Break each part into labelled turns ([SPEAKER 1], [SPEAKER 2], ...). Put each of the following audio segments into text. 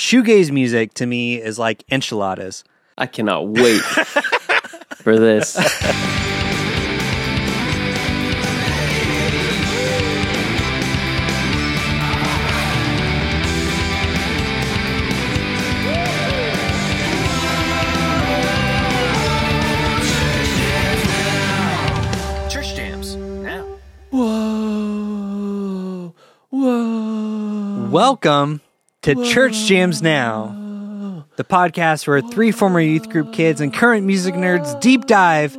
[SPEAKER 1] shoegaze music to me is like enchiladas.
[SPEAKER 2] I cannot wait for this.
[SPEAKER 3] Church jams now.
[SPEAKER 2] Whoa, whoa.
[SPEAKER 1] Welcome to Church Jams Now, the podcast where three former youth group kids and current music nerds deep dive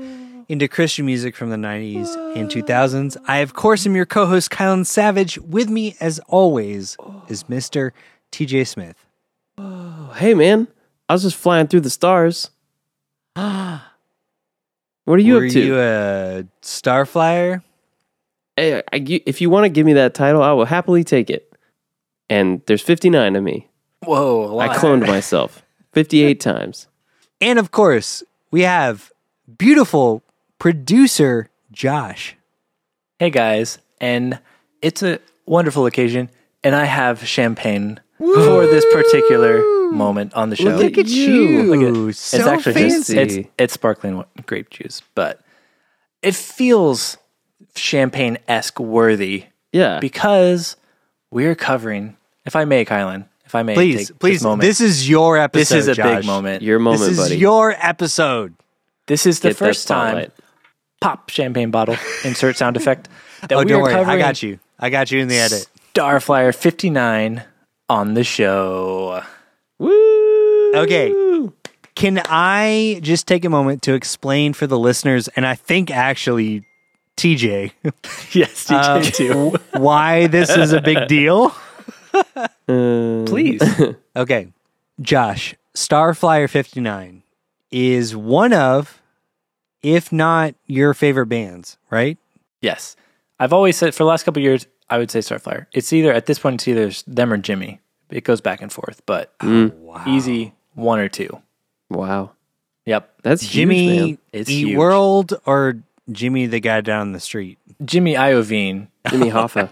[SPEAKER 1] into Christian music from the 90s and 2000s. I, of course, am your co host, Kylan Savage. With me, as always, is Mr. TJ Smith.
[SPEAKER 2] Hey, man, I was just flying through the stars. What are you
[SPEAKER 1] Were
[SPEAKER 2] up to?
[SPEAKER 1] you a star flyer?
[SPEAKER 2] Hey, I, you- if you want to give me that title, I will happily take it. And there's 59 of me.
[SPEAKER 1] Whoa,
[SPEAKER 2] I cloned myself 58 times.
[SPEAKER 1] And of course, we have beautiful producer Josh.
[SPEAKER 4] Hey guys, and it's a wonderful occasion, and I have champagne for this particular moment on the show.
[SPEAKER 2] Look at you.
[SPEAKER 4] Look at-
[SPEAKER 1] so
[SPEAKER 4] it's actually
[SPEAKER 1] fancy.
[SPEAKER 4] just it's it's sparkling wa- grape juice, but it feels champagne esque worthy
[SPEAKER 2] Yeah.
[SPEAKER 4] because we're covering. If I may, Kylan, if I may,
[SPEAKER 1] please,
[SPEAKER 4] take
[SPEAKER 1] please.
[SPEAKER 4] this moment.
[SPEAKER 1] This is your episode.
[SPEAKER 4] This is a
[SPEAKER 1] Josh.
[SPEAKER 4] big moment.
[SPEAKER 2] Your moment,
[SPEAKER 1] This is
[SPEAKER 2] buddy.
[SPEAKER 1] your episode.
[SPEAKER 4] this is the
[SPEAKER 2] Get that
[SPEAKER 4] first time.
[SPEAKER 2] spotlight.
[SPEAKER 4] Pop champagne bottle. Insert sound effect. That
[SPEAKER 1] Oh,
[SPEAKER 4] we
[SPEAKER 1] don't
[SPEAKER 4] are
[SPEAKER 1] worry. I
[SPEAKER 4] covering
[SPEAKER 1] got you. I got you in the edit.
[SPEAKER 4] Starflyer 59 on the show.
[SPEAKER 2] Woo!
[SPEAKER 1] Okay. Can I just take a moment to explain for the listeners, and I think actually TJ,
[SPEAKER 4] Yes, DJ
[SPEAKER 1] uh, why this is a big deal?
[SPEAKER 4] Uh, Please.
[SPEAKER 1] Okay. Josh, Starflyer 59 is one of, if not your favorite bands, right?
[SPEAKER 4] yes. I've always said for the last couple of years, I would say Starflyer. It's either at this point it's either them or Jimmy. It goes back and forth, but
[SPEAKER 2] Mm.
[SPEAKER 4] easy one or two.
[SPEAKER 2] Wow.
[SPEAKER 4] Yep.
[SPEAKER 2] That's
[SPEAKER 1] Jimmy
[SPEAKER 2] huge, man.
[SPEAKER 4] It's
[SPEAKER 1] Eat
[SPEAKER 4] huge.
[SPEAKER 1] World or Jimmy the guy down the street?
[SPEAKER 4] Jimmy Iovine.
[SPEAKER 2] Jimmy Hoffa.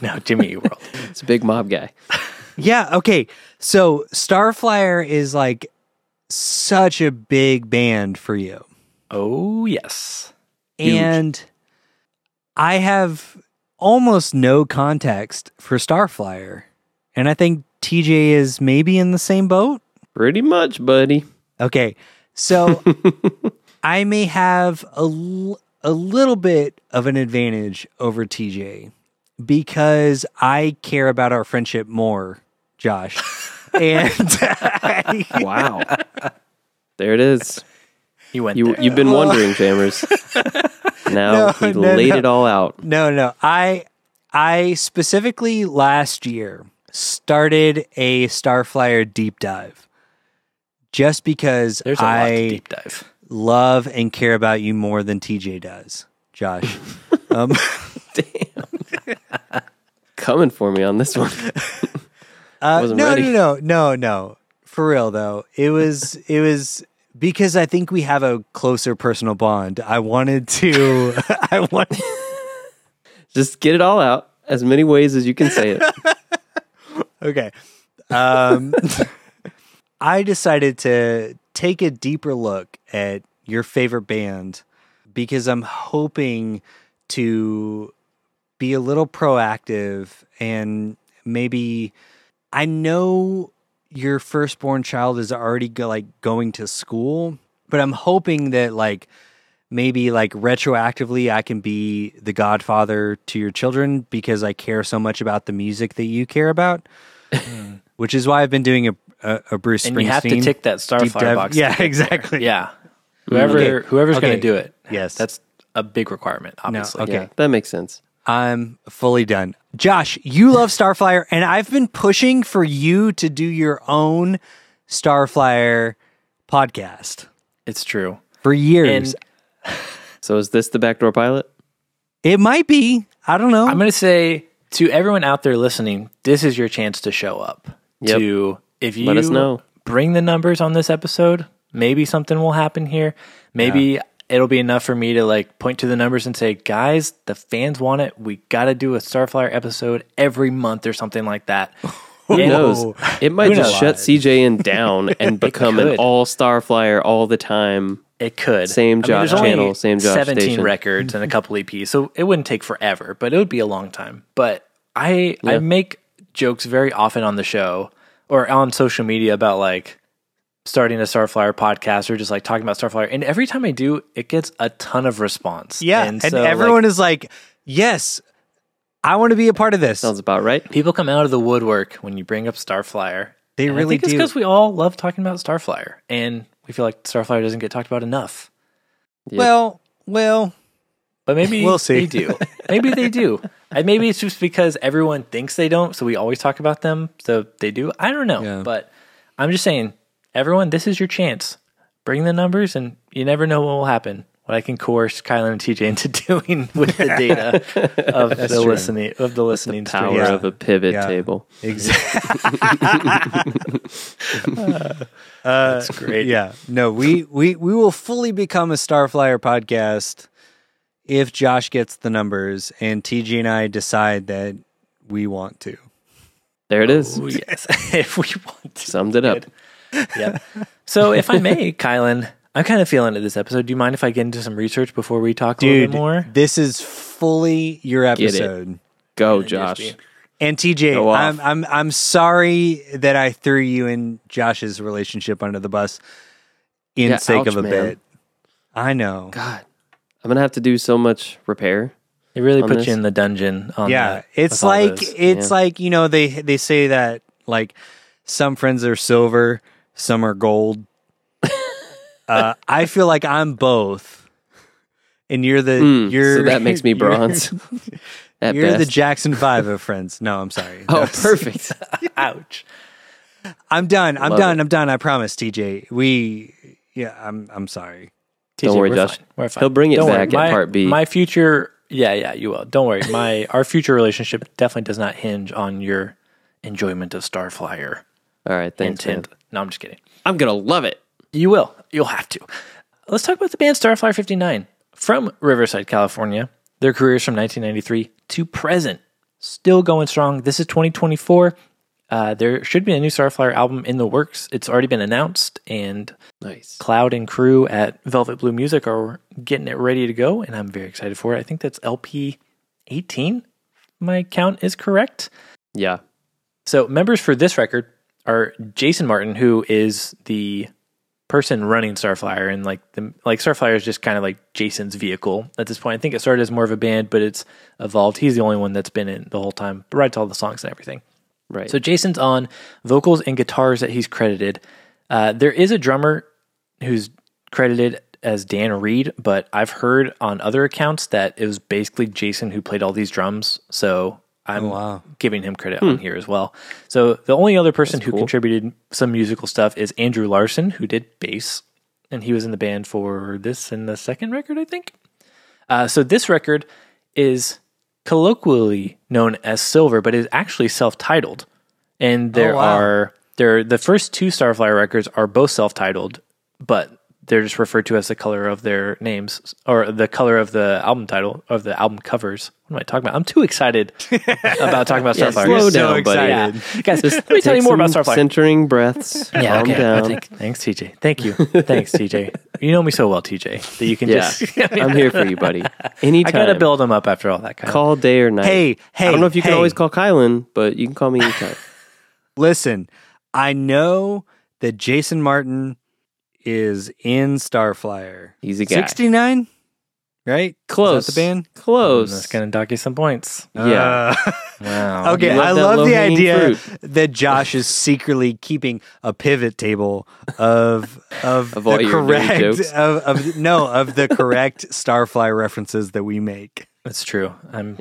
[SPEAKER 4] No, Jimmy Eat World.
[SPEAKER 2] It's a big mob guy.
[SPEAKER 1] Yeah, okay. So Starflyer is like such a big band for you.
[SPEAKER 4] Oh, yes.
[SPEAKER 2] Huge.
[SPEAKER 1] And I have almost no context for Starflyer. And I think TJ is maybe in the same boat.
[SPEAKER 2] Pretty much, buddy.
[SPEAKER 1] Okay. So I may have a, l- a little bit of an advantage over TJ because I care about our friendship more, Josh. And I-
[SPEAKER 2] Wow. there it is.
[SPEAKER 4] He went
[SPEAKER 2] You
[SPEAKER 4] there.
[SPEAKER 2] you've been wondering, Jammers. Now
[SPEAKER 1] Oh. No,
[SPEAKER 2] he
[SPEAKER 1] no,
[SPEAKER 2] laid
[SPEAKER 1] no.
[SPEAKER 2] it all out.
[SPEAKER 1] no, no. I I specifically last year started a Starflyer deep dive just because
[SPEAKER 4] There's a lot to
[SPEAKER 1] I
[SPEAKER 4] deep dive.
[SPEAKER 1] love and care about you more than TJ does, Josh. um,
[SPEAKER 2] Coming for me on this one.
[SPEAKER 1] Uh,
[SPEAKER 2] Wasn't
[SPEAKER 1] no,
[SPEAKER 2] ready.
[SPEAKER 1] no, no, no, no. For real though, it was it was because I think we have a closer personal bond. I wanted to. I want.
[SPEAKER 2] Just get it all out as many ways as you can say it.
[SPEAKER 1] Okay. Um, I decided to take a deeper look at your favorite band because I'm hoping to be a little proactive and maybe I know your firstborn child is already go, like going to school, but I'm hoping that like maybe like retroactively I can be the godfather to your children because I care so much about the music that you care about, which is why I've been doing a a, a Bruce
[SPEAKER 4] Hmm. And
[SPEAKER 1] Springsteen
[SPEAKER 4] you have to tick that
[SPEAKER 1] deep
[SPEAKER 4] Starflyer
[SPEAKER 1] dive.
[SPEAKER 4] box.
[SPEAKER 1] Yeah, exactly.
[SPEAKER 2] Mm.
[SPEAKER 4] Yeah. Whoever
[SPEAKER 1] Okay.
[SPEAKER 4] whoever's
[SPEAKER 1] Okay.
[SPEAKER 4] gonna do it.
[SPEAKER 1] Yes.
[SPEAKER 4] That's a big requirement, obviously.
[SPEAKER 1] okay.
[SPEAKER 2] Yeah, that makes sense.
[SPEAKER 1] I'm fully done. Josh, you love Starflyer, and I've been pushing for you to do your own Starflyer podcast
[SPEAKER 4] It's true.
[SPEAKER 1] for years.
[SPEAKER 4] And-
[SPEAKER 2] So is this the backdoor pilot?
[SPEAKER 1] it might be. I don't know.
[SPEAKER 4] I'm going to say to everyone out there listening, this is your chance to show up.
[SPEAKER 2] Yep.
[SPEAKER 4] To if you
[SPEAKER 2] Let us know.
[SPEAKER 4] bring the numbers on this episode, maybe something will happen here. Maybe it'll be enough for me to like point to the numbers and say, "Guys, the fans want it. We got to do a Starflyer episode every month or something like that."
[SPEAKER 2] Who knows? It might
[SPEAKER 4] Who
[SPEAKER 2] just
[SPEAKER 4] knows?
[SPEAKER 2] shut CJN down and become an
[SPEAKER 4] could.
[SPEAKER 2] all-star flyer all the time.
[SPEAKER 4] It could.
[SPEAKER 2] Same Josh
[SPEAKER 4] there's only
[SPEAKER 2] channel, same Josh
[SPEAKER 4] 17
[SPEAKER 2] station.
[SPEAKER 4] records and a couple EPs. So it wouldn't take forever, but it would be a long time. But I I make jokes very often on the show or on social media about like starting a Starflyer podcast or just like talking about Starflyer. And every time I do, it gets a ton of response.
[SPEAKER 1] Yeah, and,
[SPEAKER 4] so, like,
[SPEAKER 1] everyone is like, "Yes, I want to be a part of this."
[SPEAKER 2] Sounds about right.
[SPEAKER 4] people come out of the woodwork when you bring up Starflyer.
[SPEAKER 1] They
[SPEAKER 4] And I
[SPEAKER 1] really
[SPEAKER 4] think it's
[SPEAKER 1] do.
[SPEAKER 4] because we all love talking about Starflyer and we feel like Starflyer doesn't get talked about enough.
[SPEAKER 1] Well, well,
[SPEAKER 4] But maybe
[SPEAKER 1] We'll see.
[SPEAKER 4] they do. Maybe they do. And maybe it's just because everyone thinks they don't, so we always talk about them, so they do. I don't know.
[SPEAKER 1] Yeah.
[SPEAKER 4] But I'm just saying, everyone, this is your chance. Bring the numbers and you never know what will happen. What I can coerce Kylan and TJ into doing with the data of the listening of the listening
[SPEAKER 2] Power
[SPEAKER 4] stream.
[SPEAKER 1] Yeah.
[SPEAKER 2] of a pivot
[SPEAKER 1] Yeah.
[SPEAKER 2] table.
[SPEAKER 1] exactly.
[SPEAKER 4] That's great.
[SPEAKER 1] yeah, no, we we we will fully become a Starflyer podcast if Josh gets the numbers and TG and I decide that we want to.
[SPEAKER 2] There it is.
[SPEAKER 4] Ooh, yes. if we want to.
[SPEAKER 2] Summed it up.
[SPEAKER 4] Yep. So if I may, Kylan, I'm kind of feeling it this episode. Do you mind if I get into some research before we talk a little bit more?
[SPEAKER 1] this is fully your
[SPEAKER 2] it.
[SPEAKER 1] episode.
[SPEAKER 2] Go, Josh.
[SPEAKER 1] And TJ,
[SPEAKER 2] Go off.
[SPEAKER 1] I'm I'm I'm sorry that I threw you and Josh's relationship under the bus in
[SPEAKER 2] Yeah,
[SPEAKER 1] sake
[SPEAKER 2] ouch,
[SPEAKER 1] of a
[SPEAKER 2] man.
[SPEAKER 1] bit. I know.
[SPEAKER 2] God, I'm gonna have to do so much repair.
[SPEAKER 4] It really
[SPEAKER 2] on
[SPEAKER 4] puts
[SPEAKER 2] this.
[SPEAKER 4] you in the dungeon. On
[SPEAKER 1] yeah,
[SPEAKER 4] that,
[SPEAKER 1] it's
[SPEAKER 4] with all
[SPEAKER 1] like
[SPEAKER 4] those.
[SPEAKER 1] it's like you know they they say that like some friends are silver, some are gold. uh, I feel like I'm both, and you're the you're
[SPEAKER 2] Hmm, so that makes me
[SPEAKER 1] you're-
[SPEAKER 2] bronze. At
[SPEAKER 1] You're, the
[SPEAKER 2] best.
[SPEAKER 1] Jackson Five of friends. No, I'm sorry.
[SPEAKER 2] oh,
[SPEAKER 1] That's-
[SPEAKER 2] perfect.
[SPEAKER 4] ouch.
[SPEAKER 1] I'm done. I'm
[SPEAKER 2] Love
[SPEAKER 1] done.
[SPEAKER 2] it.
[SPEAKER 1] I'm done. I promise, TJ. We yeah. I'm I'm sorry.
[SPEAKER 2] Don't
[SPEAKER 4] TJ,
[SPEAKER 2] worry,
[SPEAKER 4] we're
[SPEAKER 2] Josh.
[SPEAKER 4] fine. We're fine.
[SPEAKER 2] He'll bring it
[SPEAKER 4] Don't worry.
[SPEAKER 2] back
[SPEAKER 4] my,
[SPEAKER 2] at part B.
[SPEAKER 4] My future, yeah, yeah, you will. Don't worry. My our future relationship definitely does not hinge on your enjoyment of Starflyer
[SPEAKER 2] All right, thanks. man.
[SPEAKER 4] intent. No, I'm just kidding.
[SPEAKER 2] I'm gonna love it.
[SPEAKER 4] You will. You'll have to. Let's talk about the band Starflyer 59 from Riverside, California. Their careers from 1993 to present, still going strong. This is 2024. Uh, there should be a new Starflyer album in the works. It's already been announced, and
[SPEAKER 2] Nice.
[SPEAKER 4] Cloud and crew at Velvet Blue Music are getting it ready to go, and I'm very excited for it. I think that's LP 18. if My count is correct.
[SPEAKER 2] Yeah.
[SPEAKER 4] So members for this record are Jason Martin, who is the person running Starflyer, and like the like Starflyer is just kind of like Jason's vehicle at this point. I think it started as more of a band, but it's evolved. He's the only one that's been in the whole time, but writes all the songs and everything.
[SPEAKER 2] Right.
[SPEAKER 4] So Jason's on vocals and guitars that he's credited. Uh, there is a drummer who's credited as Dan Reed, but I've heard on other accounts that it was basically Jason who played all these drums. So I'm giving him credit on here as well. So the only other person who contributed some musical stuff is Andrew Larson, who did bass, and he was in the band for this and the second record, I think. Uh, so this record is colloquially known as Silver, but is actually self-titled. And there
[SPEAKER 1] Oh, wow.
[SPEAKER 4] are there the first two Starflyer records are both self-titled, but they're just referred to as the color of their names or the color of the album title of the album covers. What am I talking about? I'm too excited about talking about
[SPEAKER 2] Yeah,
[SPEAKER 4] Starflyer.
[SPEAKER 2] slow
[SPEAKER 1] You're
[SPEAKER 2] down,
[SPEAKER 1] so
[SPEAKER 2] buddy.
[SPEAKER 4] Yeah.
[SPEAKER 1] excited.
[SPEAKER 4] Guys, let me tell
[SPEAKER 2] Take
[SPEAKER 4] you more about
[SPEAKER 2] some
[SPEAKER 4] Starflyer.
[SPEAKER 2] Centering breaths.
[SPEAKER 4] Yeah,
[SPEAKER 2] calm
[SPEAKER 4] okay.
[SPEAKER 2] down.
[SPEAKER 4] Thank- thanks, TJ. Thank you. Thanks, TJ. You know me so well, TJ, that you can
[SPEAKER 2] yeah,
[SPEAKER 4] just.
[SPEAKER 2] I'm here for you, buddy. Anytime.
[SPEAKER 4] I gotta build them up after all that kind
[SPEAKER 2] Call day or night.
[SPEAKER 1] Hey, hey,
[SPEAKER 2] I don't know if you
[SPEAKER 1] hey.
[SPEAKER 2] can always call Kylan, but you can call me anytime.
[SPEAKER 1] Listen, I know that Jason Martin is in Starflyer.
[SPEAKER 2] He's a guy.
[SPEAKER 1] Sixty nine, right?
[SPEAKER 2] Close.
[SPEAKER 1] Is that the band.
[SPEAKER 4] of.
[SPEAKER 2] Close.
[SPEAKER 4] That's gonna dock you some points.
[SPEAKER 2] yeah.
[SPEAKER 1] Uh,
[SPEAKER 4] Wow.
[SPEAKER 1] okay,
[SPEAKER 2] love
[SPEAKER 1] I
[SPEAKER 2] that
[SPEAKER 1] love the
[SPEAKER 2] low-hanging
[SPEAKER 1] idea that Josh is secretly keeping a pivot table of of,
[SPEAKER 2] Of all
[SPEAKER 1] the
[SPEAKER 2] your nerdy jokes.
[SPEAKER 1] correct of, of no of the correct Starfly references that we make.
[SPEAKER 4] That's true. I'm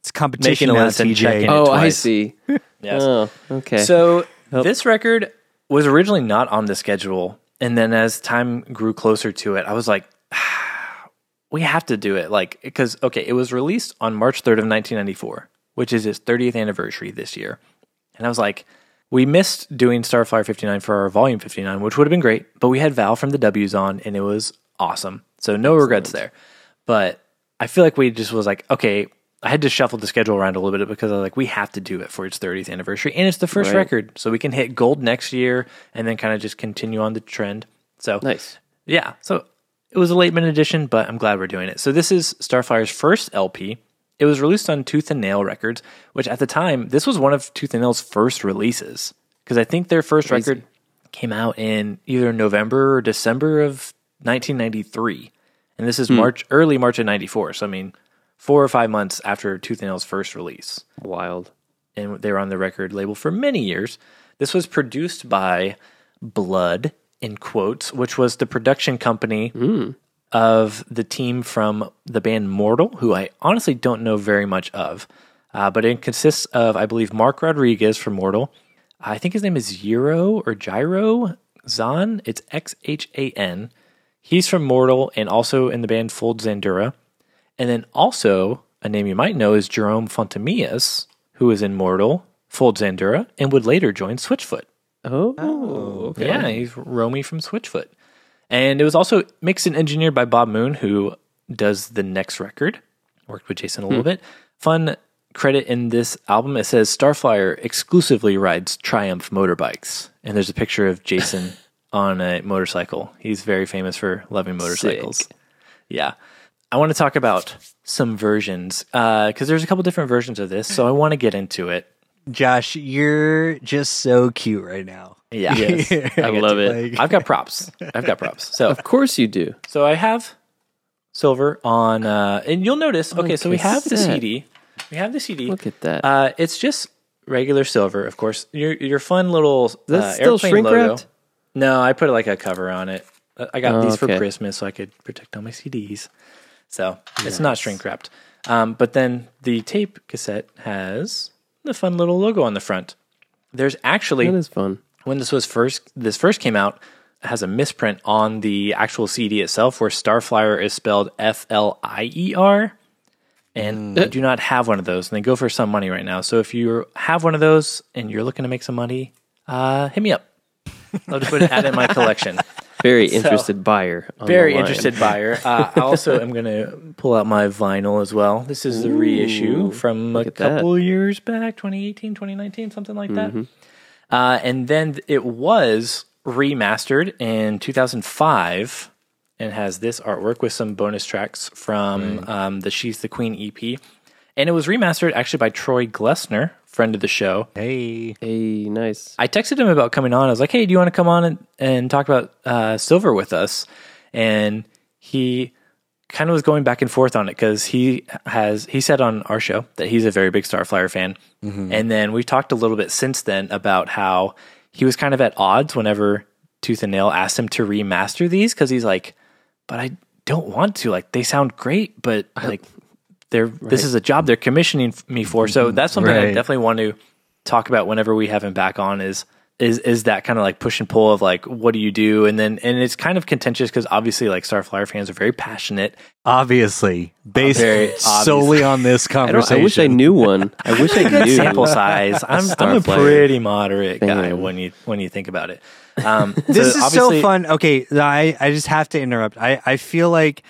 [SPEAKER 1] It's competition
[SPEAKER 4] Making a
[SPEAKER 1] now,
[SPEAKER 4] list and
[SPEAKER 1] TJ.
[SPEAKER 4] checking
[SPEAKER 2] oh, I
[SPEAKER 4] twice.
[SPEAKER 2] see.
[SPEAKER 4] yes.
[SPEAKER 2] Oh, okay.
[SPEAKER 4] So this record was originally not on the schedule, and then as time grew closer to it, I was like, "Ah, we have to do it, like because okay, it was released on March third of nineteen ninety four, which is its thirtieth anniversary this year, and I was like. We missed doing Starfire 59 for our volume 59, which would have been great, but we had Val from the W's on and it was awesome. So no regrets there. But I feel like we just was like, okay, I had to shuffle the schedule around a little bit because I was like, we have to do it for its 30th anniversary, and it's the first
[SPEAKER 2] Right.
[SPEAKER 4] record, so we can hit gold next year, and then kind of just continue on the trend. So
[SPEAKER 2] Nice.
[SPEAKER 4] yeah, so it was a late minute edition, but I'm glad we're doing it. So this is Starfire's first LP. It was released on Tooth and Nail Records, which at the time this was one of Tooth and Nail's first releases because I think their first
[SPEAKER 2] Crazy.
[SPEAKER 4] record came out in either November or December of 1993, and this is
[SPEAKER 2] Hmm.
[SPEAKER 4] March, early March of '94. So I mean, four or five months after Tooth and Nail's first release
[SPEAKER 2] Wild.
[SPEAKER 4] and they were on the record label for many years. This was produced by Blood, in quotes, which was the production company of the team from the band Mortal, who I honestly don't know very much of. Uh, but it consists of, I believe, Mark Rodriguez from Mortal. I think his name is Gyro or Gyro Zan. It's X H A N. He's from Mortal and also in the band Fold Zandura. And then also a name you might know is Jerome Fontamillas, who is in Mortal, Fold Zandura, and would later join Switchfoot.
[SPEAKER 2] Oh, okay.
[SPEAKER 4] Yeah, he's Romy from Switchfoot. And it was also mixed and engineered by Bob Moon, who does the next record. Worked with Jason a little bit. Fun credit in this album it says Starflyer exclusively rides Triumph motorbikes. And there's a picture of Jason on a motorcycle. He's very famous for loving motorcycles. Yeah. I want to talk about some versions because there's a couple different versions of this. So I want to get into it.
[SPEAKER 1] Josh, you're just so cute right now.
[SPEAKER 4] Yeah.
[SPEAKER 2] I love it.
[SPEAKER 1] Like,
[SPEAKER 4] I've got props. I've got props. So
[SPEAKER 2] Of course you do.
[SPEAKER 4] So I have silver on, uh, and you'll notice. Okay, so we have the
[SPEAKER 2] cassette.
[SPEAKER 4] CD. We have the CD.
[SPEAKER 2] Look at that.
[SPEAKER 4] Uh, it's just regular silver, of course. Your your fun little
[SPEAKER 2] that
[SPEAKER 4] uh,
[SPEAKER 2] still
[SPEAKER 4] airplane
[SPEAKER 2] shrink
[SPEAKER 4] logo.
[SPEAKER 2] wrapped?
[SPEAKER 4] No, I put like a cover on it. Uh, I got
[SPEAKER 2] Oh,
[SPEAKER 4] these for
[SPEAKER 2] okay.
[SPEAKER 4] Christmas so I could protect all my CDs. So it's not shrink wrapped. Um, but then the tape cassette has the fun little logo on the front. There's actually
[SPEAKER 2] that is fun.
[SPEAKER 4] when this was first this first came out it has a misprint on the actual CD itself where Starflyer is spelled F L I E R and I do not have one of those and they go for some money right now. So if you have one of those and you're looking to make some money, uh, hit me up. I'll just put it add it in my collection.
[SPEAKER 2] Very interested buyer. on the
[SPEAKER 4] Very
[SPEAKER 2] line.
[SPEAKER 4] interested buyer. Uh, I also am going to pull out my vinyl as well. This is the reissue from a
[SPEAKER 2] at that.
[SPEAKER 4] couple years back, 2018, 2019, something like that.
[SPEAKER 2] Mm-hmm.
[SPEAKER 4] Uh, and then th- it was remastered in 2005 and has this artwork with some bonus tracks from um, the She's the Queen EP. And it was remastered actually by Troy Glessner, friend of the show.
[SPEAKER 1] hey,
[SPEAKER 2] Hey, nice.
[SPEAKER 4] I texted him about coming on. I was like, hey, do you want to come on and, and talk about uh, Silver with us? And he kind of was going back and forth on it because he has, he said on our show that he's a very big Starflyer fan. And then we talked a little bit since then about how he was kind of at odds whenever Tooth and Nail asked him to remaster these because he's like, but I don't want to. Like, they sound great, but like, they're, this is a job they're commissioning f- me for. So that's something I
[SPEAKER 1] Right.
[SPEAKER 4] definitely want to talk about whenever we have him back on is is is that kind of like push and pull of like what do you do and then and it's kind of contentious because obviously like Starflyer fans are very passionate.
[SPEAKER 1] obviously based
[SPEAKER 4] Very
[SPEAKER 1] solely on this
[SPEAKER 2] I, don't,
[SPEAKER 1] conversation.
[SPEAKER 2] I wish I knew one. I wish I knew.
[SPEAKER 4] Sample size. I'm, I'm a
[SPEAKER 2] Starflyer.
[SPEAKER 4] pretty moderate guy
[SPEAKER 2] Damn.
[SPEAKER 4] when you when you think about it. Um,
[SPEAKER 1] This
[SPEAKER 4] so
[SPEAKER 1] is so
[SPEAKER 4] obviously-
[SPEAKER 1] fun. Okay, I, I just have to interrupt. I, I feel like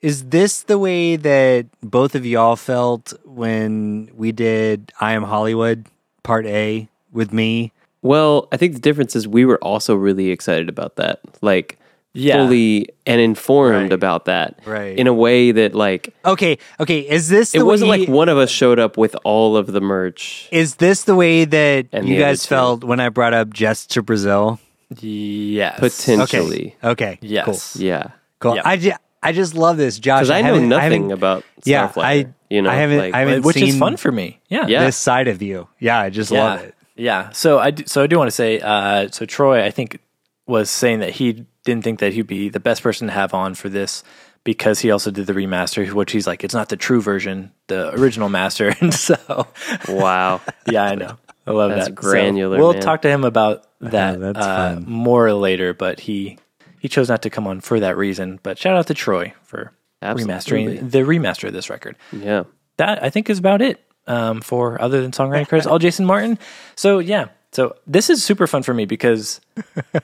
[SPEAKER 1] is this the way that both of y'all felt when we did I Am Hollywood part A with me?
[SPEAKER 2] Well, I think the difference is we were also really excited about that, like
[SPEAKER 4] Yeah.
[SPEAKER 2] fully and informed
[SPEAKER 4] Right.
[SPEAKER 2] about that,
[SPEAKER 1] Right.
[SPEAKER 2] In a way that like
[SPEAKER 1] Okay, okay. Is this the
[SPEAKER 2] it wasn't
[SPEAKER 1] way,
[SPEAKER 2] like one of us showed up with all of the merch.
[SPEAKER 1] Is this the way that
[SPEAKER 2] And
[SPEAKER 1] you
[SPEAKER 2] the other
[SPEAKER 1] guys
[SPEAKER 2] two.
[SPEAKER 1] felt when I brought up Jets to Brazil?
[SPEAKER 4] Yes.
[SPEAKER 2] Potent-
[SPEAKER 1] Okay.
[SPEAKER 2] Actually.
[SPEAKER 1] Okay.
[SPEAKER 4] Yes.
[SPEAKER 1] Cool.
[SPEAKER 2] Yeah,
[SPEAKER 1] Cool.
[SPEAKER 4] Yeah.
[SPEAKER 1] I, ju- I just love this, Josh.
[SPEAKER 2] because I, know
[SPEAKER 1] haven't-
[SPEAKER 2] nothing
[SPEAKER 1] haven't-
[SPEAKER 2] about
[SPEAKER 1] Yeah,
[SPEAKER 2] Starflyer.
[SPEAKER 1] I-
[SPEAKER 2] you know,
[SPEAKER 1] I haven't-
[SPEAKER 2] Like,
[SPEAKER 1] I haven't-
[SPEAKER 4] Which is
[SPEAKER 1] seen-
[SPEAKER 4] fun for me. Yeah.
[SPEAKER 2] Yeah.
[SPEAKER 1] this side of you. Yeah, I just love it.
[SPEAKER 4] Yeah. So I do, so I do want to say uh, so Troy I think was saying that he didn't think that he'd be the best person to have on for this because he also did the remaster, which he's like it's not the true version, the original master, and so
[SPEAKER 2] wow.
[SPEAKER 4] yeah, I know. I love
[SPEAKER 2] That's
[SPEAKER 4] that.
[SPEAKER 2] granular,
[SPEAKER 4] So we'll
[SPEAKER 2] man.
[SPEAKER 4] talk to him about that
[SPEAKER 1] that's
[SPEAKER 4] uh,
[SPEAKER 1] fun.
[SPEAKER 4] more later, but he he chose not to come on for that reason. But shout out to Troy for
[SPEAKER 2] Absolutely.
[SPEAKER 4] remastering the remaster of this record
[SPEAKER 2] Yeah.
[SPEAKER 4] that I think is about it um, for other than songwriting credits. All Jason Martin. So yeah, so this is super fun for me because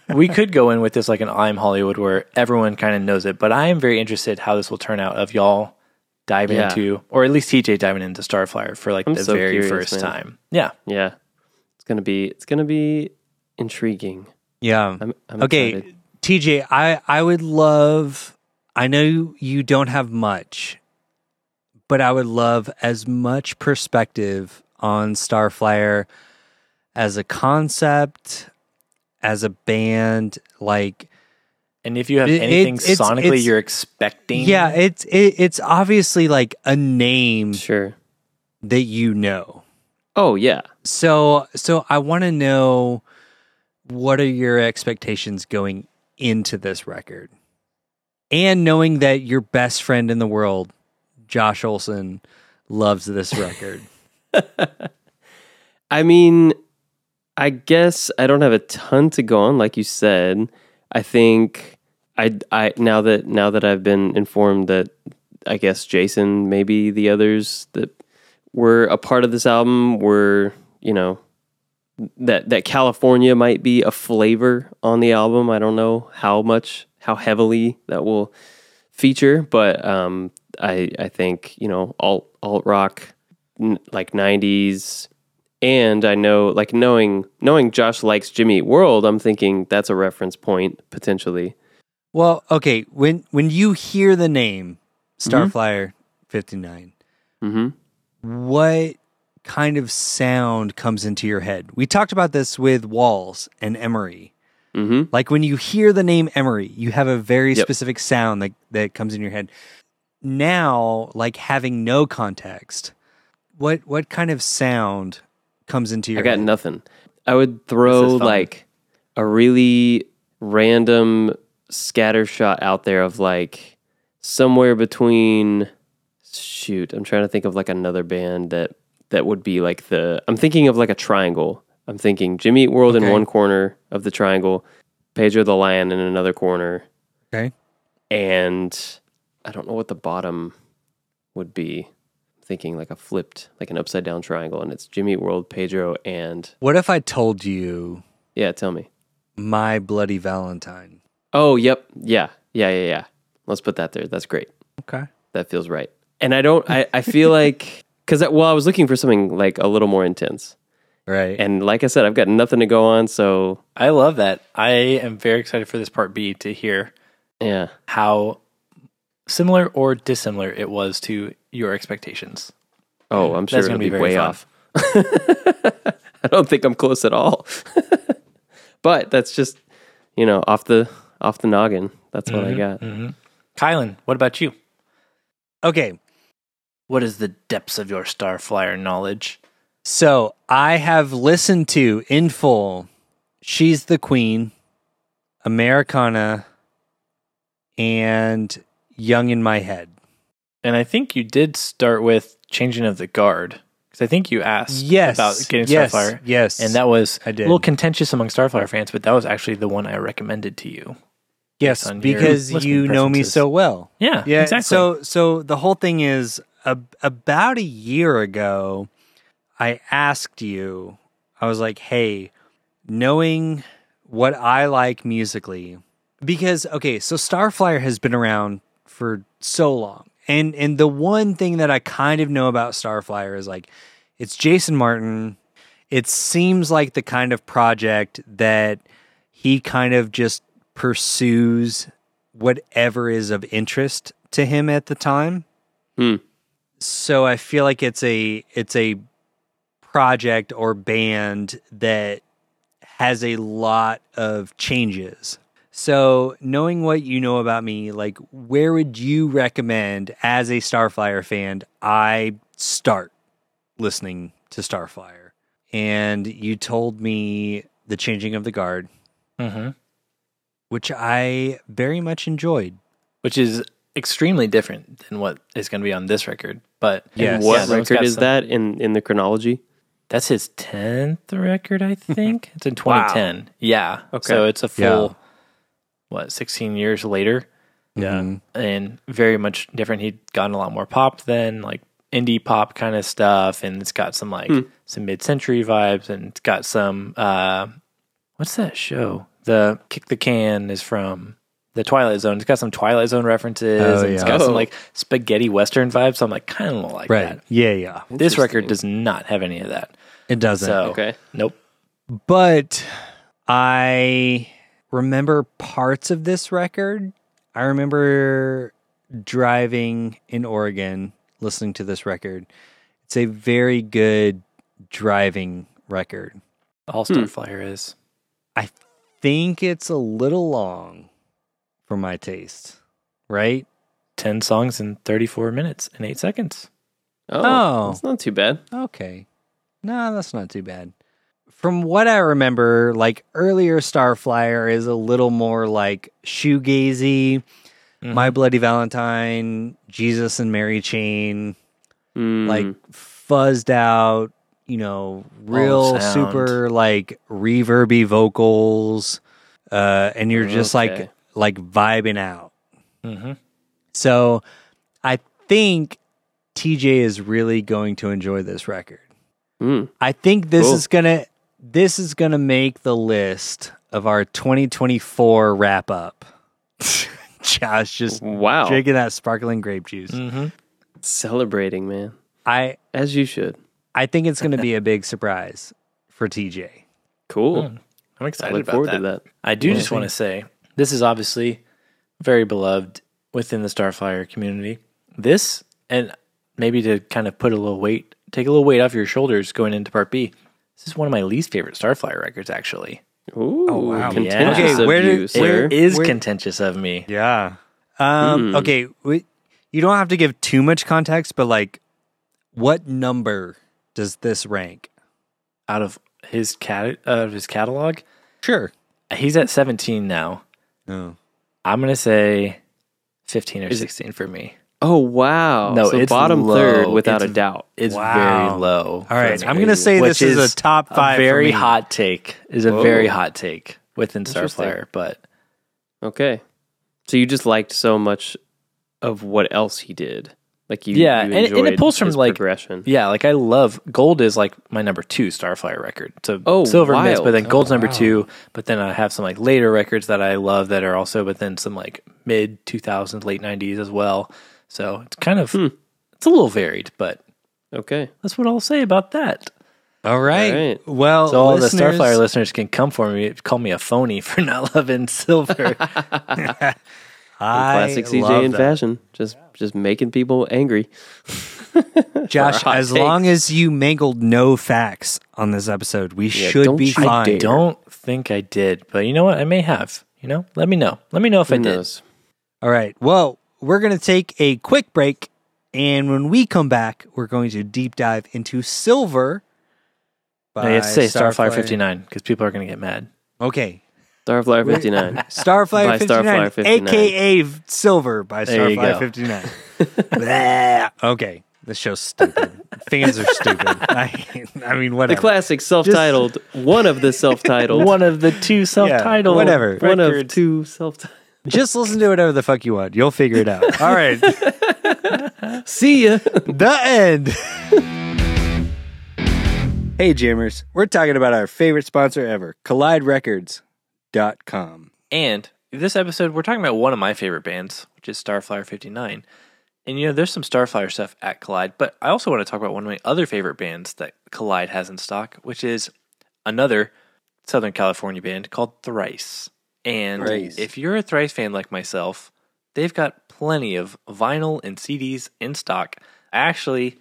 [SPEAKER 4] we could go in with this like an I'm Hollywood where everyone kind of knows it, but I am very interested how this will turn out of y'all dive
[SPEAKER 2] Yeah.
[SPEAKER 4] into, or at least TJ diving into Starflyer for like
[SPEAKER 2] I'm
[SPEAKER 4] the
[SPEAKER 2] so
[SPEAKER 4] very
[SPEAKER 2] curious,
[SPEAKER 4] first
[SPEAKER 2] man.
[SPEAKER 4] time. Yeah.
[SPEAKER 2] Yeah. It's gonna be it's gonna be intriguing.
[SPEAKER 1] Yeah.
[SPEAKER 2] I'm, I'm
[SPEAKER 1] okay,
[SPEAKER 2] excited.
[SPEAKER 1] TJ, I I would love. I know you don't have much, but I would love as much perspective on Starflyer as a concept, as a band, like
[SPEAKER 4] And if you have
[SPEAKER 1] It-
[SPEAKER 4] anything
[SPEAKER 1] it's- it's-
[SPEAKER 4] sonically
[SPEAKER 1] it's-
[SPEAKER 4] you're expecting,
[SPEAKER 1] yeah, it's it, it's obviously like a name
[SPEAKER 2] Sure.
[SPEAKER 1] that you know.
[SPEAKER 2] Oh yeah.
[SPEAKER 1] So so I want to know what are your expectations going into this record? And knowing that your best friend in the world, Josh Olson, loves this record.
[SPEAKER 2] I mean, I guess I don't have a ton to go on, like you said. I think I, I now that now that I've been informed that I guess Jason, maybe the others that were a part of this album were, you know, that that California might be a flavor on the album. I don't know how much, how heavily that will feature, but um, I I think you know alt alt rock, n- like '90s, and I know like knowing knowing Josh likes Jimmy Eat World, I'm thinking that's a reference point potentially.
[SPEAKER 1] well, okay, when when you hear the name Starflyer 59,
[SPEAKER 2] hmm
[SPEAKER 1] what kind of sound comes into your head? We talked about this with Walls and Emery.
[SPEAKER 2] hmm
[SPEAKER 1] Like when you hear the name Emery, you have a very
[SPEAKER 2] Yep.
[SPEAKER 1] specific sound that, that comes in your head. Now, like having no context, what what kind of sound comes into your
[SPEAKER 2] I got
[SPEAKER 1] head?
[SPEAKER 2] nothing. I would throw
[SPEAKER 4] fun.
[SPEAKER 2] like a really random scatter shot out there of like somewhere between shoot, I'm trying to think of like another band that that would be like the I'm thinking of like a triangle. I'm thinking Jimmy Eat World in
[SPEAKER 1] Okay.
[SPEAKER 2] one corner of the triangle, Pedro the Lion in another corner.
[SPEAKER 1] Okay.
[SPEAKER 2] And I don't know what the bottom would be. I'm thinking like a flipped, like an upside down triangle, and it's Jimmy Eat World, Pedro, and
[SPEAKER 1] What if I told you
[SPEAKER 2] yeah, tell me.
[SPEAKER 1] my bloody Valentine?
[SPEAKER 2] Oh, yep. Yeah. Yeah. Yeah. Yeah. Let's put that there. That's great.
[SPEAKER 1] Okay.
[SPEAKER 2] That feels right. And I don't, I, I feel like, because, well, I was looking for something like a little more intense.
[SPEAKER 1] Right.
[SPEAKER 2] And like I said, I've got nothing to go on. So,
[SPEAKER 4] I love that. I am very excited for this part B to hear
[SPEAKER 2] yeah.
[SPEAKER 4] how similar or dissimilar it was to your expectations.
[SPEAKER 2] Oh, I'm sure
[SPEAKER 4] That's
[SPEAKER 2] it'll
[SPEAKER 4] gonna
[SPEAKER 2] be,
[SPEAKER 4] be very
[SPEAKER 2] way
[SPEAKER 4] fun.
[SPEAKER 2] off. I don't think I'm close at all. but that's just, you know, off the off the noggin. That's
[SPEAKER 1] Mm-hmm,
[SPEAKER 4] Mm-hmm.
[SPEAKER 2] what I got.
[SPEAKER 4] Kylan, what about you?
[SPEAKER 1] okay.
[SPEAKER 4] What is the depths of your Starflyer knowledge?
[SPEAKER 1] So I have listened to in full She's the Queen, Americana, and Young in My Head.
[SPEAKER 4] And I think you did start with changing of the guard because I think you asked
[SPEAKER 1] Yes.
[SPEAKER 4] about getting
[SPEAKER 1] yes,
[SPEAKER 4] Starflyer,
[SPEAKER 1] Yes.
[SPEAKER 4] and that was
[SPEAKER 1] I did.
[SPEAKER 4] a little contentious among Starflyer fans, but that was actually the one I recommended to you.
[SPEAKER 1] Yes,
[SPEAKER 4] on your
[SPEAKER 1] because
[SPEAKER 4] listening
[SPEAKER 1] you know me
[SPEAKER 4] preferences.
[SPEAKER 1] so well.
[SPEAKER 4] Yeah,
[SPEAKER 1] Yeah,
[SPEAKER 4] exactly.
[SPEAKER 1] so so the whole thing is a, about a year ago I asked you I was like, "Hey, knowing what I like musically because okay, so Starflyer has been around for so long. And and the one thing that I kind of know about Starflyer is like it's Jason Martin. It seems like the kind of project that he kind of just pursues whatever is of interest to him at the time.
[SPEAKER 2] Hmm.
[SPEAKER 1] So I feel like it's a it's a project or band that has a lot of changes. So knowing what you know about me, like where would you recommend as a Starflyer fan I start listening to Starflyer? And you told me The Changing of the Guard
[SPEAKER 4] hmm
[SPEAKER 1] Mm-hmm. which I very much enjoyed.
[SPEAKER 4] which is extremely different than what is going to be on this record. But
[SPEAKER 1] Yes.
[SPEAKER 2] What
[SPEAKER 1] Yeah,
[SPEAKER 4] that one's
[SPEAKER 2] record
[SPEAKER 4] got
[SPEAKER 2] is
[SPEAKER 4] some-
[SPEAKER 2] that in in the chronology?
[SPEAKER 4] That's his tenth record, I think. it's in 2010. Yeah. Okay. So it's a full
[SPEAKER 1] Yeah.
[SPEAKER 4] what 16 years later,
[SPEAKER 1] Yeah.
[SPEAKER 4] and very much different. He'd gotten a lot more pop then, like indie pop kind of stuff, and it's got some like some mid-century vibes, and it's got some uh, what's that show? The Kick the Can is from the the Twilight Zone. It's got some Twilight Zone references.
[SPEAKER 1] Oh,
[SPEAKER 4] and It's
[SPEAKER 1] yeah.
[SPEAKER 4] got
[SPEAKER 2] Oh.
[SPEAKER 4] some like spaghetti western vibes. So I'm like, kind of like
[SPEAKER 1] Right.
[SPEAKER 4] that.
[SPEAKER 1] Yeah, yeah.
[SPEAKER 4] This record
[SPEAKER 2] Interesting.
[SPEAKER 4] does not have any of that.
[SPEAKER 1] It doesn't.
[SPEAKER 4] So
[SPEAKER 2] Okay.
[SPEAKER 4] nope.
[SPEAKER 1] But I remember parts of this record. I remember driving in Oregon listening to this record. It's a very good driving record.
[SPEAKER 4] All Star Flyer is.
[SPEAKER 1] I think it's a little long for my taste, right?
[SPEAKER 4] 10 songs in 34 minutes and 8 seconds.
[SPEAKER 1] Oh.
[SPEAKER 2] it's not too bad.
[SPEAKER 1] Okay. No, that's not too bad. From what I remember, like earlier Starflyer is a little more like shoegazy,
[SPEAKER 4] Mhm.
[SPEAKER 1] My Bloody Valentine, Jesus and Mary Chain,
[SPEAKER 2] Mm,
[SPEAKER 1] like fuzzed out, you know, real
[SPEAKER 4] of sound.
[SPEAKER 1] super like reverby vocals. Uh, and you're just
[SPEAKER 2] Okay.
[SPEAKER 1] like like vibing out.
[SPEAKER 4] Mhm.
[SPEAKER 1] So I think TJ is really going to enjoy this record.
[SPEAKER 2] mm,
[SPEAKER 1] I think this
[SPEAKER 2] Cool.
[SPEAKER 1] is going to this is going to make the list of our 2024 wrap up. Josh just
[SPEAKER 2] wow.
[SPEAKER 1] drinking that sparkling grape juice.
[SPEAKER 4] Mhm.
[SPEAKER 2] Celebrating, man.
[SPEAKER 1] I
[SPEAKER 2] As you should.
[SPEAKER 1] I think it's going to be a big surprise for TJ.
[SPEAKER 2] Cool.
[SPEAKER 4] I'm
[SPEAKER 2] I
[SPEAKER 4] excited
[SPEAKER 2] look
[SPEAKER 4] about
[SPEAKER 2] forward
[SPEAKER 4] that.
[SPEAKER 2] to that.
[SPEAKER 4] I do just want to say this is obviously very beloved within the Starfire community. This, and maybe to kind of put a little weight, take a little weight off your shoulders going into part B. This is one of my least favorite Starfire records, actually.
[SPEAKER 2] Ooh,
[SPEAKER 1] wow.
[SPEAKER 2] contentious
[SPEAKER 4] Yeah.
[SPEAKER 1] Okay,
[SPEAKER 2] of
[SPEAKER 1] where
[SPEAKER 2] you,
[SPEAKER 1] did-
[SPEAKER 2] sir.
[SPEAKER 1] where-
[SPEAKER 4] It is
[SPEAKER 1] Wait.
[SPEAKER 4] contentious of me.
[SPEAKER 1] Yeah. Um okay, we, you don't have to give too much context but like what number does this rank?
[SPEAKER 4] Out of his cat, out of his catalog,
[SPEAKER 1] Sure.
[SPEAKER 4] he's at 17 now.
[SPEAKER 1] No.
[SPEAKER 4] I'm gonna say 15 or
[SPEAKER 2] Is it-
[SPEAKER 4] 16 for me.
[SPEAKER 2] oh wow.
[SPEAKER 4] No,
[SPEAKER 2] so
[SPEAKER 4] it's
[SPEAKER 2] bottom
[SPEAKER 4] low.
[SPEAKER 2] third without
[SPEAKER 4] It's-
[SPEAKER 2] a doubt.
[SPEAKER 4] It's
[SPEAKER 1] Wow.
[SPEAKER 4] very low.
[SPEAKER 1] All right,
[SPEAKER 4] for
[SPEAKER 1] I'm
[SPEAKER 4] me.
[SPEAKER 1] going to say
[SPEAKER 4] Which
[SPEAKER 1] this is, a top five.
[SPEAKER 4] A
[SPEAKER 1] for
[SPEAKER 4] very
[SPEAKER 1] me.
[SPEAKER 4] hot take. Is a
[SPEAKER 2] Whoa.
[SPEAKER 4] very hot take within
[SPEAKER 2] Interesting.
[SPEAKER 4] Starfire, but
[SPEAKER 2] Okay. So you just liked so much of what else he did. Like you
[SPEAKER 4] Yeah,
[SPEAKER 2] you
[SPEAKER 4] and- and it
[SPEAKER 2] enjoyed
[SPEAKER 4] pulls from,
[SPEAKER 2] his
[SPEAKER 4] like-
[SPEAKER 2] progression.
[SPEAKER 4] yeah, like I love Gold is like my number two Starfire record. So
[SPEAKER 2] Oh,
[SPEAKER 4] Silver Mist,
[SPEAKER 2] wild.
[SPEAKER 4] but then
[SPEAKER 1] Oh,
[SPEAKER 4] Gold's number two. But then I have some like later records that I love that are also, but then some like mid 2000s, late 90s as well. So it's kind
[SPEAKER 1] Hmm.
[SPEAKER 4] of it's a little varied, but
[SPEAKER 2] Okay.
[SPEAKER 4] that's what I'll say about that.
[SPEAKER 1] All right.
[SPEAKER 2] All right.
[SPEAKER 1] Well,
[SPEAKER 4] So all
[SPEAKER 1] listeners,
[SPEAKER 4] the Starfire listeners can come for me, call me a phony for not loving silver.
[SPEAKER 1] I
[SPEAKER 2] Classic
[SPEAKER 1] love
[SPEAKER 2] CJ in
[SPEAKER 1] that.
[SPEAKER 2] fashion. Just just making people angry.
[SPEAKER 1] Josh,
[SPEAKER 2] hot
[SPEAKER 1] as
[SPEAKER 2] takes.
[SPEAKER 1] long as you mangled no facts on this episode, we should
[SPEAKER 2] don't
[SPEAKER 1] be
[SPEAKER 2] you
[SPEAKER 1] fine.
[SPEAKER 2] dare.
[SPEAKER 4] Don't think I did, but you know what? I may have. You know, let me know. Let me know if I
[SPEAKER 2] Who
[SPEAKER 4] did.
[SPEAKER 2] knows?
[SPEAKER 1] All right. Well, we're going to take a quick break. And when we come back, we're going to deep dive into Silver.
[SPEAKER 4] No, you have to
[SPEAKER 1] by
[SPEAKER 4] say Starfire
[SPEAKER 1] Starflyer.
[SPEAKER 4] 59 because people are going to get mad.
[SPEAKER 1] Okay.
[SPEAKER 2] Starflyer fifty nine.
[SPEAKER 1] Starflyer
[SPEAKER 2] By
[SPEAKER 1] 59,
[SPEAKER 2] Starflyer 59.
[SPEAKER 1] aka Silver by
[SPEAKER 4] There you
[SPEAKER 1] Starflyer
[SPEAKER 4] go.
[SPEAKER 1] 59. Bleh. okay, this show's stupid. Fans are stupid. I, I mean,
[SPEAKER 2] the
[SPEAKER 1] whatever.
[SPEAKER 2] classic self titled one of the self titled
[SPEAKER 4] One of the two self-titled.
[SPEAKER 1] whatever.
[SPEAKER 2] one of
[SPEAKER 4] records.
[SPEAKER 2] two self titled
[SPEAKER 1] Just listen to whatever the fuck you want. You'll figure it out. All right, the
[SPEAKER 2] See ya.
[SPEAKER 1] end. hey, Jammers, we're talking about our favorite sponsor ever, CollideRecords.com.
[SPEAKER 4] And this episode, we're talking about one of my favorite bands, which is Starflyer 59. And you know, there's some Starflyer stuff at Collide, but I also want to talk about one of my other favorite bands that Collide has in stock, which is another Southern California band called Thrice. And
[SPEAKER 1] Thrice.
[SPEAKER 4] if you're a Thrice fan like myself, they've got plenty of vinyl and CDs in stock. I actually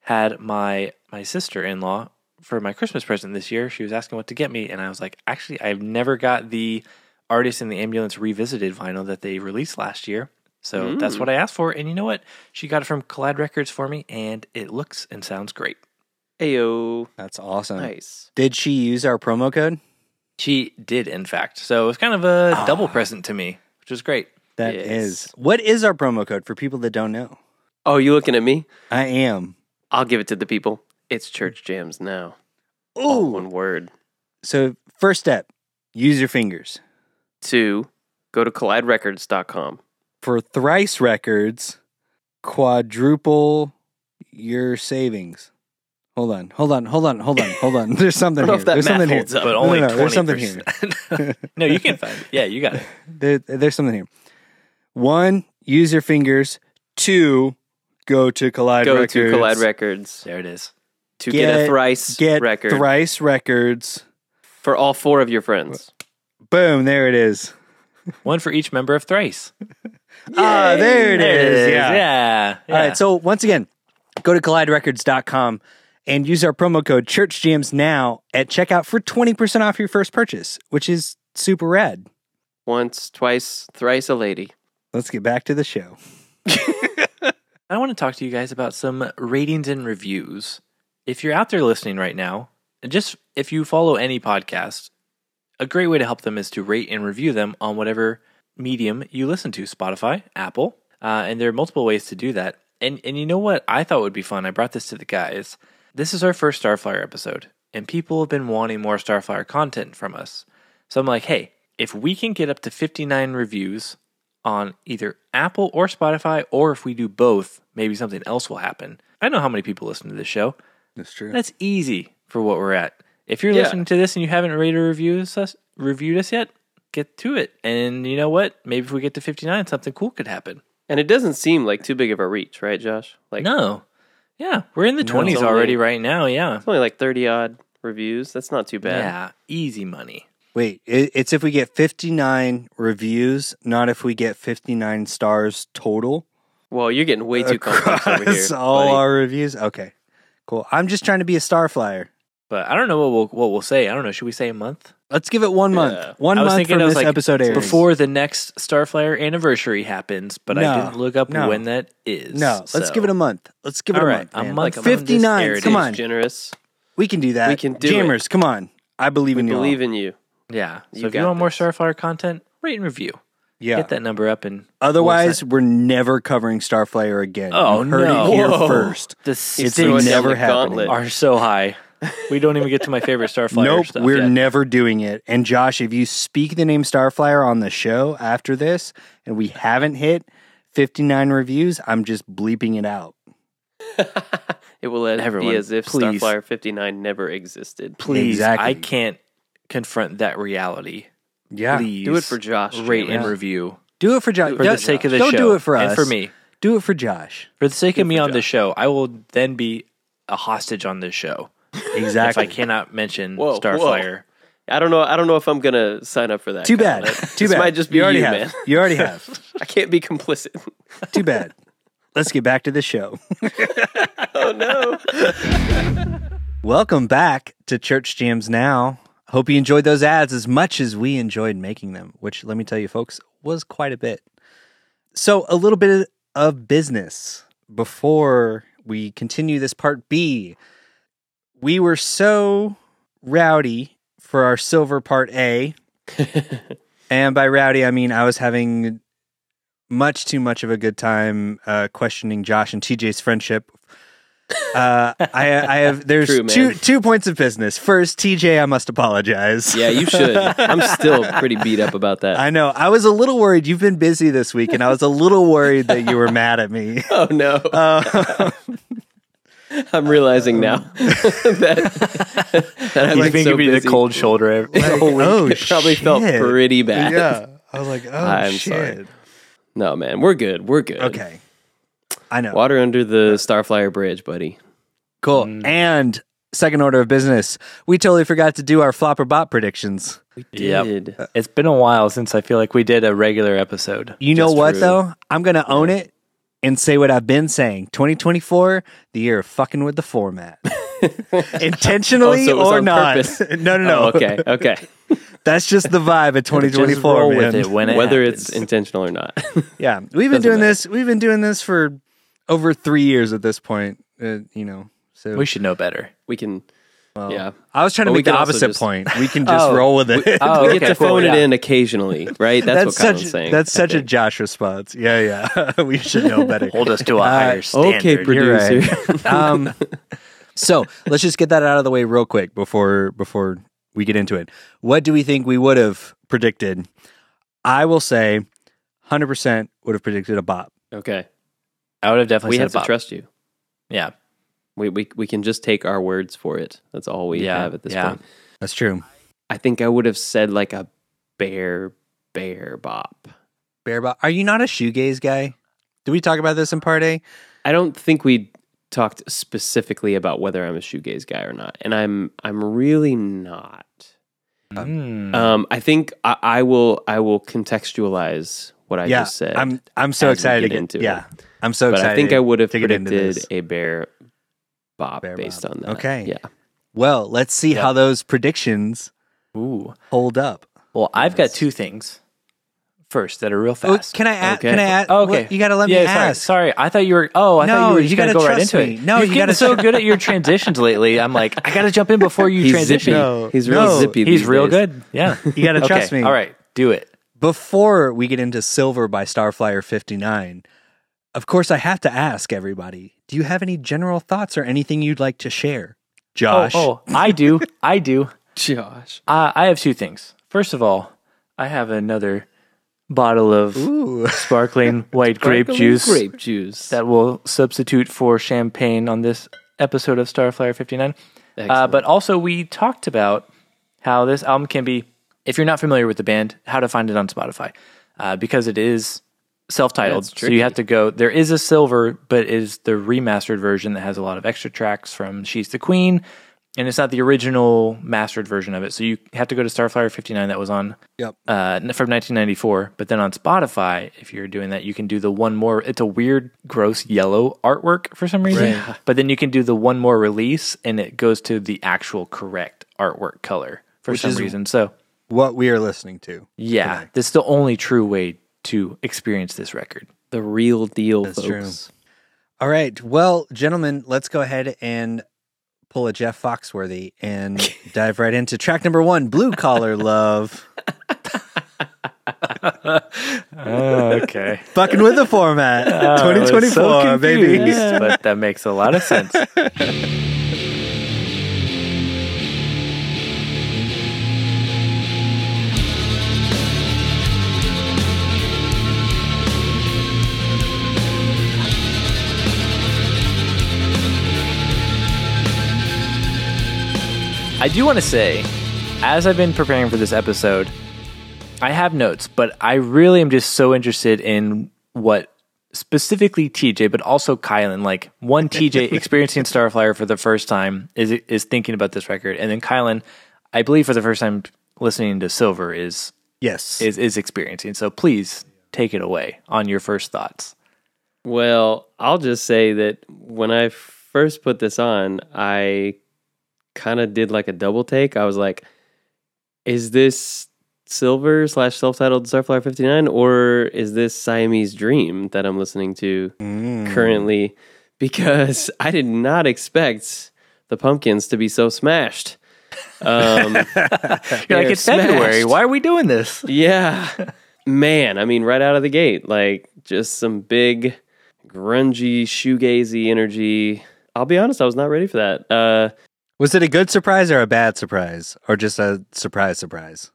[SPEAKER 4] had my my sister-in-law for my Christmas present this year. She was asking what to get me and I was like, "Actually, I've never got the Artist in the Ambulance Revisited vinyl that they released last year." So that's what I asked for and you know what? She got it from Collide Records for me and it looks and sounds great.
[SPEAKER 2] Ayo.
[SPEAKER 1] That's awesome.
[SPEAKER 2] Nice.
[SPEAKER 1] Did she use our promo code?
[SPEAKER 4] She did, in fact. So it was kind of a
[SPEAKER 1] Ah.
[SPEAKER 4] double present to me, which was great.
[SPEAKER 1] That is.
[SPEAKER 2] Yes.
[SPEAKER 1] What is our promo code for people that don't know?
[SPEAKER 2] Oh, you looking at me?
[SPEAKER 1] I am.
[SPEAKER 2] I'll give it to the people. It's church jams now. All
[SPEAKER 1] Ooh.
[SPEAKER 2] one word.
[SPEAKER 1] So first step, use your fingers.
[SPEAKER 2] Two, go to colliderecords.com.
[SPEAKER 1] For thrice records, quadruple your savings. Hold on, hold on, hold on, hold on, hold on. There's something
[SPEAKER 2] I don't know
[SPEAKER 1] here.
[SPEAKER 2] if that
[SPEAKER 1] There's
[SPEAKER 2] math
[SPEAKER 1] something here.
[SPEAKER 2] holds up,
[SPEAKER 1] No,
[SPEAKER 4] but
[SPEAKER 1] no,
[SPEAKER 4] only
[SPEAKER 1] no,
[SPEAKER 4] 20%.
[SPEAKER 1] there's something here.
[SPEAKER 4] no, you can find it. Yeah, you got it.
[SPEAKER 1] There, there's something here. One, use your fingers. Two, go to Collide
[SPEAKER 2] Go
[SPEAKER 1] Records.
[SPEAKER 2] to Collide Records
[SPEAKER 4] There it is.
[SPEAKER 2] to get, a thrice
[SPEAKER 1] get
[SPEAKER 2] record
[SPEAKER 1] thrice records.
[SPEAKER 2] for all four of your friends.
[SPEAKER 1] Boom! There it is.
[SPEAKER 4] One for each member of Thrice.
[SPEAKER 1] Ah, there it is.
[SPEAKER 4] Yeah.
[SPEAKER 1] All
[SPEAKER 4] yeah.
[SPEAKER 1] right. So once again, go to colliderecords.com and use our promo code ChurchGems now at checkout for 20% off your first purchase, which is super rad.
[SPEAKER 2] Once, twice, thrice a lady.
[SPEAKER 1] Let's get back to the show.
[SPEAKER 4] I want to talk to you guys about some ratings and reviews. If you're out there listening right now, and just if you follow any podcast, a great way to help them is to rate and review them on whatever medium you listen to Spotify, Apple. Uh, and there are multiple ways to do that. And, and you know what I thought would be fun? I brought this to the guys. This is our first Starfire episode, and people have been wanting more Starfire content from us. So I'm like, hey, if we can get up to 59 reviews on either Apple or Spotify, or if we do both, maybe something else will happen. I know how many people listen to this show.
[SPEAKER 1] That's true.
[SPEAKER 4] That's easy for what we're at. If you're
[SPEAKER 2] Yeah.
[SPEAKER 4] listening to this and you haven't rated or reviewed us, reviewed us yet, get to it. And you know what? Maybe if we get to 59, something cool could happen.
[SPEAKER 2] And it doesn't seem like too big of a reach, right, Josh? Like
[SPEAKER 4] No. Yeah, we're in the 20s
[SPEAKER 2] It's only-
[SPEAKER 4] already right now. Yeah.
[SPEAKER 2] it's only like thirty odd reviews. That's not too bad.
[SPEAKER 4] Yeah, easy money.
[SPEAKER 1] Wait, it, it's if we get 59 reviews, not if we get 59 stars total
[SPEAKER 2] Well, you're getting way too complex over here.
[SPEAKER 1] across all
[SPEAKER 2] buddy.
[SPEAKER 1] our reviews. Okay, cool. I'm just trying to be a star flyer.
[SPEAKER 4] But I don't know what we'll, what we'll say. I don't know. Should we say a month?
[SPEAKER 1] Let's give it one
[SPEAKER 2] Yeah.
[SPEAKER 1] month. One
[SPEAKER 4] I was
[SPEAKER 1] month
[SPEAKER 4] thinking
[SPEAKER 1] from
[SPEAKER 4] it was
[SPEAKER 1] this
[SPEAKER 4] like
[SPEAKER 1] episode airs.
[SPEAKER 4] Before the next Starflyer anniversary happens, but I
[SPEAKER 1] No,
[SPEAKER 4] didn't look up
[SPEAKER 1] no.
[SPEAKER 4] when that is.
[SPEAKER 1] No, let's
[SPEAKER 4] so-
[SPEAKER 1] give it a month. Let's give it
[SPEAKER 4] All
[SPEAKER 1] a
[SPEAKER 4] right,
[SPEAKER 1] month.
[SPEAKER 4] a
[SPEAKER 1] man.
[SPEAKER 4] month
[SPEAKER 1] Like
[SPEAKER 4] from this
[SPEAKER 1] 59.
[SPEAKER 4] aired
[SPEAKER 1] Come
[SPEAKER 4] is
[SPEAKER 1] on.
[SPEAKER 2] It's generous.
[SPEAKER 1] We can do that.
[SPEAKER 2] We can do it.
[SPEAKER 1] Jammers, come on. I believe
[SPEAKER 2] We
[SPEAKER 1] in you. all.
[SPEAKER 2] believe in you.
[SPEAKER 4] Yeah. So
[SPEAKER 2] You
[SPEAKER 4] if you
[SPEAKER 2] got
[SPEAKER 4] want more
[SPEAKER 2] this.
[SPEAKER 4] Starflyer content, rate and review.
[SPEAKER 1] yeah. Uh,
[SPEAKER 4] Get that number up and
[SPEAKER 1] Otherwise, we're never covering Starflyer again.
[SPEAKER 4] Oh,
[SPEAKER 1] you heard
[SPEAKER 4] no.
[SPEAKER 1] it here
[SPEAKER 4] Whoa.
[SPEAKER 1] first.
[SPEAKER 4] the
[SPEAKER 1] It's
[SPEAKER 2] throwing
[SPEAKER 4] stakes
[SPEAKER 2] down
[SPEAKER 1] never
[SPEAKER 2] the
[SPEAKER 1] happening.
[SPEAKER 2] gauntlet.
[SPEAKER 4] are so high. We don't even get to my favorite Starflyer
[SPEAKER 1] nope,
[SPEAKER 4] stuff.
[SPEAKER 1] we're
[SPEAKER 4] yet.
[SPEAKER 1] never doing it. And Josh, if you speak the name Starflyer on the show after this, and we haven't hit 59 reviews, I'm just bleeping it out.
[SPEAKER 2] It will let
[SPEAKER 4] Everyone,
[SPEAKER 2] be as if
[SPEAKER 4] please.
[SPEAKER 2] Starflyer 59 never existed.
[SPEAKER 4] please.
[SPEAKER 1] Exactly.
[SPEAKER 4] I can't confront that reality.
[SPEAKER 1] Yeah,
[SPEAKER 4] Please
[SPEAKER 2] Do it for Josh.
[SPEAKER 4] rate
[SPEAKER 2] Chandler.
[SPEAKER 4] and review
[SPEAKER 1] do it for Josh.
[SPEAKER 4] for the sake of the
[SPEAKER 1] don't
[SPEAKER 4] show.
[SPEAKER 1] do it for
[SPEAKER 4] and
[SPEAKER 1] us.
[SPEAKER 4] for me.
[SPEAKER 1] Do it for Josh.
[SPEAKER 4] For the sake of me
[SPEAKER 2] for
[SPEAKER 4] on the show, I will then be a hostage on this show if
[SPEAKER 1] Exactly.
[SPEAKER 4] I cannot mention
[SPEAKER 2] Whoa, whoa.
[SPEAKER 4] Starflyer.
[SPEAKER 2] I don't know. I don't know if I'm gonna sign up for that.
[SPEAKER 1] Too
[SPEAKER 2] Kyle.
[SPEAKER 1] bad.
[SPEAKER 2] That-
[SPEAKER 1] Too
[SPEAKER 2] this
[SPEAKER 1] bad.
[SPEAKER 2] Might just be
[SPEAKER 1] you already have.
[SPEAKER 2] man.
[SPEAKER 1] You already have.
[SPEAKER 2] I can't be complicit.
[SPEAKER 1] Too bad. Let's get back to the show.
[SPEAKER 2] oh no.
[SPEAKER 1] Welcome back to Church Jams Now. Hope you enjoyed those ads as much as we enjoyed making them, which let me tell you, folks, was quite a bit. So, a little bit of business before we continue this part B. We were so rowdy for our silver part A. and by rowdy, I mean I was having much too much of a good time uh, questioning Josh and TJ's friendship. Uh, I, I have there's
[SPEAKER 2] True, man.
[SPEAKER 1] two two points of business. First, TJ, I must apologize.
[SPEAKER 2] Yeah, you should. I'm still pretty beat up about that.
[SPEAKER 1] I know. I was a little worried. You've been busy this week, and I was a little worried that you were mad at me.
[SPEAKER 2] oh no.
[SPEAKER 1] Uh,
[SPEAKER 2] I'm realizing now that, that I've
[SPEAKER 4] He's
[SPEAKER 2] been
[SPEAKER 4] being
[SPEAKER 2] so
[SPEAKER 4] be
[SPEAKER 2] busy.
[SPEAKER 4] the cold shoulder.
[SPEAKER 1] like,
[SPEAKER 2] Oh,
[SPEAKER 1] oh,
[SPEAKER 2] it probably felt
[SPEAKER 1] shit.
[SPEAKER 2] pretty bad.
[SPEAKER 1] Yeah, I was like, oh
[SPEAKER 2] I'm
[SPEAKER 1] shit.
[SPEAKER 2] sorry. No, man, we're good. We're good.
[SPEAKER 1] Okay, I know.
[SPEAKER 2] Water under the Starflyer Bridge, buddy.
[SPEAKER 1] Cool.
[SPEAKER 2] Mm.
[SPEAKER 1] And second order of business, we totally forgot to do our flopper bot predictions.
[SPEAKER 4] Yep.
[SPEAKER 2] Did.
[SPEAKER 4] It's been a while since I feel like we did a regular episode.
[SPEAKER 1] You know
[SPEAKER 2] That's
[SPEAKER 1] what
[SPEAKER 2] true.
[SPEAKER 1] though? I'm gonna own it and say what I've been saying. 2024, the year of fucking with the format. Intentionally
[SPEAKER 2] Oh, so it was
[SPEAKER 1] or
[SPEAKER 2] on
[SPEAKER 1] not?
[SPEAKER 2] purpose.
[SPEAKER 1] no, no, no.
[SPEAKER 2] Oh, okay. Okay.
[SPEAKER 1] That's just the vibe of 2024.
[SPEAKER 4] Just roll
[SPEAKER 1] man.
[SPEAKER 4] with it when it
[SPEAKER 2] Whether
[SPEAKER 4] happens.
[SPEAKER 2] it's intentional or not.
[SPEAKER 1] Yeah, we've been
[SPEAKER 2] Doesn't
[SPEAKER 1] doing
[SPEAKER 2] matter.
[SPEAKER 1] this. We've been doing this for over three years at this point. Uh, you know, so
[SPEAKER 4] we should know better.
[SPEAKER 2] we can yeah
[SPEAKER 1] I was trying to
[SPEAKER 2] But we
[SPEAKER 1] make the
[SPEAKER 2] can also
[SPEAKER 1] opposite
[SPEAKER 2] just-
[SPEAKER 1] point. We can just
[SPEAKER 4] Oh.
[SPEAKER 1] roll with it.
[SPEAKER 4] Oh,
[SPEAKER 2] we get to phone it
[SPEAKER 4] yeah.
[SPEAKER 2] in occasionally right that's, what
[SPEAKER 1] such.
[SPEAKER 2] Colin's saying
[SPEAKER 1] that's
[SPEAKER 2] I
[SPEAKER 1] such a
[SPEAKER 2] think.
[SPEAKER 1] Josh response. Yeah, yeah. we should know better. Uh, oh,
[SPEAKER 4] Hold us to a higher standard.
[SPEAKER 2] okay
[SPEAKER 1] You're right.
[SPEAKER 2] producer
[SPEAKER 1] um, so let's just get that out of the way real quick before before we get into it. What do we think we would have predicted? I will say, hundred percent would have predicted a bop.
[SPEAKER 2] okay
[SPEAKER 4] I would have definitely
[SPEAKER 2] we
[SPEAKER 4] said
[SPEAKER 2] have to
[SPEAKER 4] Bob.
[SPEAKER 2] trust you
[SPEAKER 4] Yeah.
[SPEAKER 2] We, we, we can just take our words for it. That's all we
[SPEAKER 4] Yeah,
[SPEAKER 2] have at this
[SPEAKER 4] yeah.
[SPEAKER 2] point.
[SPEAKER 1] That's true.
[SPEAKER 2] I think I would have said like a bear, bear bop.
[SPEAKER 1] Bear Bop. Are you not a shoegaze guy? Do we talk about this in part A?
[SPEAKER 2] I don't think we talked specifically about whether I'm a shoegaze guy or not, and I'm I'm really not.
[SPEAKER 4] Mm.
[SPEAKER 2] Um, I think I, I will I will contextualize what I
[SPEAKER 1] yeah,
[SPEAKER 2] just said.
[SPEAKER 1] I'm I'm so
[SPEAKER 2] as we
[SPEAKER 1] excited to
[SPEAKER 2] get
[SPEAKER 1] get
[SPEAKER 2] into
[SPEAKER 1] into
[SPEAKER 2] it.
[SPEAKER 1] Yeah, I'm so
[SPEAKER 2] but
[SPEAKER 1] excited.
[SPEAKER 2] I think I would have
[SPEAKER 1] to get into
[SPEAKER 2] predicted
[SPEAKER 1] this.
[SPEAKER 2] a bear bop
[SPEAKER 1] Bear
[SPEAKER 2] based
[SPEAKER 1] bop.
[SPEAKER 2] on that.
[SPEAKER 1] Okay.
[SPEAKER 2] yeah,
[SPEAKER 1] Well, let's see
[SPEAKER 4] Yeah.
[SPEAKER 1] how those predictions
[SPEAKER 4] Ooh.
[SPEAKER 1] hold up.
[SPEAKER 4] Well, I've got two things. First, that are real
[SPEAKER 1] Oh,
[SPEAKER 4] fast.
[SPEAKER 1] can I ask?
[SPEAKER 2] Okay.
[SPEAKER 1] Can I ask?
[SPEAKER 4] Oh, okay.
[SPEAKER 1] you got to let
[SPEAKER 4] yeah,
[SPEAKER 1] me
[SPEAKER 4] sorry,
[SPEAKER 1] ask.
[SPEAKER 4] Sorry, I thought you were. Oh, I thought
[SPEAKER 1] No,
[SPEAKER 4] you were
[SPEAKER 1] you
[SPEAKER 4] just gonna
[SPEAKER 1] gotta
[SPEAKER 4] go right
[SPEAKER 1] trust
[SPEAKER 4] into
[SPEAKER 1] me.
[SPEAKER 4] it.
[SPEAKER 1] No,
[SPEAKER 4] You've
[SPEAKER 1] you
[SPEAKER 4] gotten
[SPEAKER 1] gotta
[SPEAKER 4] so
[SPEAKER 1] tr-
[SPEAKER 4] good at your transitions lately. I'm like, I gotta jump in before you
[SPEAKER 2] he's
[SPEAKER 4] transition.
[SPEAKER 2] zippy.
[SPEAKER 1] No.
[SPEAKER 2] He's real
[SPEAKER 1] No.
[SPEAKER 2] zippy.
[SPEAKER 4] He's
[SPEAKER 2] these
[SPEAKER 4] real
[SPEAKER 2] days.
[SPEAKER 4] good. Yeah,
[SPEAKER 1] You got to trust me.
[SPEAKER 4] All right, do it.
[SPEAKER 1] Before we get into Silver by Starflyer 59, of course, I have to ask everybody do you have any general thoughts or anything you'd like to share? Josh.
[SPEAKER 4] Oh, oh, I do. I do.
[SPEAKER 2] Josh.
[SPEAKER 4] Uh, I have two things. First of all, I have another bottle of
[SPEAKER 1] Ooh.
[SPEAKER 4] sparkling white grape
[SPEAKER 2] Sparkling
[SPEAKER 4] juice
[SPEAKER 2] Grape juice.
[SPEAKER 4] that will substitute for champagne on this episode of Starflyer 59. Uh,
[SPEAKER 2] Excellent.
[SPEAKER 4] but also, we talked about how this album can be, if you're not familiar with the band, how to find it on Spotify uh, because it is self titled.
[SPEAKER 2] That's
[SPEAKER 4] So you have to go, there is a silver, but it is the remastered version that has a lot of extra tracks from She's the Queen. And it's not the original mastered version of it. So you have to go to Starflyer 59 that was on
[SPEAKER 1] Yep.
[SPEAKER 4] uh, from 1994. But then on Spotify, if you're doing that, you can do the one more. It's a weird, gross yellow artwork for some reason. But then you can do the one more release, and it goes to the actual correct artwork color for some
[SPEAKER 1] is-
[SPEAKER 4] reason. So
[SPEAKER 1] What we are listening to.
[SPEAKER 4] yeah, this is the only true way to experience this record.
[SPEAKER 2] the real deal, folks.
[SPEAKER 1] true. All right. Well, gentlemen, let's go ahead and pull a Jeff Foxworthy and dive right into track number one Blue Collar Love.
[SPEAKER 4] okay,
[SPEAKER 1] Fucking with the format.
[SPEAKER 2] Oh,
[SPEAKER 1] 2024, baby.
[SPEAKER 4] but that makes a lot of sense. I do want to say, as I've been preparing for this episode, I have notes, but I really am just so interested in what specifically TJ, but also Kylan, like one TJ experiencing Starflyer for the first time is is thinking about this record, and then Kylan, I believe for the first time listening to Silver is
[SPEAKER 1] Yes.
[SPEAKER 4] is is experiencing. So please take it away on your first thoughts.
[SPEAKER 2] Well, I'll just say that when I first put this on, I kind of did like a double take. I was like, is this Silver slash self titled Starflyer 59 or is this Siamese Dream that I'm listening to currently? Because I did not expect the pumpkins to be so smashed. Um,
[SPEAKER 4] You're like
[SPEAKER 2] They're
[SPEAKER 4] it's February.
[SPEAKER 2] smashed.
[SPEAKER 4] Why are we doing this?
[SPEAKER 2] Yeah. Man, I mean, right out of the gate, like just some big, grungy, shoegazy energy. I'll be honest, I was not ready for that. Uh,
[SPEAKER 1] Was it a good surprise or a bad surprise? Or just a surprise surprise?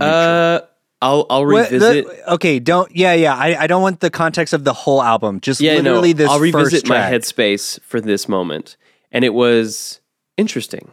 [SPEAKER 2] uh, I'll I'll
[SPEAKER 1] What- the-
[SPEAKER 2] revisit.
[SPEAKER 1] okay, don't. Yeah, yeah. I, I don't want the context of the whole album. Just
[SPEAKER 2] yeah,
[SPEAKER 1] literally
[SPEAKER 2] no,
[SPEAKER 1] this
[SPEAKER 2] I'll revisit
[SPEAKER 1] first track.
[SPEAKER 2] my headspace for this moment, and it was interesting.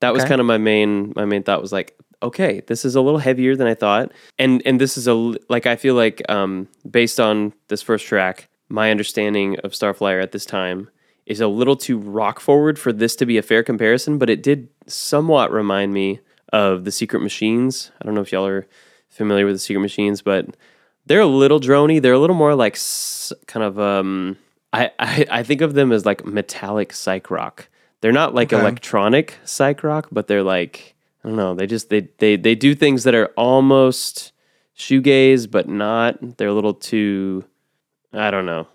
[SPEAKER 2] That was
[SPEAKER 1] Okay.
[SPEAKER 2] kind of my main my main thought was like, okay, this is a little heavier than I thought, and and this is a l- like I feel like um based on this first track, my understanding of Starflyer at this time is a little too rock forward for this to be a fair comparison, but it did somewhat remind me of the Secret Machines. I don't know if y'all are familiar with the Secret Machines, but they're a little drony. They're a little more like s- kind of um. I, I I think of them as like metallic psych rock. They're not like electronic psych rock, but they're like I don't know. They just they they they do things that are almost shoegaze, but not. They're a little too I don't know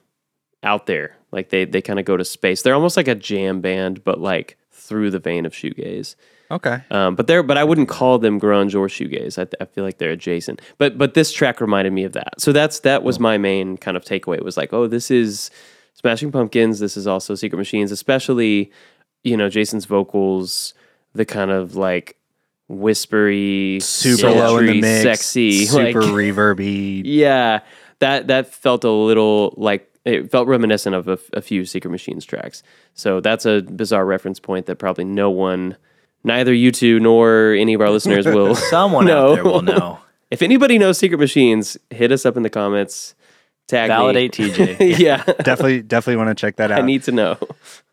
[SPEAKER 2] out there. Like they they kind of go to space. They're almost like a jam band, but like through the vein of shoegaze.
[SPEAKER 1] Okay.
[SPEAKER 2] Um, but they're but I wouldn't call them grunge or shoegaze. I, I feel like they're adjacent. But but this track reminded me of that. So that's that was my main kind of takeaway. It was like, oh, this is Smashing Pumpkins. This is also Secret Machines, especially you know Jason's vocals, the kind of like whispery,
[SPEAKER 1] Super low in the
[SPEAKER 2] sultry,
[SPEAKER 1] mix.
[SPEAKER 2] sexy,
[SPEAKER 1] super
[SPEAKER 2] like,
[SPEAKER 1] reverby.
[SPEAKER 2] yeah, that that felt a little like it felt reminiscent of a, f- a few Secret Machines tracks. So that's a bizarre reference point that probably no one, neither you two nor any of our listeners will.
[SPEAKER 4] Someone
[SPEAKER 2] know.
[SPEAKER 4] out there will know.
[SPEAKER 2] If anybody knows Secret Machines, hit us up in the comments. Tag me.
[SPEAKER 4] Validate TJ.
[SPEAKER 2] yeah,
[SPEAKER 1] definitely, definitely want to check that out.
[SPEAKER 2] I need to know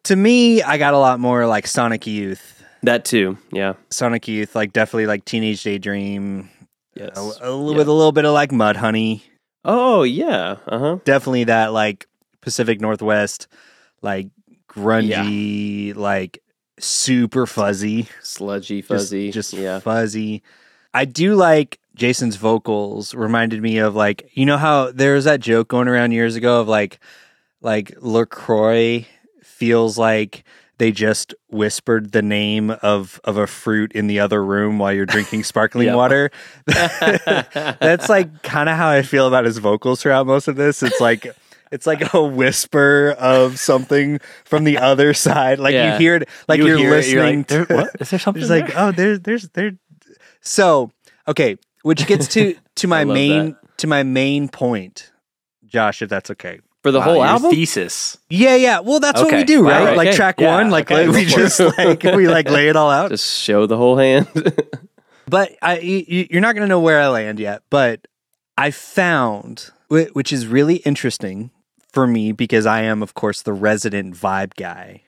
[SPEAKER 1] to me, I got a lot more like Sonic Youth.
[SPEAKER 2] that too. Yeah.
[SPEAKER 1] Sonic Youth, like definitely like Teenage Daydream,
[SPEAKER 2] Yes.
[SPEAKER 1] a, a, li- with a little bit of like Mud Honey.
[SPEAKER 2] Oh yeah. Uh huh.
[SPEAKER 1] Definitely that like Pacific Northwest, like grungy, like super fuzzy,
[SPEAKER 2] Sludgy,
[SPEAKER 1] Just-
[SPEAKER 2] fuzzy.
[SPEAKER 1] just,
[SPEAKER 2] yeah.
[SPEAKER 1] fuzzy. I do like Jason's vocals. Reminded me of like you know how there was that joke going around years ago of like like Lacroix feels like they just whispered the name of of a fruit in the other room while you're drinking sparkling
[SPEAKER 4] Yeah.
[SPEAKER 1] water. That's like kind of how I feel about his vocals throughout most of this. It's like it's like a whisper of something from the other side. Like
[SPEAKER 2] Yeah.
[SPEAKER 1] you hear it, like
[SPEAKER 4] You
[SPEAKER 1] you are
[SPEAKER 4] hear it,
[SPEAKER 1] listening.
[SPEAKER 4] you're like,
[SPEAKER 1] to,
[SPEAKER 4] "There- what? Is there something
[SPEAKER 1] It's like, oh, there's there's there. So okay, which gets to to my
[SPEAKER 2] love
[SPEAKER 1] main to my main point, Josh, if that's okay.
[SPEAKER 2] For the
[SPEAKER 4] Wow,
[SPEAKER 2] whole
[SPEAKER 4] your
[SPEAKER 2] album.
[SPEAKER 4] Thesis.
[SPEAKER 1] Yeah, yeah. Well, that's what we
[SPEAKER 4] Okay.
[SPEAKER 1] do,
[SPEAKER 4] Wow,
[SPEAKER 1] right? Like
[SPEAKER 2] okay.
[SPEAKER 1] track
[SPEAKER 4] Yeah,
[SPEAKER 1] one, like
[SPEAKER 4] okay,
[SPEAKER 1] we
[SPEAKER 4] go for
[SPEAKER 1] just like we like lay it all out.
[SPEAKER 2] just show the whole hand.
[SPEAKER 1] but I, you, you're not going to know where I land yet. But I found, whi- which is really interesting for me because I am, of course, the resident vibe guy.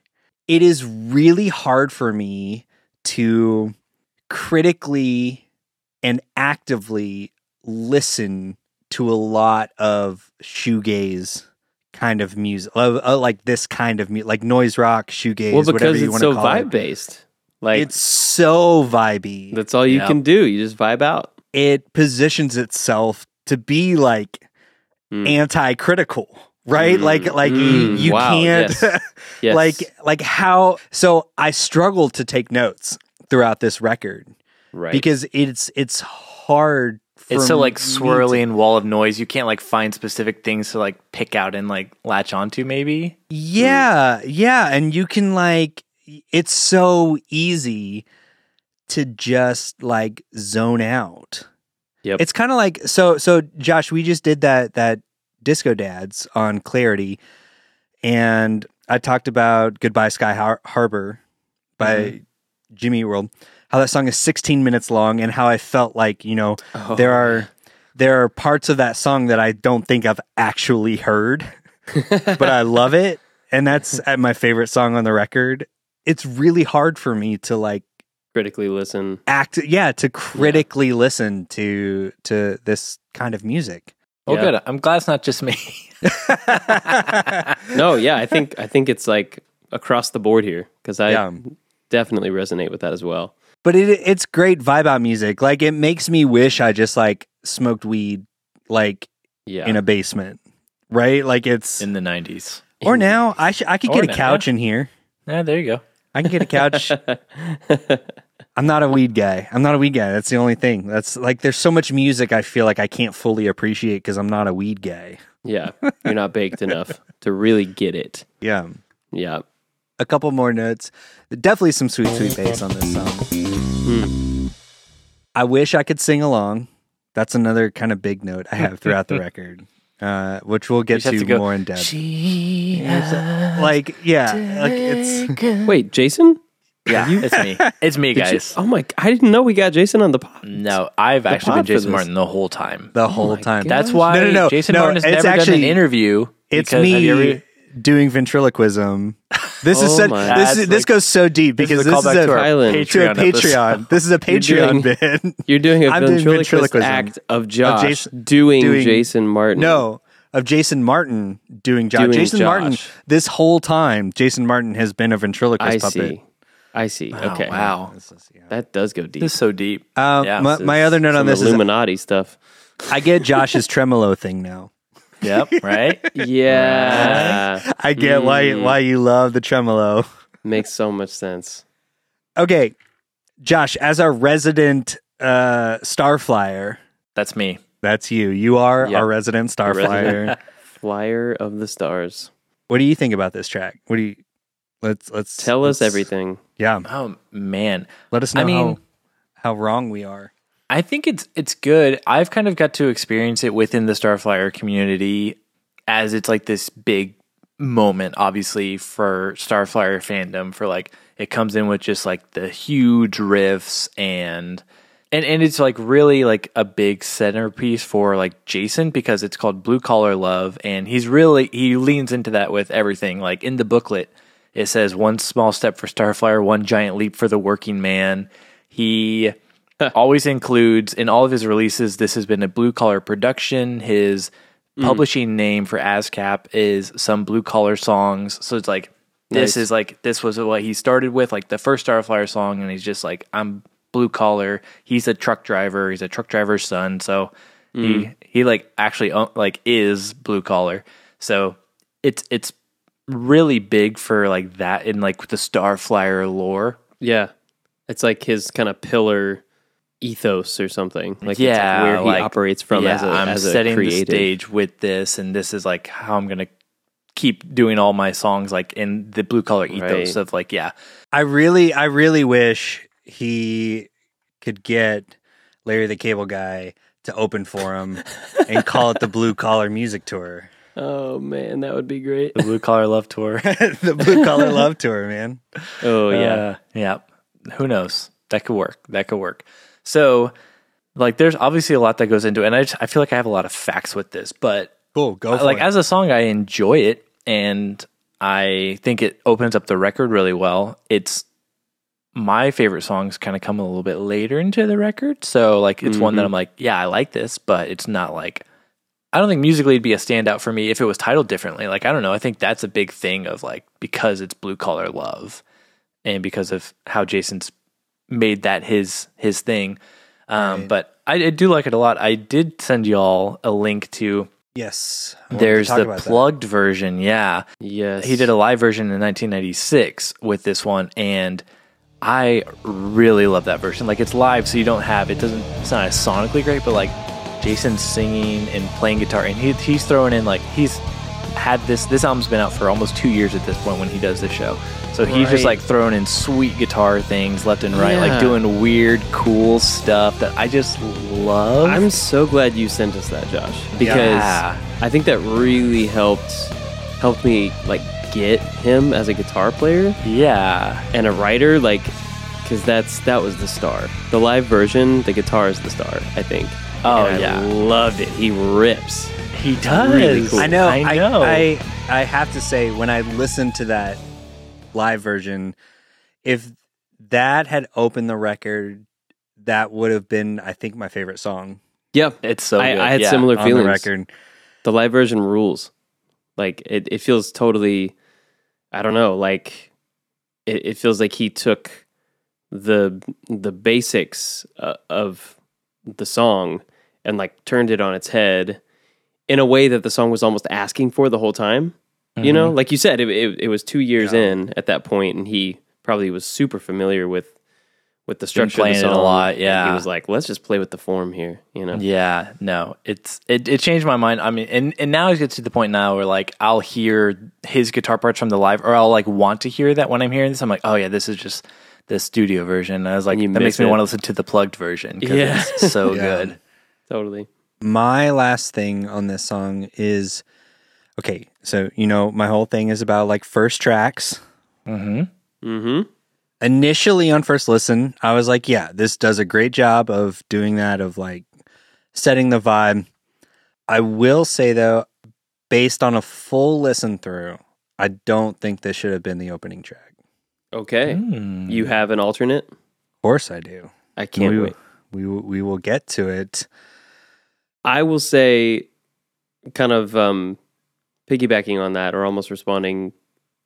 [SPEAKER 1] It is really hard for me to critically and actively listen to a lot of shoegaze kind of music, of, uh, like this kind of music, like noise rock, shoegaze,
[SPEAKER 2] well,
[SPEAKER 1] whatever
[SPEAKER 2] because
[SPEAKER 1] you
[SPEAKER 2] it's
[SPEAKER 1] want to
[SPEAKER 2] so
[SPEAKER 1] call
[SPEAKER 2] vibe
[SPEAKER 1] it.
[SPEAKER 2] based. Like
[SPEAKER 1] It's so vibey
[SPEAKER 2] that's all you
[SPEAKER 4] Yeah.
[SPEAKER 2] can do. You just vibe out.
[SPEAKER 1] it positions itself to be like
[SPEAKER 2] Mm.
[SPEAKER 1] anti-critical right
[SPEAKER 2] Mm.
[SPEAKER 1] like like you,
[SPEAKER 2] Mm.
[SPEAKER 1] you
[SPEAKER 2] Wow,
[SPEAKER 1] can't
[SPEAKER 2] yes. Yes.
[SPEAKER 1] like like how so i struggled to take notes throughout this record
[SPEAKER 2] right.
[SPEAKER 1] because it's it's hard for
[SPEAKER 4] It's so like
[SPEAKER 1] me to-
[SPEAKER 4] swirly and wall of noise. You can't like find specific things to like pick out and like latch onto. Maybe
[SPEAKER 1] Yeah, yeah, and you can like it's so easy to just like zone out.
[SPEAKER 2] Yep.
[SPEAKER 1] It's kind of like so so Josh, we just did that that Disco Dads on Clarity and I talked about Goodbye Sky Har- Harbor by Jimmy Eat World. How that song is 16 minutes long and how I felt like, you know,
[SPEAKER 2] Oh.
[SPEAKER 1] there are there are parts of that song that I don't think I've actually heard, but I love it, and that's uh, my favorite song on the record. It's really hard for me to like
[SPEAKER 2] critically listen.
[SPEAKER 1] act, yeah, to critically listen to to this kind of music.
[SPEAKER 4] Oh,
[SPEAKER 2] Yeah.
[SPEAKER 4] good. I'm glad it's not just me.
[SPEAKER 2] No, yeah, I think I think it's like across the board here because I
[SPEAKER 1] Yeah.
[SPEAKER 2] definitely resonate with that as well.
[SPEAKER 1] But it it's great vibe out music. Like it makes me wish I just like smoked weed like
[SPEAKER 2] Yeah,
[SPEAKER 1] in a basement, right? Like it's
[SPEAKER 4] In the '90s.
[SPEAKER 1] or now I sh- I could
[SPEAKER 4] Or
[SPEAKER 1] get a
[SPEAKER 4] now.
[SPEAKER 1] couch in here.
[SPEAKER 4] Yeah, there you go.
[SPEAKER 1] I can get a couch. I'm not a weed guy. I'm not a weed guy. That's the only thing. That's like there's so much music I feel like I can't fully appreciate because I'm not a weed guy.
[SPEAKER 2] yeah, you're not baked enough to really get it.
[SPEAKER 1] Yeah.
[SPEAKER 2] Yeah,
[SPEAKER 1] A couple more notes. Definitely some sweet, sweet bass on this song.
[SPEAKER 4] Hmm.
[SPEAKER 1] I wish I could sing along. That's another kind of big note I have throughout the record, uh, which we'll get
[SPEAKER 4] just have
[SPEAKER 1] to,
[SPEAKER 4] to go,
[SPEAKER 1] more in depth.
[SPEAKER 4] She
[SPEAKER 1] like, yeah, like it's
[SPEAKER 2] wait, Jason.
[SPEAKER 4] yeah, it's me. It's me,
[SPEAKER 2] Did you-
[SPEAKER 4] guys. Mm.
[SPEAKER 2] oh my! I didn't know we got Jason on the pod.
[SPEAKER 4] No, I've actually
[SPEAKER 2] pod
[SPEAKER 4] been
[SPEAKER 2] for
[SPEAKER 4] Jason
[SPEAKER 2] this.
[SPEAKER 4] Martin the whole time.
[SPEAKER 1] the whole time.
[SPEAKER 4] That's
[SPEAKER 2] No,
[SPEAKER 4] why
[SPEAKER 1] no, no,
[SPEAKER 4] Jason
[SPEAKER 1] no,
[SPEAKER 4] Martin has
[SPEAKER 1] it's
[SPEAKER 4] never done an
[SPEAKER 1] actually-
[SPEAKER 4] interview.
[SPEAKER 1] it's
[SPEAKER 4] because- have
[SPEAKER 1] me
[SPEAKER 4] you ever-
[SPEAKER 1] doing ventriloquism. This is
[SPEAKER 2] Oh
[SPEAKER 1] such,
[SPEAKER 2] my-
[SPEAKER 1] this
[SPEAKER 4] That's
[SPEAKER 1] is, this
[SPEAKER 4] like-
[SPEAKER 1] goes so deep
[SPEAKER 4] this
[SPEAKER 1] because
[SPEAKER 4] is a
[SPEAKER 1] this is
[SPEAKER 4] callback
[SPEAKER 1] a,
[SPEAKER 4] to our
[SPEAKER 2] Island.
[SPEAKER 1] to a
[SPEAKER 4] Patreon. episode.
[SPEAKER 1] Patreon. This is a Patreon bit.
[SPEAKER 2] You're doing a
[SPEAKER 1] I'm doing
[SPEAKER 2] ventriloquist
[SPEAKER 1] ventriloquism. Oh,
[SPEAKER 2] act of Josh
[SPEAKER 1] Jason-
[SPEAKER 2] doing,
[SPEAKER 1] doing-
[SPEAKER 2] Jason Martin.
[SPEAKER 1] no, of Jason Martin doing Josh.
[SPEAKER 2] Doing
[SPEAKER 1] Jason
[SPEAKER 2] Josh.
[SPEAKER 1] Martin. This whole time, Jason Martin has been a ventriloquist
[SPEAKER 2] I
[SPEAKER 1] puppet.
[SPEAKER 2] see. I see. okay,
[SPEAKER 4] Oh, wow, Uh,
[SPEAKER 2] that does go deep.
[SPEAKER 4] this is so deep.
[SPEAKER 1] Um,
[SPEAKER 4] Yeah,
[SPEAKER 1] my,
[SPEAKER 4] this
[SPEAKER 1] my other note on
[SPEAKER 2] Some
[SPEAKER 1] this
[SPEAKER 2] Illuminati stuff.
[SPEAKER 1] is I get Josh's tremolo thing now.
[SPEAKER 4] yep, right.
[SPEAKER 2] Yeah,
[SPEAKER 1] I get why
[SPEAKER 4] Mm.
[SPEAKER 1] why you love the tremolo.
[SPEAKER 2] makes so much sense.
[SPEAKER 1] Okay, Josh, as our resident uh, starflyer,
[SPEAKER 4] That's me.
[SPEAKER 1] that's you. You are
[SPEAKER 2] Yeah.
[SPEAKER 1] our resident starflyer.
[SPEAKER 2] Flyer of the stars.
[SPEAKER 1] what do you think about this track? What do you? Let's let's
[SPEAKER 2] Tell us
[SPEAKER 1] let's-
[SPEAKER 2] everything.
[SPEAKER 1] Yeah,
[SPEAKER 4] Oh man,
[SPEAKER 1] let us know
[SPEAKER 4] I mean-
[SPEAKER 1] how, how wrong we are.
[SPEAKER 4] I think it's it's good. I've kind of got to experience it within the Starflyer community as it's like this big moment, obviously, for Starflyer fandom, for like it comes in with just like the huge riffs and and and it's like really like a big centerpiece for like Jason because it's called Blue Collar Love and he's really he leans into that with everything. Like in the booklet, it says one small step for Starflyer, one giant leap for the working man. He always includes in all of his releases this has been a blue collar production. His publishing name for ASCAP is some blue collar songs. So it's like
[SPEAKER 2] Nice.
[SPEAKER 4] this is like this was what he started with, like the first Starflyer song, and he's just like I'm blue collar. He's a truck driver. He's a truck driver's son. So he he like actually uh, like is blue collar. So it's it's really big for like that in like the Starflyer lore.
[SPEAKER 2] Yeah. It's like his kind of pillar ethos or something. Like it's like
[SPEAKER 4] Yeah,
[SPEAKER 2] where he
[SPEAKER 4] like,
[SPEAKER 2] operates from as a
[SPEAKER 4] I'm
[SPEAKER 2] as a
[SPEAKER 4] setting the
[SPEAKER 2] creative.
[SPEAKER 4] stage with this, and this is like how I'm gonna keep doing all my songs like in the blue collar ethos
[SPEAKER 2] Right.
[SPEAKER 4] of like yeah
[SPEAKER 1] I really, I really wish he could get Larry the Cable Guy to open for him and call it the Blue Collar Music Tour,
[SPEAKER 2] Oh man, that would be great.
[SPEAKER 4] the blue collar love tour.
[SPEAKER 1] the Blue Collar Love Tour, man.
[SPEAKER 2] Oh yeah.
[SPEAKER 4] Uh, yeah. Who knows? That could work. That could work. So, like, there's obviously a lot that goes into it. And I, just, I feel like I have a lot of facts with this, but
[SPEAKER 1] Cool, go for
[SPEAKER 4] Uh, like,
[SPEAKER 1] it.
[SPEAKER 4] as a song, I enjoy it. And I think it opens up the record really well. It's my favorite songs kind of come a little bit later into the record. So, like, it's
[SPEAKER 1] Mm-hmm.
[SPEAKER 4] one that I'm like, yeah, I like this, but it's not like I don't think musically it'd be a standout for me if it was titled differently. Like, I don't know. I think that's a big thing of like because it's blue collar love and because of how Jason's made that his his thing. Um, But I, I do like it a lot. I did send y'all a link to
[SPEAKER 1] yes, I wanted to
[SPEAKER 4] there's
[SPEAKER 1] talk
[SPEAKER 4] the
[SPEAKER 1] about that.
[SPEAKER 4] plugged version. Yeah.
[SPEAKER 2] Yes.
[SPEAKER 4] He did a live version in 1996 with this one, and I really love that version. Like it's live, so you don't have it doesn't it's not as sonically great, but like Jason's singing and playing guitar, and he, he's throwing in like he's had this this album's been out for almost two years at this point when he does this show, so he's just
[SPEAKER 2] Right.
[SPEAKER 4] like throwing in sweet guitar things left and right,
[SPEAKER 2] Yeah.
[SPEAKER 4] like doing weird cool stuff that I just love.
[SPEAKER 2] I'm so glad you sent us that, Josh, because
[SPEAKER 4] Yeah.
[SPEAKER 2] I think that really helped helped me like get him as a guitar player
[SPEAKER 4] yeah,
[SPEAKER 2] and a writer like cuz that's that was the star. The live version, the guitar is the star, I think.
[SPEAKER 4] Oh,
[SPEAKER 2] And I
[SPEAKER 4] yeah.
[SPEAKER 2] loved it. He rips.
[SPEAKER 4] he does.
[SPEAKER 2] Really cool.
[SPEAKER 1] I know.
[SPEAKER 4] I know.
[SPEAKER 1] I, I I have to say, when I listened to that live version, if that had opened the record, that would have been, I think, my favorite song
[SPEAKER 2] Yeah.
[SPEAKER 4] it's so.
[SPEAKER 2] I,
[SPEAKER 4] good.
[SPEAKER 2] I had
[SPEAKER 4] yeah.
[SPEAKER 2] similar
[SPEAKER 1] on
[SPEAKER 2] feelings.
[SPEAKER 1] the record.
[SPEAKER 2] the live version rules. Like it, it feels totally I don't know, like it, it feels like he took the the basics uh, of the song and like turned it on its head in a way that the song was almost asking for the whole time. You know,
[SPEAKER 4] Mm-hmm.
[SPEAKER 2] like you said, it, it, it was two years in at that point, and he probably was super familiar with with the structure of
[SPEAKER 4] playing
[SPEAKER 2] the
[SPEAKER 4] it a
[SPEAKER 2] song.
[SPEAKER 4] lot,
[SPEAKER 2] and
[SPEAKER 4] yeah.
[SPEAKER 2] he was like, "Let's just play with the form here." You know,
[SPEAKER 4] Yeah, no, it's it, it changed my mind. I mean, and and now it gets to the point now where like I'll hear his guitar parts from the live, or I'll like want to hear that when I'm hearing this. I'm like, oh yeah, this is just the studio version. And I was like,
[SPEAKER 2] you
[SPEAKER 4] that
[SPEAKER 2] miss
[SPEAKER 4] makes me
[SPEAKER 2] it.
[SPEAKER 4] want to listen to the plugged version. 'cause
[SPEAKER 2] Yeah.
[SPEAKER 4] it's so
[SPEAKER 1] Yeah.
[SPEAKER 4] good.
[SPEAKER 2] totally.
[SPEAKER 1] My last thing on this song is okay. So you know, my whole thing is about like first tracks.
[SPEAKER 2] Mm-hmm.
[SPEAKER 1] initially on first listen, I was like, yeah, this does a great job of doing that, of like setting the vibe. I will say though, based on a full listen through, I don't think this should have been the opening track.
[SPEAKER 2] Okay.
[SPEAKER 4] Mm-hmm. Hmm.
[SPEAKER 2] You have an alternate?
[SPEAKER 1] Of course, I do.
[SPEAKER 2] I can't
[SPEAKER 1] we,
[SPEAKER 2] wait.
[SPEAKER 1] We will- we will get to it.
[SPEAKER 2] I will say, kind of um, piggybacking on that or almost responding,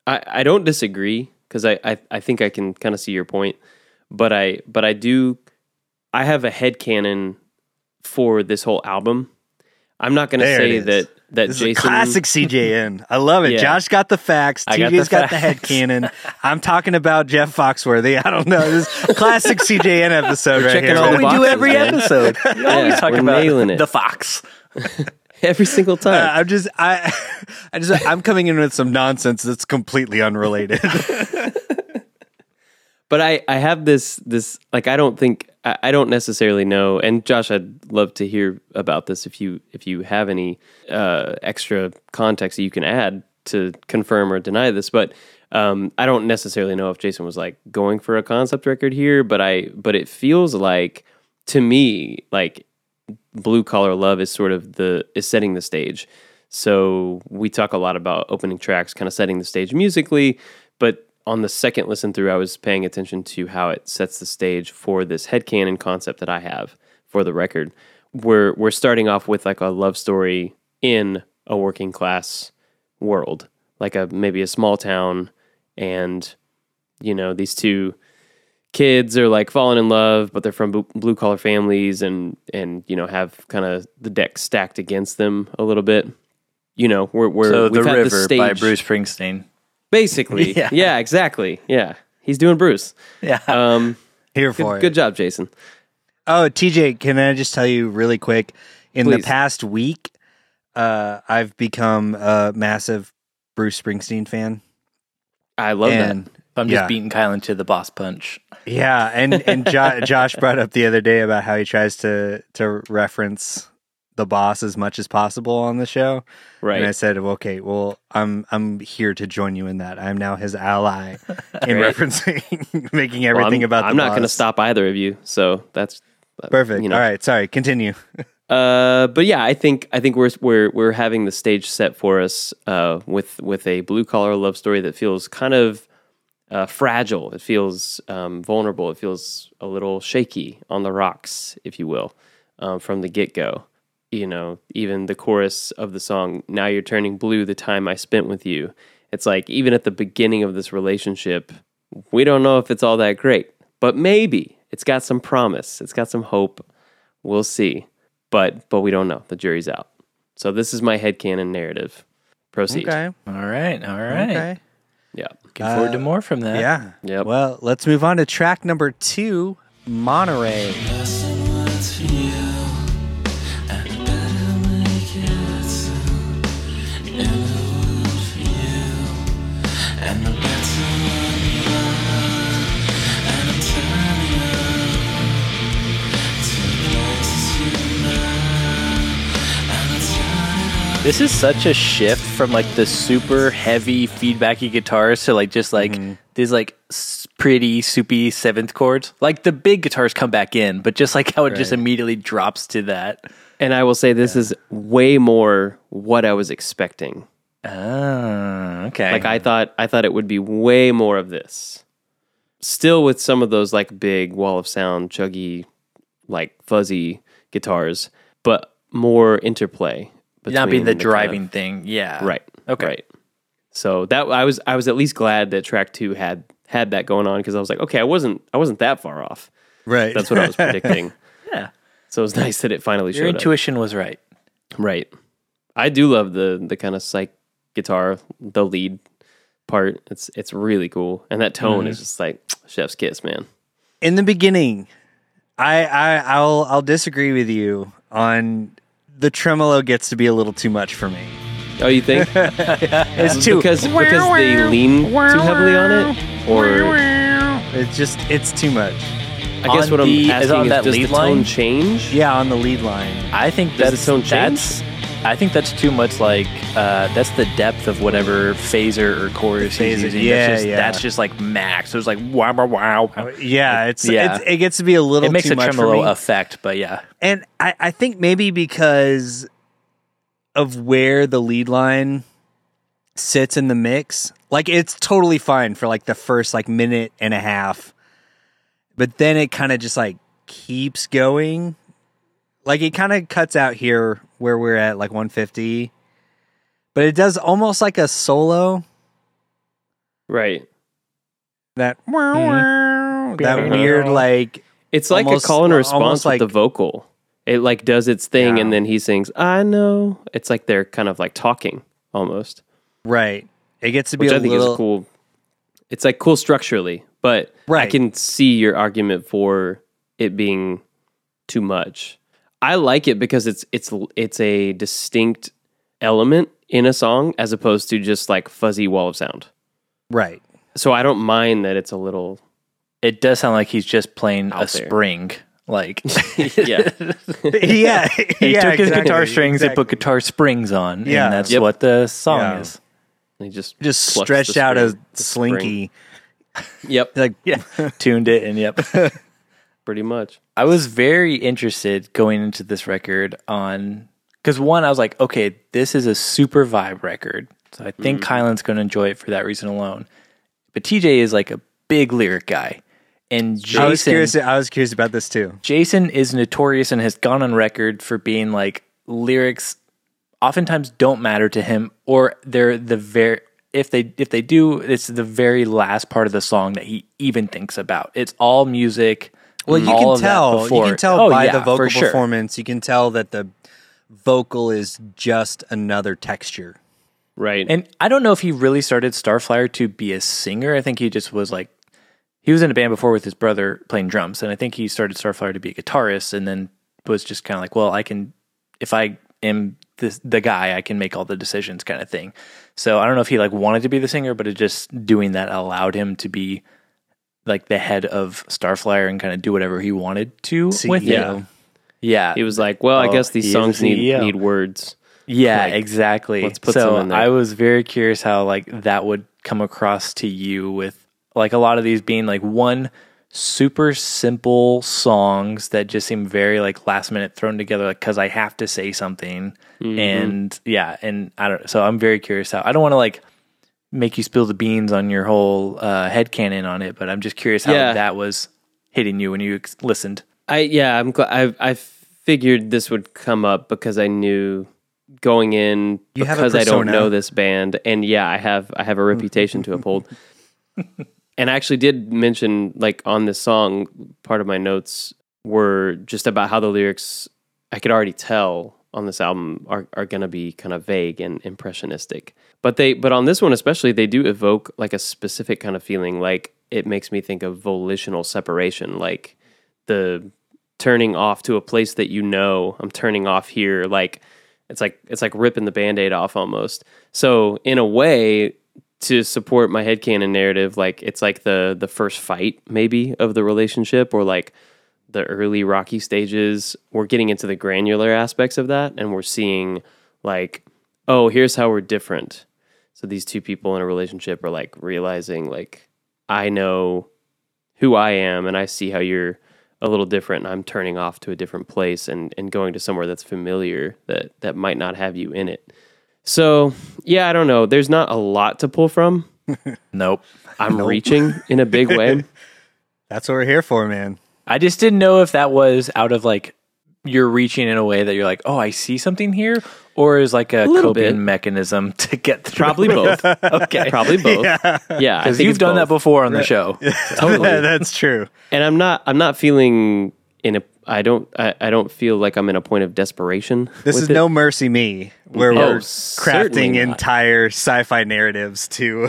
[SPEAKER 2] I, I don't disagree because I, I, I think I can kind of see your point, but I but I do I have a headcanon for this whole album. I'm not going to
[SPEAKER 1] There it
[SPEAKER 2] say
[SPEAKER 1] is.
[SPEAKER 2] that that
[SPEAKER 1] This is a
[SPEAKER 2] Jason
[SPEAKER 1] classic CJN. I love it.
[SPEAKER 2] Yeah.
[SPEAKER 1] Josh got the facts.
[SPEAKER 4] I got
[SPEAKER 1] TJ's
[SPEAKER 4] the
[SPEAKER 1] got the, head
[SPEAKER 4] facts.
[SPEAKER 1] cannon. I'm talking about Jeff Foxworthy. I don't know. This is classic CJN episode right
[SPEAKER 2] checking
[SPEAKER 1] here.
[SPEAKER 2] all
[SPEAKER 1] man.
[SPEAKER 2] the boxes, man.
[SPEAKER 4] episode. You always
[SPEAKER 2] Yeah,
[SPEAKER 4] talk
[SPEAKER 2] we're
[SPEAKER 4] about
[SPEAKER 2] nailing it.
[SPEAKER 4] the fox.
[SPEAKER 2] every single
[SPEAKER 1] Uh,
[SPEAKER 2] time.
[SPEAKER 1] I'm just I, I just I'm coming in with some nonsense that's completely unrelated.
[SPEAKER 2] But I, I have this this like I don't think I, I don't necessarily know. And Josh, I'd love to hear about this if you if you have any uh, extra context that you can add to confirm or deny this. But um, I don't necessarily know if Jason was like going for a concept record here. But I but it feels like to me like blue collar love is sort of the is setting the stage. So we talk a lot about opening tracks kind of setting the stage musically, but on the second listen through I was paying attention to how it sets the stage for this headcanon concept that I have for the record. We're we're starting off with like a love story in a working class world, like a maybe a small town and you know, these two kids are like falling in love, but they're from blue collar families and and you know have kind of the deck stacked against them a little bit. You know, we're we're
[SPEAKER 4] So
[SPEAKER 2] we've
[SPEAKER 4] the
[SPEAKER 2] had
[SPEAKER 4] river by
[SPEAKER 2] stage-
[SPEAKER 4] Bruce Springsteen.
[SPEAKER 2] basically.
[SPEAKER 4] Yeah.
[SPEAKER 2] yeah. exactly. Yeah, he's doing Bruce.
[SPEAKER 4] Yeah,
[SPEAKER 2] Um,
[SPEAKER 1] Here for
[SPEAKER 2] good,
[SPEAKER 1] it.
[SPEAKER 2] good job, Jason.
[SPEAKER 1] Oh, TJ, can I just tell you really quick? In the
[SPEAKER 2] Please.
[SPEAKER 1] past week, uh, I've become a massive Bruce Springsteen fan.
[SPEAKER 2] I love
[SPEAKER 1] and
[SPEAKER 4] I'm just
[SPEAKER 1] yeah.
[SPEAKER 4] beating Kylan to the boss punch.
[SPEAKER 1] yeah, and and jo- Josh brought up the other day about how he tries to to reference the boss as much as possible on the show.
[SPEAKER 2] that. Right.
[SPEAKER 1] And I said, well, "Okay, well, I'm I'm here to join you in that. I'm now his ally in
[SPEAKER 2] Great.
[SPEAKER 1] referencing, making
[SPEAKER 2] Well,
[SPEAKER 1] everything
[SPEAKER 2] I'm,
[SPEAKER 1] about. The
[SPEAKER 2] I'm not going to
[SPEAKER 1] boss.
[SPEAKER 2] stop either of you. So that's
[SPEAKER 1] Perfect.
[SPEAKER 2] you know.
[SPEAKER 1] All right, sorry. Continue.
[SPEAKER 2] Uh, but yeah, I think I think we're we're we're having the stage set for us uh, with with a blue collar love story that feels kind of uh, fragile. It feels um, vulnerable. It feels a little shaky on the rocks, if you will, um, from the get go. You know, even the chorus of the song "Now You're Turning Blue," the time I spent with you. It's like even at the beginning of this relationship, we don't know if it's all that great, but maybe it's got some promise. It's got some hope. We'll see but but we don't know. The jury's out. So this is my headcanon narrative. Proceed.
[SPEAKER 4] All right, all right.
[SPEAKER 2] Yeah.
[SPEAKER 4] Looking forward to more from that.
[SPEAKER 1] Yeah.
[SPEAKER 2] Yep.
[SPEAKER 1] Well, let's move on to track number two, Monterey.
[SPEAKER 4] This is such a shift from like the super heavy feedbacky guitars to like just like
[SPEAKER 1] Mm-hmm.
[SPEAKER 4] these like s- pretty soupy seventh chords. Like the big guitars come back in, but just like how it just immediately drops to that.
[SPEAKER 2] And I will say this is way more what I was expecting.
[SPEAKER 1] Ah,
[SPEAKER 4] Oh, okay.
[SPEAKER 2] Like I thought I thought it would be way more of this. Still with some of those like big wall of sound chuggy like fuzzy guitars, but more interplay.
[SPEAKER 4] not
[SPEAKER 2] between
[SPEAKER 4] being the
[SPEAKER 2] kind of-
[SPEAKER 4] driving thing. Yeah.
[SPEAKER 2] Right.
[SPEAKER 4] Okay.
[SPEAKER 2] Right. So that I was I was at least glad that track two had had that going on because I was like, okay, I wasn't I wasn't that far off.
[SPEAKER 1] Right.
[SPEAKER 2] That's what I was predicting.
[SPEAKER 4] Yeah.
[SPEAKER 2] So it was nice that it finally
[SPEAKER 4] Your
[SPEAKER 2] showed
[SPEAKER 4] intuition was right.
[SPEAKER 2] up. Right. I do love the the kind of psych guitar, the lead part. It's it's really cool, and that tone is just like chef's kiss, man.
[SPEAKER 1] in the beginning, I, I I'll I'll disagree with you on the tremolo gets to be a little too much for me.
[SPEAKER 2] Oh, you think
[SPEAKER 1] It's too
[SPEAKER 2] because because they lean too heavily on it, or
[SPEAKER 1] it's just it's too much.
[SPEAKER 2] I guess
[SPEAKER 4] On
[SPEAKER 2] what I'm
[SPEAKER 4] the- is
[SPEAKER 2] asking
[SPEAKER 4] on
[SPEAKER 2] is,
[SPEAKER 4] that
[SPEAKER 2] does the
[SPEAKER 4] lead
[SPEAKER 2] tone
[SPEAKER 4] line?
[SPEAKER 2] change?
[SPEAKER 1] Yeah, on the lead line.
[SPEAKER 4] I think
[SPEAKER 2] Does the
[SPEAKER 4] that's
[SPEAKER 2] tone
[SPEAKER 4] that's. I think that's too much. Like uh, that's the depth of whatever phaser or chorus
[SPEAKER 1] The
[SPEAKER 4] he's
[SPEAKER 1] phaser,
[SPEAKER 4] using.
[SPEAKER 1] yeah,
[SPEAKER 4] that's just,
[SPEAKER 1] yeah.
[SPEAKER 4] That's just like max. So it's like wow, wow, wow.
[SPEAKER 1] Yeah, it's,
[SPEAKER 4] Yeah.
[SPEAKER 1] it's it gets to be a little
[SPEAKER 4] It makes
[SPEAKER 1] too
[SPEAKER 4] a
[SPEAKER 1] much for
[SPEAKER 4] tremolo
[SPEAKER 1] me.
[SPEAKER 4] effect, but yeah,
[SPEAKER 1] And I, I think maybe because of where the lead line sits in the mix, like it's totally fine for like the first like minute and a half. But then it kind of just like keeps going. Like it kind of cuts out here where we're at like 150. But it does almost like a solo
[SPEAKER 2] Right.
[SPEAKER 1] that
[SPEAKER 2] Mm-hmm.
[SPEAKER 1] that weird like
[SPEAKER 2] It's like
[SPEAKER 1] Almost-
[SPEAKER 2] a call and
[SPEAKER 1] al-
[SPEAKER 2] response
[SPEAKER 1] almost
[SPEAKER 2] with the
[SPEAKER 1] like-
[SPEAKER 2] vocal. It like does its thing,
[SPEAKER 1] Yeah.
[SPEAKER 2] and then he sings. I know. It's like they're kind of like talking almost.
[SPEAKER 1] right. It gets to be
[SPEAKER 2] which
[SPEAKER 1] a
[SPEAKER 2] I think
[SPEAKER 1] little
[SPEAKER 2] is cool. It's like cool structurally, but I
[SPEAKER 1] Right.
[SPEAKER 2] can see your argument for it being too much. I like it because it's it's it's a distinct element in a song as opposed to just like fuzzy wall of sound.
[SPEAKER 1] right.
[SPEAKER 2] So I don't mind that it's a little
[SPEAKER 4] It does sound like he's just playing a
[SPEAKER 2] Out there.
[SPEAKER 4] spring. Like
[SPEAKER 2] yeah.
[SPEAKER 1] yeah,
[SPEAKER 4] he
[SPEAKER 1] yeah,
[SPEAKER 4] took his
[SPEAKER 1] exactly,
[SPEAKER 4] guitar strings and
[SPEAKER 1] exactly.
[SPEAKER 4] put guitar springs on,
[SPEAKER 1] Yeah.
[SPEAKER 4] and that's
[SPEAKER 2] Yep.
[SPEAKER 4] what the song
[SPEAKER 1] Yeah.
[SPEAKER 4] is.
[SPEAKER 2] He just
[SPEAKER 1] just
[SPEAKER 2] plucks
[SPEAKER 1] stretched
[SPEAKER 2] the
[SPEAKER 1] out a
[SPEAKER 2] spring- the spring.
[SPEAKER 1] slinky.
[SPEAKER 2] Yep,
[SPEAKER 1] Like
[SPEAKER 4] Yeah, tuned it, and yep.
[SPEAKER 2] pretty much.
[SPEAKER 4] I was very interested going into this record on because one, I was like, okay, this is a super vibe record, so I think
[SPEAKER 1] Mm-hmm.
[SPEAKER 4] Kylan's going to enjoy it for that reason alone. But TJ is like a big lyric guy, and Jason
[SPEAKER 1] I was curious. I was curious about this too.
[SPEAKER 4] Jason is notorious and has gone on record for being like lyrics oftentimes don't matter to him or they're the very if they if they do it's the very last part of the song that he even thinks about. It's all music.
[SPEAKER 1] Well, you
[SPEAKER 4] all
[SPEAKER 1] can
[SPEAKER 4] of that
[SPEAKER 1] tell. You
[SPEAKER 4] before-
[SPEAKER 1] can tell
[SPEAKER 4] Oh,
[SPEAKER 1] by
[SPEAKER 4] yeah,
[SPEAKER 1] the
[SPEAKER 4] for
[SPEAKER 1] vocal
[SPEAKER 4] sure.
[SPEAKER 1] performance. You can tell that the vocal is just another texture.
[SPEAKER 2] Right.
[SPEAKER 4] And I don't know if he really started Starflyer to be a singer. I think he just was like he was in a band before with his brother playing drums, and I think he started Starflyer to be a guitarist, and then was just kind of like, well, I can if I am this, the guy, I can make all the decisions, kind of thing. So I don't know if he like wanted to be the singer, but it just doing that allowed him to be like the head of Starflyer and kind of do whatever he wanted to with
[SPEAKER 1] CEO.
[SPEAKER 4] it. Yeah,
[SPEAKER 2] he was like, "Well, I
[SPEAKER 4] Oh,
[SPEAKER 2] guess these
[SPEAKER 4] he is
[SPEAKER 2] songs
[SPEAKER 4] the
[SPEAKER 2] need
[SPEAKER 1] E
[SPEAKER 4] CEO.
[SPEAKER 2] need words."
[SPEAKER 4] Yeah,
[SPEAKER 2] Like,
[SPEAKER 4] exactly.
[SPEAKER 2] let's put
[SPEAKER 4] so
[SPEAKER 2] some in there.
[SPEAKER 4] I was very curious how like that would come across to you with like a lot of these being like one super simple songs that just seem very like last minute thrown together like cuz I have to say something
[SPEAKER 2] Mm-hmm.
[SPEAKER 4] and yeah, and I don't so I'm very curious how I don't want to like make you spill the beans on your whole uh headcanon on it, but I'm just curious how
[SPEAKER 2] Yeah.
[SPEAKER 4] that was hitting you when you ex- listened.
[SPEAKER 2] I yeah, I'm glad. I I figured this would come up because I knew going in
[SPEAKER 1] You have a
[SPEAKER 2] because I don't
[SPEAKER 1] persona. Mm-hmm.
[SPEAKER 2] know this band, and yeah, I have I have a reputation to uphold. And I actually did mention like on this song, part of my notes were just about how the lyrics I could already tell on this album are, are gonna be kind of vague and impressionistic. But they but on this one especially they do evoke like a specific kind of feeling. Like it makes me think of volitional separation, like the turning off to a place that you know I'm turning off here. Like it's like it's like ripping the band-aid off almost. So in a way, to support my headcanon narrative, like it's like the the first fight maybe of the relationship or like the early rocky stages we're getting into the granular aspects of that and we're seeing like oh here's how we're different so these two people in a relationship are like realizing like i know who i am and i see how you're a little different and i'm turning off to a different place and and going to somewhere that's familiar that that might not have you in it so yeah i don't know there's not a lot to pull from
[SPEAKER 4] Nope.
[SPEAKER 2] i'm reaching in a big way
[SPEAKER 1] That's what we're here for, man.
[SPEAKER 4] I just didn't know if that was out of like you're reaching in a way that you're like, oh, I see something here, or is like a,
[SPEAKER 2] little
[SPEAKER 4] coping
[SPEAKER 2] bit.
[SPEAKER 4] mechanism to get through.
[SPEAKER 2] probably both
[SPEAKER 4] okay,
[SPEAKER 2] probably both yeah, I
[SPEAKER 4] because
[SPEAKER 2] think
[SPEAKER 4] you've
[SPEAKER 2] it's
[SPEAKER 4] done
[SPEAKER 2] both.
[SPEAKER 4] that before on the show.
[SPEAKER 1] Totally, that's true.
[SPEAKER 2] and I'm not I'm not feeling in a I don't I, I don't feel like I'm in a point of desperation.
[SPEAKER 1] This
[SPEAKER 2] with
[SPEAKER 1] is
[SPEAKER 2] it.
[SPEAKER 1] no mercy me, where
[SPEAKER 2] Oh,
[SPEAKER 1] we're
[SPEAKER 2] certainly
[SPEAKER 1] crafting
[SPEAKER 2] not.
[SPEAKER 1] entire sci-fi narratives to.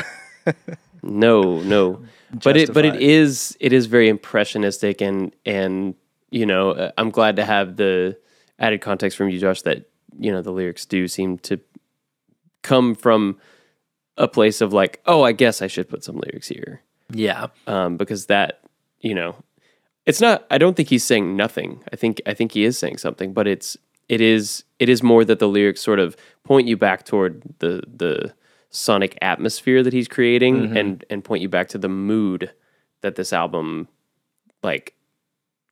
[SPEAKER 2] no no, but it but it
[SPEAKER 1] Justified.
[SPEAKER 2] is it is very impressionistic and and you know uh, I'm glad to have the added context from you Josh that you know the lyrics do seem to come from a place of like oh I guess I should put some lyrics here
[SPEAKER 4] yeah,
[SPEAKER 2] um, because that you know it's not i don't think he's saying nothing i think i think he is saying something but it's it is it is more that the lyrics sort of point you back toward the the sonic atmosphere that he's creating and and point you back to the mood that this album like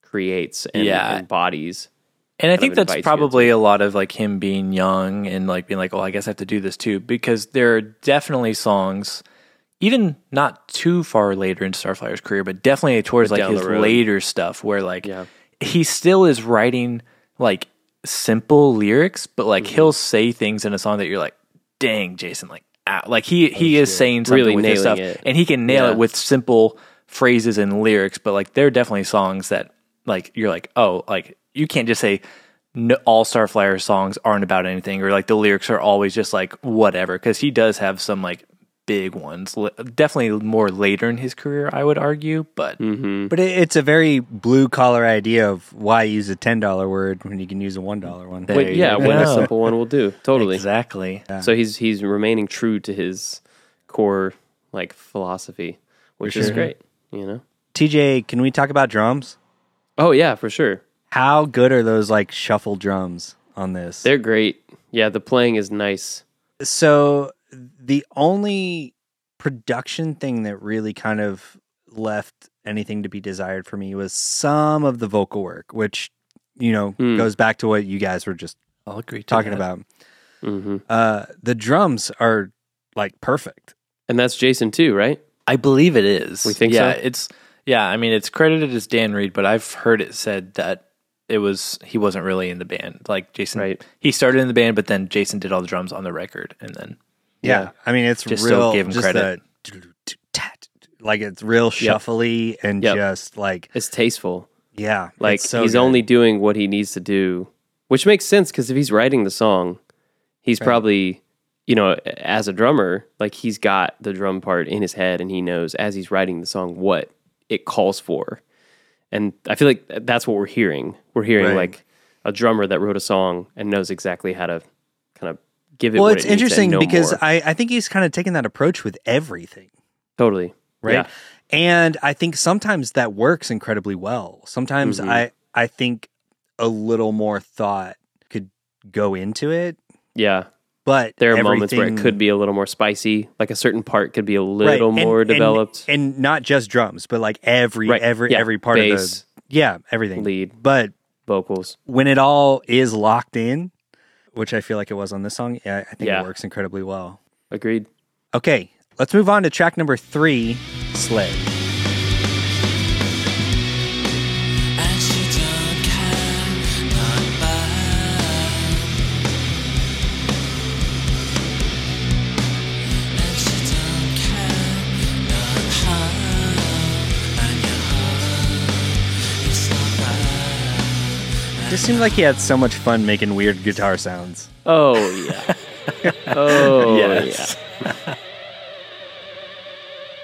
[SPEAKER 2] creates and
[SPEAKER 4] Yeah.
[SPEAKER 2] embodies
[SPEAKER 4] and I think
[SPEAKER 2] of
[SPEAKER 4] that's
[SPEAKER 2] invites you
[SPEAKER 4] probably a lot of like him being young and like being like, oh, I guess I have to do this too, because there are definitely songs. Even not too far later in Starflyer's career, but definitely towards
[SPEAKER 2] But
[SPEAKER 4] like
[SPEAKER 2] down the
[SPEAKER 4] his
[SPEAKER 2] road.
[SPEAKER 4] later stuff, where like
[SPEAKER 2] yeah
[SPEAKER 4] he still is writing like simple lyrics, but like
[SPEAKER 2] Mm-hmm.
[SPEAKER 4] he'll say things in a song that you're like, dang, Jason, like, ow. like he he is saying something
[SPEAKER 2] Really
[SPEAKER 4] with his
[SPEAKER 2] nailing
[SPEAKER 4] stuff,
[SPEAKER 2] it.
[SPEAKER 4] and he can nail
[SPEAKER 2] Yeah.
[SPEAKER 4] it with simple phrases and lyrics. But like, there are definitely songs that like you're like, oh, like you can't just say. No, all Starflyer songs aren't about anything, or like the lyrics are always just like whatever. Because he does have some like big ones, L- definitely more later in his career, I would argue. But
[SPEAKER 2] Mm-hmm.
[SPEAKER 1] But it, it's a very blue collar idea of why use a ten dollar word when you can use a one dollar one.
[SPEAKER 4] There
[SPEAKER 2] Wait,
[SPEAKER 4] you
[SPEAKER 2] yeah one
[SPEAKER 4] go.
[SPEAKER 2] simple one will do totally
[SPEAKER 4] exactly,
[SPEAKER 2] So he's he's remaining true to his core like philosophy, which is great. You know,
[SPEAKER 1] TJ, can we talk about drums?
[SPEAKER 2] Oh yeah, for sure.
[SPEAKER 1] How good are those like shuffle drums on this?
[SPEAKER 2] They're great. Yeah, the playing is nice.
[SPEAKER 1] so the only production thing that really kind of left anything to be desired for me was some of the vocal work, which you know
[SPEAKER 2] Hmm.
[SPEAKER 1] goes back to what you guys were just
[SPEAKER 4] I'll agree. to
[SPEAKER 1] talking
[SPEAKER 4] that.
[SPEAKER 1] about.
[SPEAKER 2] hmm
[SPEAKER 1] Uh, the drums are like perfect.
[SPEAKER 2] And that's Jason too, right?
[SPEAKER 4] I believe it is.
[SPEAKER 2] We think
[SPEAKER 4] yeah,
[SPEAKER 2] so?
[SPEAKER 4] it's yeah. I mean, it's credited as Dan Reed, but I've heard it said that it was he wasn't really in the band. Like Jason,
[SPEAKER 2] Right.
[SPEAKER 4] he started in the band, but then Jason did all the drums on the record, and then
[SPEAKER 1] Yeah,
[SPEAKER 2] Yeah.
[SPEAKER 1] I mean it's
[SPEAKER 4] Just
[SPEAKER 1] real.
[SPEAKER 4] don't give 'em
[SPEAKER 1] just the-
[SPEAKER 4] credit.
[SPEAKER 1] like it's real shuffly and
[SPEAKER 2] Yep.
[SPEAKER 1] just like
[SPEAKER 2] It's tasteful.
[SPEAKER 1] yeah,
[SPEAKER 2] Like
[SPEAKER 1] it's so
[SPEAKER 2] he's
[SPEAKER 1] good.
[SPEAKER 2] only doing what he needs to do, which makes sense because if he's writing the song, he's probably, you know, as a drummer, like he's got the drum part in his head and he knows as he's writing the song what it calls for. And I feel like th- that's what we're hearing. We're hearing
[SPEAKER 1] Right.
[SPEAKER 2] like a drummer that wrote a song and knows exactly how to kind of give it.
[SPEAKER 1] well.
[SPEAKER 2] what
[SPEAKER 1] It's
[SPEAKER 2] it needs and
[SPEAKER 1] interesting
[SPEAKER 2] no
[SPEAKER 1] because
[SPEAKER 2] more.
[SPEAKER 1] I I think he's kind of taken that approach with everything.
[SPEAKER 2] totally
[SPEAKER 1] right?
[SPEAKER 2] Yeah.
[SPEAKER 1] And I think sometimes that works incredibly well. Sometimes
[SPEAKER 2] Mhm.
[SPEAKER 1] I I think a little more thought could go into it,
[SPEAKER 2] yeah.
[SPEAKER 1] but
[SPEAKER 2] There are moments where it
[SPEAKER 1] everything-
[SPEAKER 2] could be a little more spicy. Like a certain part could be a little
[SPEAKER 1] Right, and-
[SPEAKER 2] more
[SPEAKER 1] and-
[SPEAKER 2] developed.
[SPEAKER 1] and, not just drums, but like every
[SPEAKER 2] Right,
[SPEAKER 1] every
[SPEAKER 2] yeah,
[SPEAKER 1] every part
[SPEAKER 2] bass.
[SPEAKER 1] of the yeah everything
[SPEAKER 2] Lead.
[SPEAKER 1] But
[SPEAKER 2] vocals.
[SPEAKER 1] when it all is locked in, which I feel like it was on this song, yeah, I think
[SPEAKER 2] Yeah.
[SPEAKER 1] it works incredibly well.
[SPEAKER 2] Agreed.
[SPEAKER 1] Okay, let's move on to track number three, Sled.
[SPEAKER 5] And she don't care, not bad. And she don't care, not hard. And your heart is not bad.
[SPEAKER 1] Just seemed like he had so much fun making weird guitar sounds.
[SPEAKER 2] Oh yeah. oh
[SPEAKER 4] Yes.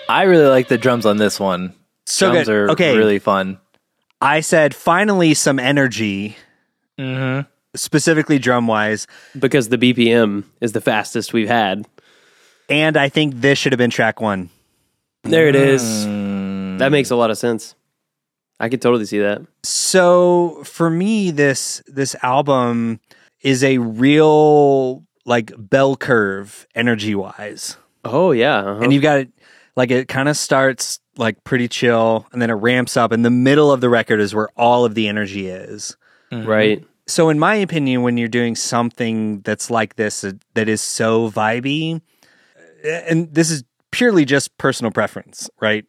[SPEAKER 4] I really like the drums on this one.
[SPEAKER 1] So
[SPEAKER 4] drums
[SPEAKER 1] good.
[SPEAKER 4] are
[SPEAKER 1] okay,
[SPEAKER 4] really fun.
[SPEAKER 1] I said finally some energy, specifically drum wise.
[SPEAKER 2] yeah. Because the BPM is the fastest we've had.
[SPEAKER 1] And I think this should have been track one.
[SPEAKER 2] There it is.
[SPEAKER 1] Mm.
[SPEAKER 2] That makes a lot of sense. I could totally see that.
[SPEAKER 1] So for me, this this album is a real like bell curve energy wise.
[SPEAKER 2] Oh yeah. uh-huh.
[SPEAKER 1] And you've got it like it kind of starts like pretty chill and then it ramps up and the middle of the record is where all of the energy is.
[SPEAKER 2] right.
[SPEAKER 1] so in my opinion when you're doing something that's like this uh, that is so vibey and this is purely just personal preference right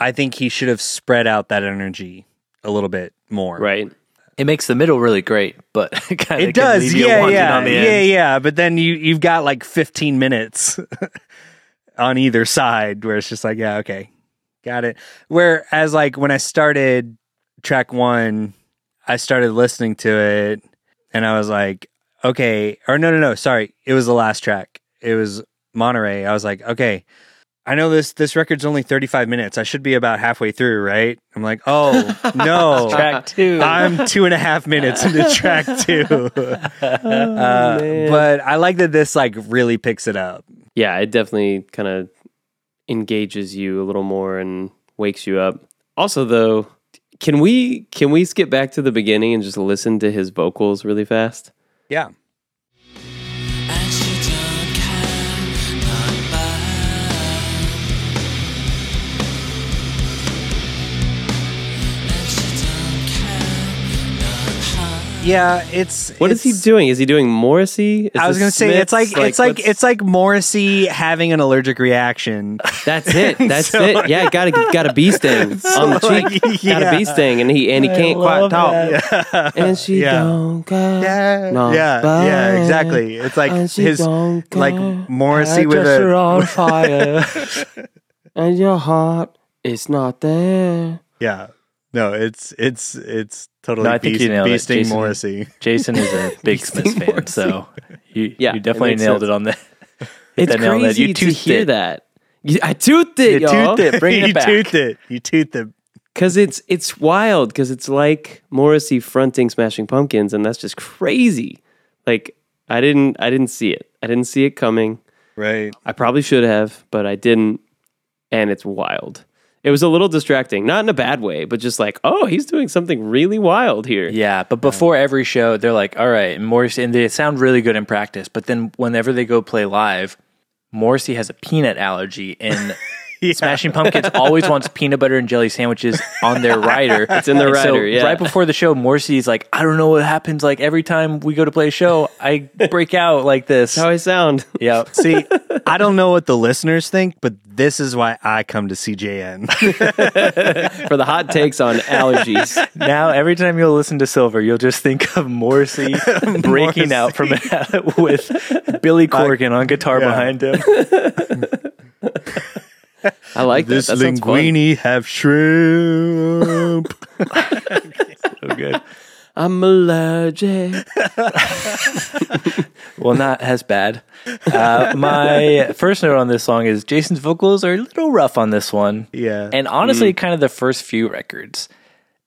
[SPEAKER 1] i think he should have spread out that energy a little bit more
[SPEAKER 2] Right.
[SPEAKER 4] It makes the middle really great, but it, kinda
[SPEAKER 1] it
[SPEAKER 4] can
[SPEAKER 1] does
[SPEAKER 4] leave you
[SPEAKER 1] yeah
[SPEAKER 4] wanting
[SPEAKER 1] yeah
[SPEAKER 4] on the
[SPEAKER 1] yeah
[SPEAKER 4] end.
[SPEAKER 1] yeah but then you you've got like 15 minutes on either side where it's just like yeah okay got it whereas like when i started track one i started listening to it and i was like okay or no no no sorry it was the last track it was monterey i was like okay I know this this record's only 35 minutes. I should be about halfway through, right? I'm like, oh no.
[SPEAKER 4] Track two.
[SPEAKER 1] I'm two and a half minutes into track
[SPEAKER 2] Oh,
[SPEAKER 1] two. Uh, but I like that this like really picks it up.
[SPEAKER 2] Yeah, it definitely kind of engages you a little more and wakes you up. Also though, can we can we skip back to the beginning and just listen to his vocals really fast?
[SPEAKER 1] Yeah.
[SPEAKER 5] And she don't care, not bad. And she don't care, not hard.
[SPEAKER 1] Yeah, it's
[SPEAKER 2] What is
[SPEAKER 1] it's-
[SPEAKER 2] he doing? Is he doing Morrissey? Is
[SPEAKER 1] I was
[SPEAKER 2] this
[SPEAKER 1] gonna say it's like,
[SPEAKER 2] Smiths?
[SPEAKER 1] it's like
[SPEAKER 2] what's-
[SPEAKER 1] it's like Morrissey having an allergic reaction.
[SPEAKER 2] That's it. That's
[SPEAKER 1] So-
[SPEAKER 2] it. Yeah, got a got a bee sting on the
[SPEAKER 1] like,
[SPEAKER 2] cheek. Got
[SPEAKER 1] yeah.
[SPEAKER 2] a bee sting, and he and he can't quite talk. And she
[SPEAKER 1] Yeah.
[SPEAKER 2] don't go.
[SPEAKER 1] Yeah,
[SPEAKER 2] No,
[SPEAKER 1] yeah,
[SPEAKER 2] but-
[SPEAKER 1] yeah, exactly. It's like
[SPEAKER 2] And she
[SPEAKER 1] his
[SPEAKER 2] don't
[SPEAKER 1] like
[SPEAKER 2] go.
[SPEAKER 1] Morrissey with a
[SPEAKER 4] on fire.
[SPEAKER 2] And your heart is not there.
[SPEAKER 1] yeah. No, it's it's it's totally
[SPEAKER 4] No, I think
[SPEAKER 1] beast,
[SPEAKER 4] you nailed it,
[SPEAKER 1] beasting
[SPEAKER 4] Jason.
[SPEAKER 1] Morrissey.
[SPEAKER 4] Jason is a big Smith fan, so you,
[SPEAKER 2] Yeah,
[SPEAKER 4] you
[SPEAKER 2] it
[SPEAKER 4] definitely
[SPEAKER 2] makes
[SPEAKER 4] nailed
[SPEAKER 2] sense.
[SPEAKER 4] it on that. Hit
[SPEAKER 2] It's
[SPEAKER 4] that nail on the head.
[SPEAKER 2] crazy
[SPEAKER 4] You
[SPEAKER 2] to
[SPEAKER 4] toothed
[SPEAKER 2] hear
[SPEAKER 4] it.
[SPEAKER 2] that. You- I toothed it,
[SPEAKER 4] You
[SPEAKER 2] y'all.
[SPEAKER 4] toothed it. Bringing
[SPEAKER 1] you
[SPEAKER 4] it back.
[SPEAKER 1] toothed it. You toothed it.
[SPEAKER 2] Cause it's it's wild. Cause it's like Morrissey fronting Smashing Pumpkins, and that's just crazy. Like I didn't I didn't see it. I didn't see it coming.
[SPEAKER 1] Right.
[SPEAKER 2] I probably should have, but I didn't. And it's wild. It was a little distracting, not in a bad way, but just like, oh, he's doing something really wild here.
[SPEAKER 4] Yeah, but before every show, they're like, "All right, Morrissey," and they sound really good in practice. But then whenever they go play live, Morrissey has a peanut allergy, and Smashing Pumpkins always wants peanut butter and jelly sandwiches on their rider. It's
[SPEAKER 2] in their rider, yeah.
[SPEAKER 4] Right before the show, Morrissey's like, "I don't know what happens. Like every time we go to play a show, I break out like this."
[SPEAKER 2] How I sound.
[SPEAKER 4] yeah,
[SPEAKER 1] See, I don't know what the listeners think, but this is why I come to CJN.
[SPEAKER 2] for the hot takes on allergies.
[SPEAKER 4] now every time you'll listen to Silver, you'll just think of Morrissey breaking out from it with Billy Corgan on guitar
[SPEAKER 1] yeah.
[SPEAKER 4] behind him.
[SPEAKER 2] I like
[SPEAKER 1] this
[SPEAKER 2] that. that sounds fun.
[SPEAKER 1] linguini have shrimp.
[SPEAKER 2] I'm allergic.
[SPEAKER 4] Well, not as bad. Uh, my first note on this song is Jason's vocals are a little rough on this one.
[SPEAKER 1] Yeah.
[SPEAKER 4] And honestly, kind of the first few records.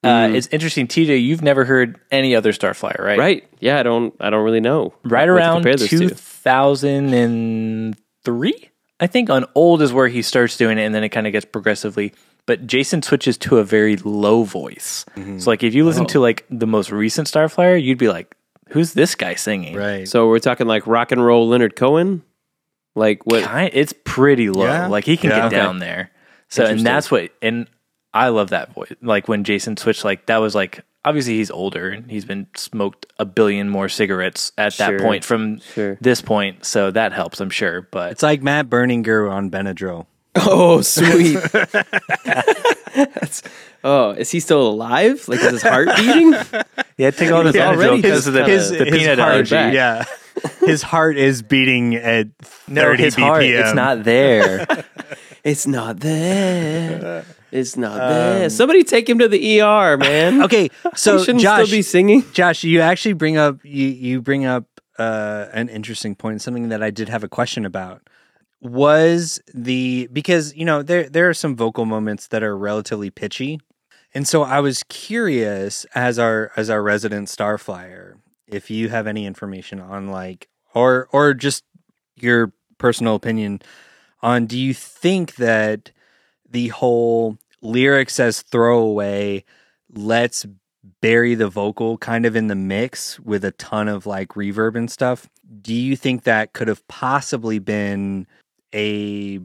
[SPEAKER 4] Uh, It's interesting, TJ, you've never heard any other Starflyer, right?
[SPEAKER 2] right? Yeah, I don't. I don't really know.
[SPEAKER 4] Right
[SPEAKER 2] what to
[SPEAKER 4] around
[SPEAKER 2] compare this to.
[SPEAKER 4] 2003, I think, on Old is where he starts doing it, and then it kind of gets progressively. But Jason switches to a very low voice. So, like, if you listen to, like, the most recent Starflyer, you'd be like, who's this guy singing?
[SPEAKER 1] right.
[SPEAKER 2] So we're talking like rock and roll Leonard Cohen, like what?
[SPEAKER 4] kind it's pretty low.
[SPEAKER 1] Yeah.
[SPEAKER 4] Like he can
[SPEAKER 1] Yeah.
[SPEAKER 4] get
[SPEAKER 1] Okay.
[SPEAKER 4] down there. So and that's what and I love that voice. Like when Jason switched, like that was like obviously he's older and he's been smoked a billion more cigarettes at
[SPEAKER 2] Sure.
[SPEAKER 4] that point from
[SPEAKER 2] Sure.
[SPEAKER 4] this point. So that helps, I'm sure. But
[SPEAKER 1] It's like Matt Berninger on Benadryl.
[SPEAKER 2] Oh, sweet. That's- oh, is he still alive? Like is his heart beating?
[SPEAKER 4] yeah, take all this
[SPEAKER 2] Yeah,
[SPEAKER 4] already
[SPEAKER 2] already
[SPEAKER 4] because
[SPEAKER 2] his-
[SPEAKER 4] of the,
[SPEAKER 2] his-
[SPEAKER 4] the
[SPEAKER 1] his
[SPEAKER 4] peanut
[SPEAKER 1] heart-
[SPEAKER 4] allergy.
[SPEAKER 2] back.
[SPEAKER 1] Yeah. His heart is beating at 30
[SPEAKER 4] No, his
[SPEAKER 1] BPM.
[SPEAKER 4] heart, it's not there.
[SPEAKER 2] It's not there. It's not
[SPEAKER 4] Um,
[SPEAKER 2] there. Somebody take him to the ER, man.
[SPEAKER 1] Okay, so
[SPEAKER 2] he shouldn't
[SPEAKER 1] Josh,
[SPEAKER 2] still be singing.
[SPEAKER 1] Josh, you actually bring up you you bring up uh, an interesting point, something that I did have a question about. Was the because you know there there are some vocal moments that are relatively pitchy, and so I was curious as our as our resident starflyer if you have any information on like or or just your personal opinion on do you think that the whole lyrics as throwaway let's bury the vocal kind of in the mix with a ton of like reverb and stuff do you think that could have possibly been a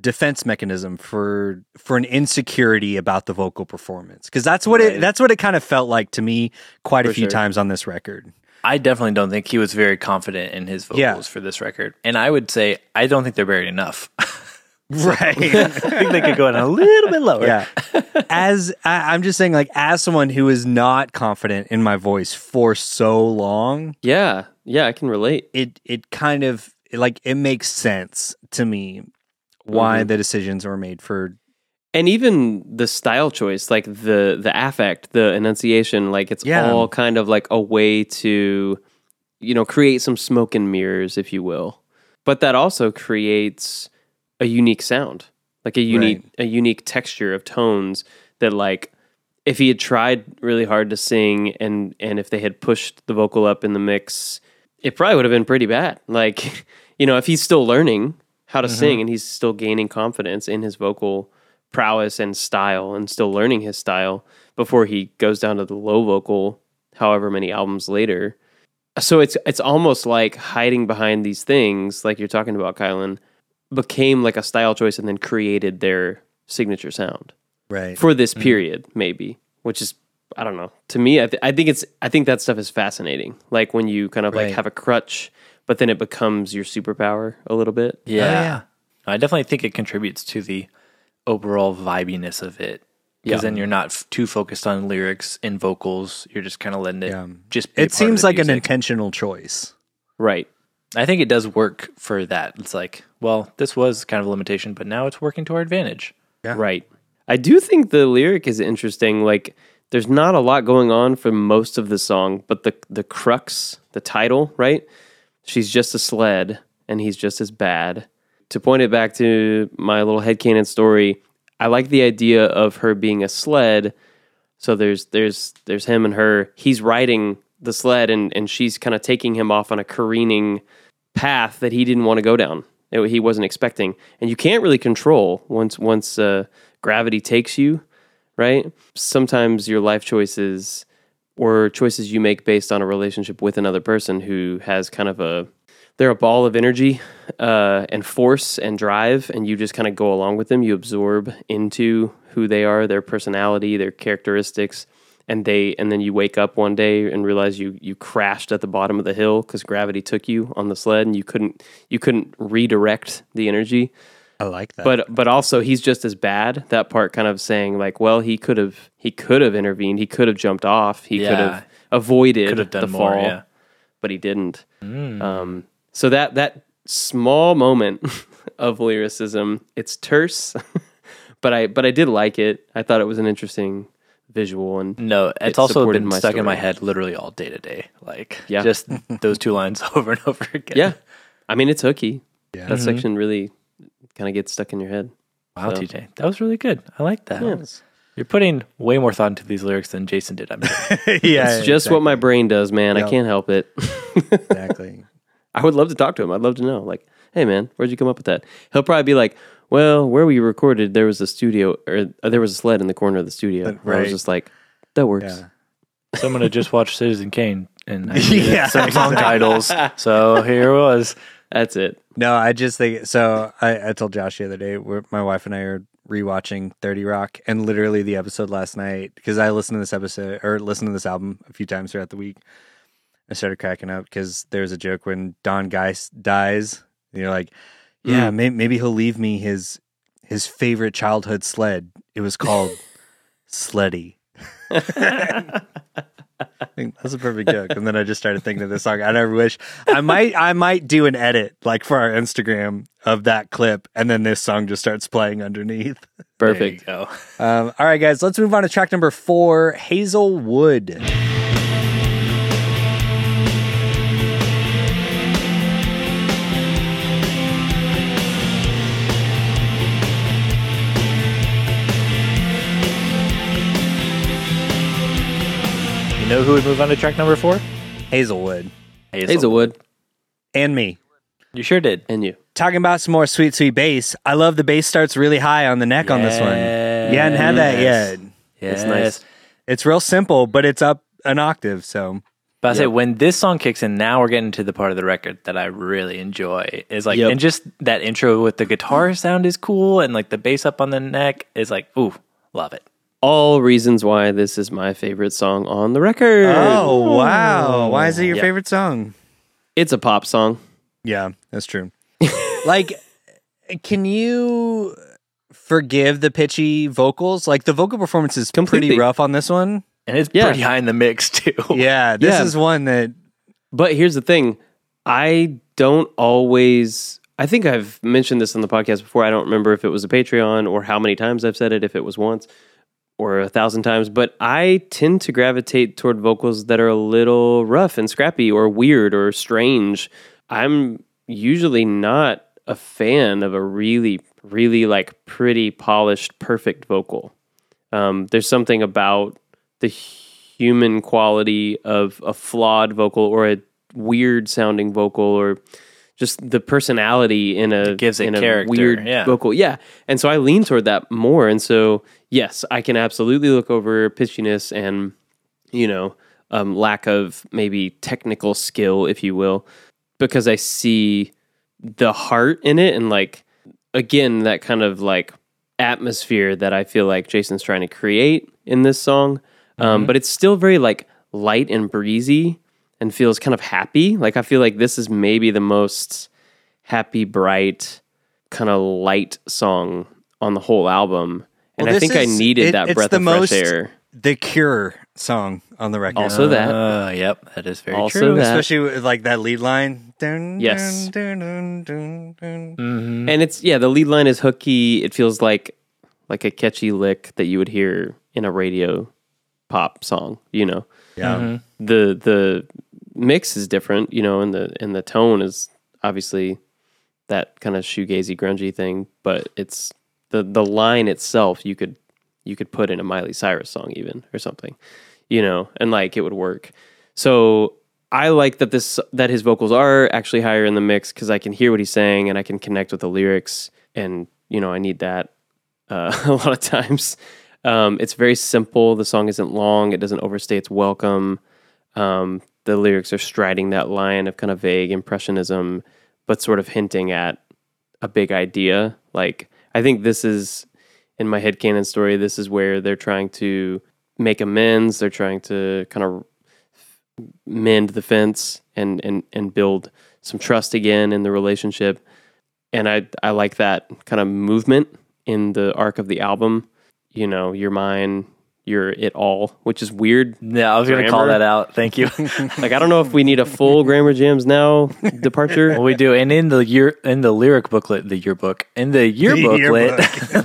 [SPEAKER 1] defense mechanism for for an insecurity about the vocal performance because that's what it
[SPEAKER 2] Right.
[SPEAKER 1] that's what it kind of felt like to me quite a
[SPEAKER 2] For
[SPEAKER 1] few
[SPEAKER 2] sure.
[SPEAKER 1] times on this record
[SPEAKER 4] I definitely don't think he was very confident in his vocals
[SPEAKER 1] Yeah.
[SPEAKER 4] for this record. And I would say I don't think they're buried enough.
[SPEAKER 1] right
[SPEAKER 4] I think they could go in a little bit lower.
[SPEAKER 1] yeah as I, i'm just saying like as someone who is not confident in my voice for so long
[SPEAKER 2] Yeah, yeah, I can relate.
[SPEAKER 1] it it kind of like it makes sense to me why the decisions were made for
[SPEAKER 2] and even the style choice like the the affect the enunciation like it's
[SPEAKER 1] Yeah.
[SPEAKER 2] all kind of like a way to you know create some smoke and mirrors if you will but that also creates a unique sound like a unique a unique texture of tones that like if he had tried really hard to sing and and if they had pushed the vocal up in the mix it probably would have been pretty bad like you know if he's still learning how to sing and he's still gaining confidence in his vocal prowess and style and still learning his style before he goes down to the low vocal however many albums later so it's it's almost like hiding behind these things like you're talking about Kylan became like a style choice and then created their signature sound
[SPEAKER 1] right
[SPEAKER 2] for this period maybe which is i don't know to me i, th- I think it's i think that stuff is fascinating like when you kind of
[SPEAKER 1] Right.
[SPEAKER 2] like have a crutch but then it becomes your superpower a little bit
[SPEAKER 4] Yeah.
[SPEAKER 1] Oh,
[SPEAKER 4] I definitely think it contributes to the overall vibiness of it. Because
[SPEAKER 2] Yeah.
[SPEAKER 4] then you're not f- too focused on lyrics and vocals. You're just kind of letting it
[SPEAKER 1] Yeah.
[SPEAKER 4] just be a
[SPEAKER 1] it
[SPEAKER 4] part of
[SPEAKER 1] seems
[SPEAKER 4] the
[SPEAKER 1] like an
[SPEAKER 4] music.
[SPEAKER 1] intentional choice
[SPEAKER 2] right
[SPEAKER 4] I think it does work for that. It's like, well, this was kind of a limitation, but now it's working to our advantage.
[SPEAKER 2] right i do think the lyric is interesting like there's not a lot going on for most of the song but the the crux the title right she's just a sled and he's just as bad to point it back to my little headcanon story i like the idea of her being a sled So there's there's there's him and her. He's riding the sled and and she's kind of taking him off on a careening path that he didn't want to go down. It- he wasn't expecting, and you can't really control once once uh, gravity takes you, right? Sometimes your life choices or choices you make based on a relationship with another person who has kind of a they're a ball of energy uh, and force and drive, and you just kind of go along with them. You absorb into who they are, their personality, their characteristics, and they. And then you wake up one day and realize you you crashed at the bottom of the hill because gravity took you on the sled, and you couldn't you couldn't redirect the energy
[SPEAKER 1] I like that.
[SPEAKER 2] but but also he's just as bad that part kind of saying like well he could have he could have intervened he could have jumped off he could
[SPEAKER 4] Yeah.
[SPEAKER 2] have avoided
[SPEAKER 4] Could have done
[SPEAKER 2] the
[SPEAKER 4] more,
[SPEAKER 2] fall
[SPEAKER 4] yeah. Hmm.
[SPEAKER 2] but he didn't um, so that that small moment of lyricism it's terse but i but i did like it i thought it was an interesting visual and
[SPEAKER 4] No, it's
[SPEAKER 2] It
[SPEAKER 4] also
[SPEAKER 2] supported
[SPEAKER 4] been
[SPEAKER 2] my
[SPEAKER 4] stuck in my
[SPEAKER 2] story.
[SPEAKER 4] head literally all day to day. Like
[SPEAKER 2] Yeah.
[SPEAKER 4] just those two lines over and over again.
[SPEAKER 2] yeah i mean it's hooky yeah.
[SPEAKER 4] Mm-hmm.
[SPEAKER 2] that section really kind of gets stuck in your head
[SPEAKER 4] Wow,
[SPEAKER 2] So-
[SPEAKER 4] TJ. That was really good. I like that.
[SPEAKER 2] Yeah.
[SPEAKER 4] You're putting way more thought into these lyrics than Jason did. I'm sure.
[SPEAKER 1] yeah,
[SPEAKER 2] it's just what my brain does man
[SPEAKER 1] Yeah.
[SPEAKER 2] i can't help it
[SPEAKER 1] exactly.
[SPEAKER 2] I would love to talk to him. I'd love to know, like, hey man, where'd you come up with that? He'll probably be like, well, where we recorded, there was a studio or uh, there was a sled in the corner of the studio. And I
[SPEAKER 1] right.
[SPEAKER 2] was just like, that works.
[SPEAKER 1] Yeah.
[SPEAKER 4] so I'm gonna just watch Citizen Kane and I
[SPEAKER 1] Yeah,
[SPEAKER 4] yeah, some song titles. So here it was.
[SPEAKER 2] That's it.
[SPEAKER 1] No, I just think so. I, I told Josh the other day, we my wife and I are rewatching 30 Rock and literally the episode last night because I listened to this episode or listened to this album a few times throughout the week. I started cracking up because there's a joke when Don Geis dies, and you're like, yeah, may, maybe he'll leave me his his favorite childhood sled. It was called Sleddy. I think that's a perfect joke. And then I just started thinking of this song. And I wish I might I might do an edit like for our Instagram of that clip, and then this song just starts playing underneath.
[SPEAKER 2] Perfect.
[SPEAKER 4] There you go.
[SPEAKER 1] Um, all right, guys, let's move on to track number four, Hazel Wood.
[SPEAKER 4] You know who would move on to track number four?
[SPEAKER 1] Hazelwood.
[SPEAKER 4] Hazel.
[SPEAKER 2] Hazelwood
[SPEAKER 1] And me.
[SPEAKER 4] You sure did.
[SPEAKER 2] and you.
[SPEAKER 1] Talking about some more sweet, sweet bass. I love the bass starts really high on the neck on this one. You hadn't had that
[SPEAKER 4] Yes.
[SPEAKER 1] yet.
[SPEAKER 4] Yes.
[SPEAKER 2] It's nice.
[SPEAKER 1] It's real simple, but it's up an octave, so
[SPEAKER 4] But I say when this song kicks in, now we're getting to the part of the record that I really enjoy. Is like
[SPEAKER 2] Yep.
[SPEAKER 4] and just that intro with the guitar sound is cool and like the bass up on the neck is like, ooh, love it.
[SPEAKER 2] All reasons why this is my favorite song on the record.
[SPEAKER 1] Oh wow. Why is it your
[SPEAKER 2] Yeah.
[SPEAKER 1] favorite song?
[SPEAKER 2] It's a pop song.
[SPEAKER 1] Yeah, that's true. like can you forgive the pitchy vocals? Like the vocal performance is pretty
[SPEAKER 2] Completely.
[SPEAKER 1] rough on this one.
[SPEAKER 4] And it's
[SPEAKER 2] Yeah.
[SPEAKER 4] pretty high in the mix too.
[SPEAKER 1] Yeah, this
[SPEAKER 2] Yeah.
[SPEAKER 1] is one that
[SPEAKER 2] But here's the thing I don't always. I think I've mentioned this on the podcast before. I don't remember if it was a Patreon or how many times I've said it, if it was once or a thousand times. But I tend to gravitate toward vocals that are a little rough and scrappy or weird or strange. I'm usually not a fan of a really, really like pretty, polished, perfect vocal. Um, there's something about the human quality of a flawed vocal or a weird sounding vocal or just the personality in a
[SPEAKER 4] gives it
[SPEAKER 2] in a
[SPEAKER 4] character,
[SPEAKER 2] weird
[SPEAKER 4] yeah.
[SPEAKER 2] vocal yeah and so i lean toward that more and so yes i can absolutely look over pitchiness and you know um, lack of maybe technical skill if you will because i see the heart in it and like again that kind of like atmosphere that I feel like Jason's trying to create in this song.
[SPEAKER 4] Mm-hmm.
[SPEAKER 2] Um, but it's still very like light and breezy and feels kind of happy. Like I feel like this is maybe the most happy, bright, kind of light song on the whole album. And
[SPEAKER 1] Well,
[SPEAKER 2] I
[SPEAKER 1] this
[SPEAKER 2] think I
[SPEAKER 1] is-
[SPEAKER 2] needed
[SPEAKER 1] it-
[SPEAKER 2] that
[SPEAKER 1] it's
[SPEAKER 2] breath
[SPEAKER 1] the
[SPEAKER 2] of
[SPEAKER 1] most-
[SPEAKER 2] fresh air.
[SPEAKER 1] the cure song on the record.
[SPEAKER 2] Also that.
[SPEAKER 4] Uh, yep, that is very
[SPEAKER 2] Also
[SPEAKER 4] true.
[SPEAKER 2] that.
[SPEAKER 1] Especially with like that lead line. Dun,
[SPEAKER 2] Yes. Mm-hmm.
[SPEAKER 1] dun, dun, dun, dun, dun.
[SPEAKER 4] Mhm.
[SPEAKER 2] And it's yeah, the lead line is hooky. It feels like like a catchy lick that you would hear in a radio pop song, you know.
[SPEAKER 1] Yeah.
[SPEAKER 2] the the mix is different, you know, and the and the tone is obviously that kind of shoegazy grungy thing, but it's the the line itself you could you could put in a Miley Cyrus song even or something, you know, and like it would work. So I like that this that his vocals are actually higher in the mix because I can hear what he's saying and I can connect with the lyrics and you know I need that uh, a lot of times. Um, it's very simple. The song isn't long. It doesn't overstay its welcome. Um, the lyrics are striding that line of kind of vague impressionism, but sort of hinting at a big idea. Like I think this is in my head canon story. This is where they're trying to make amends. They're trying to kind of mend the fence and and and build some trust again in the relationship and I I like that kind of movement in the arc of the album. You know, you're mine, you're it all, which is weird.
[SPEAKER 4] Yeah, I was going to call
[SPEAKER 2] Grammar.
[SPEAKER 4] that out. Thank you.
[SPEAKER 2] Like I don't know if we need a full grammar jams now departure.
[SPEAKER 4] well, we do. And in the year, in the lyric booklet, the yearbook, in the yearbooklet,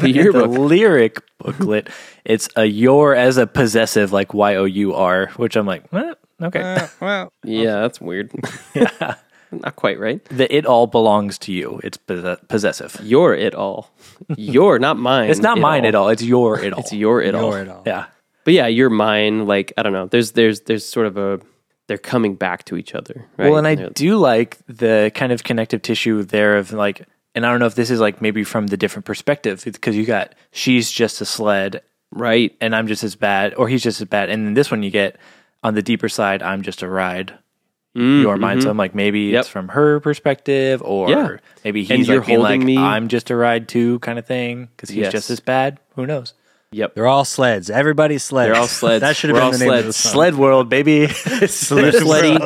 [SPEAKER 2] The yearbook.
[SPEAKER 4] the lyric booklet, it's a your as a possessive, like Y O U R, which I'm like, what? okay.
[SPEAKER 1] Uh,
[SPEAKER 2] Mm-hmm.
[SPEAKER 1] well,
[SPEAKER 2] Yeah, that's weird. Not quite right.
[SPEAKER 4] the it all belongs to you. It's possess- possessive.
[SPEAKER 2] You're it all. You're not mine.
[SPEAKER 4] It's not
[SPEAKER 2] it
[SPEAKER 4] mine at all. It's your it all.
[SPEAKER 2] It's your it all.
[SPEAKER 4] Yeah.
[SPEAKER 2] But yeah, you're mine. Like I don't know. There's there's there's sort of a they're coming back to each other. Right?
[SPEAKER 4] Well, and I
[SPEAKER 2] They're-
[SPEAKER 4] do like the kind of connective tissue there of like, and I don't know if this is like maybe from the different perspective because you got she's just a sled
[SPEAKER 2] right.
[SPEAKER 4] and I'm just as bad, or he's just as bad. And then this one you get on the deeper side, I'm just a ride. your mind. So I'm like, maybe
[SPEAKER 2] Mm, mm-hmm. Yep.
[SPEAKER 4] it's from her perspective, or
[SPEAKER 2] Yeah.
[SPEAKER 4] maybe he's
[SPEAKER 2] And you're
[SPEAKER 4] like being
[SPEAKER 2] holding
[SPEAKER 4] like,
[SPEAKER 2] me-
[SPEAKER 4] I'm just a ride too, kind of thing, because he's
[SPEAKER 2] Yes.
[SPEAKER 4] just as bad. Who knows?
[SPEAKER 2] Yep.
[SPEAKER 1] They're all sleds. Everybody's sleds.
[SPEAKER 2] They're all sleds.
[SPEAKER 1] that should
[SPEAKER 2] We're
[SPEAKER 1] have
[SPEAKER 2] all
[SPEAKER 1] been the name of the song.
[SPEAKER 2] sleds.
[SPEAKER 4] Sled world, baby.
[SPEAKER 2] You're sleddy.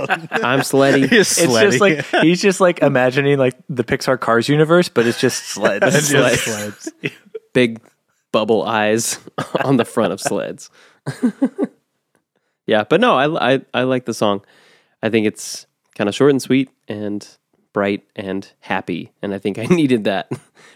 [SPEAKER 2] I'm sleddy.
[SPEAKER 4] It's just like he's just like imagining like the Pixar Cars universe, but it's just sleds.
[SPEAKER 2] Sleds. big bubble eyes on the front of sleds. yeah, but no, I, I I like the song. I think it's kind of short and sweet and bright and happy, and I think I needed that.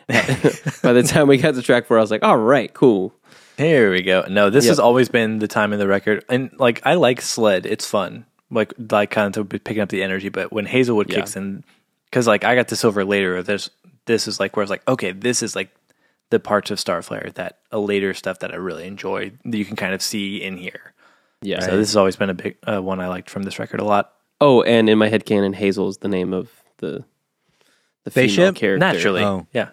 [SPEAKER 2] By the time we got to track four, I was like, all right, cool.
[SPEAKER 4] Here we go. No, this
[SPEAKER 2] Yep.
[SPEAKER 4] has always been the time in the record, and like I like sled. It's fun, like like kind of to be picking up the energy. But when Hazelwood kicks in, because like I got to silver later. This this is like where I was like, okay, this is like the parts of Starflare that a later stuff that I really enjoy that you can kind of see in here.
[SPEAKER 2] Yeah.
[SPEAKER 4] So this has always been a big uh, one I liked from this record a lot.
[SPEAKER 2] oh, and in my head canon, Hazel is the name of the the female
[SPEAKER 1] Spaceship?
[SPEAKER 2] character.
[SPEAKER 4] Naturally,
[SPEAKER 1] Oh.
[SPEAKER 4] yeah.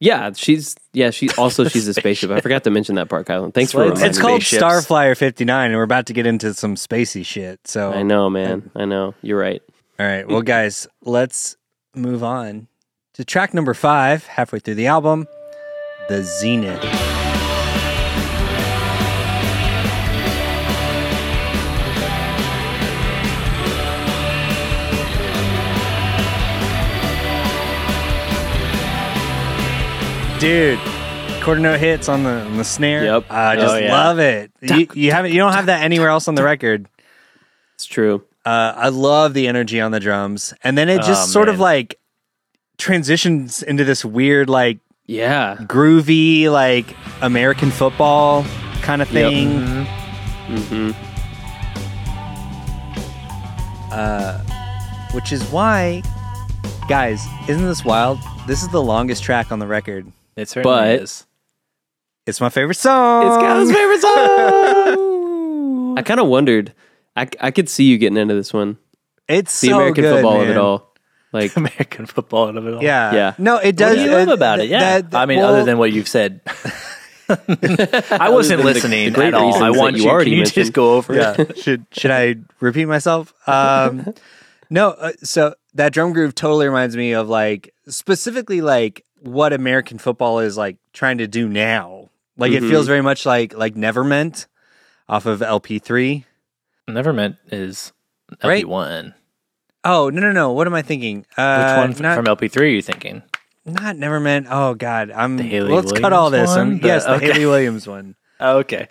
[SPEAKER 2] Yeah, she's yeah, she also she's a spaceship. I forgot to mention that part, Kylan. Thanks for
[SPEAKER 4] Slides.
[SPEAKER 2] reminding
[SPEAKER 1] It's called
[SPEAKER 2] me.
[SPEAKER 4] Spaceships.
[SPEAKER 1] Starflyer 59, and we're about to get into some spacey shit. So,
[SPEAKER 2] I know, man. I know. You're right.
[SPEAKER 1] all right. Well, guys, let's move on to track number five, halfway through the album The Zenith. Dude, quarter note hits on the on the snare.
[SPEAKER 2] Yep.
[SPEAKER 1] I just
[SPEAKER 4] Oh, yeah.
[SPEAKER 1] love it. You, you haven't you don't have that anywhere else on the record.
[SPEAKER 2] It's true.
[SPEAKER 1] Uh, I love the energy on the drums, and then it just
[SPEAKER 4] Oh,
[SPEAKER 1] sort of
[SPEAKER 4] man.
[SPEAKER 1] like transitions into this weird, like
[SPEAKER 2] Yeah.
[SPEAKER 1] groovy, like American football kind of thing.
[SPEAKER 4] Mm-hmm.
[SPEAKER 1] Uh, which is why, guys, isn't this wild? This is the longest track on the record.
[SPEAKER 4] It certainly
[SPEAKER 2] But-
[SPEAKER 4] is.
[SPEAKER 1] It's my favorite song.
[SPEAKER 2] It's Kyle's favorite song. I kind of wondered. I, I could see you getting into this one.
[SPEAKER 1] It's
[SPEAKER 2] The
[SPEAKER 1] so
[SPEAKER 2] American
[SPEAKER 1] good,
[SPEAKER 2] football of it
[SPEAKER 1] man.
[SPEAKER 2] all. Like,
[SPEAKER 4] American football and of it all.
[SPEAKER 1] Yeah.
[SPEAKER 2] Yeah.
[SPEAKER 1] No, it does.
[SPEAKER 4] What do you love
[SPEAKER 1] uh,
[SPEAKER 4] about it?
[SPEAKER 1] th-
[SPEAKER 4] Yeah,
[SPEAKER 1] that- that-
[SPEAKER 4] I mean,
[SPEAKER 1] well,
[SPEAKER 4] other than what you've said, I wasn't
[SPEAKER 2] than the-
[SPEAKER 4] listening
[SPEAKER 2] the great
[SPEAKER 4] at all.
[SPEAKER 2] reasons
[SPEAKER 4] I
[SPEAKER 2] that
[SPEAKER 4] want
[SPEAKER 2] you
[SPEAKER 4] you.
[SPEAKER 2] already
[SPEAKER 4] can you
[SPEAKER 2] mentioned.
[SPEAKER 4] just go over? it?
[SPEAKER 1] yeah. should should I repeat myself? Um, no. Uh, so that drum groove totally reminds me of like specifically like what American football is like trying to do now. Like it
[SPEAKER 4] Mm-hmm.
[SPEAKER 1] feels very much like like Neverment off of LP three.
[SPEAKER 4] Never meant is
[SPEAKER 1] Right?
[SPEAKER 4] LP one.
[SPEAKER 1] Oh no no no! What am I thinking?
[SPEAKER 4] Which
[SPEAKER 1] Uh,
[SPEAKER 4] one f-
[SPEAKER 1] not,
[SPEAKER 4] from LP three are you thinking?
[SPEAKER 1] not Neverment. Oh God, I'm.
[SPEAKER 4] Haley
[SPEAKER 1] let's cut all this.
[SPEAKER 4] Williams
[SPEAKER 1] I'm-
[SPEAKER 4] one? The-
[SPEAKER 1] yes, the
[SPEAKER 4] okay.
[SPEAKER 1] Haley Williams one.
[SPEAKER 4] Oh, okay.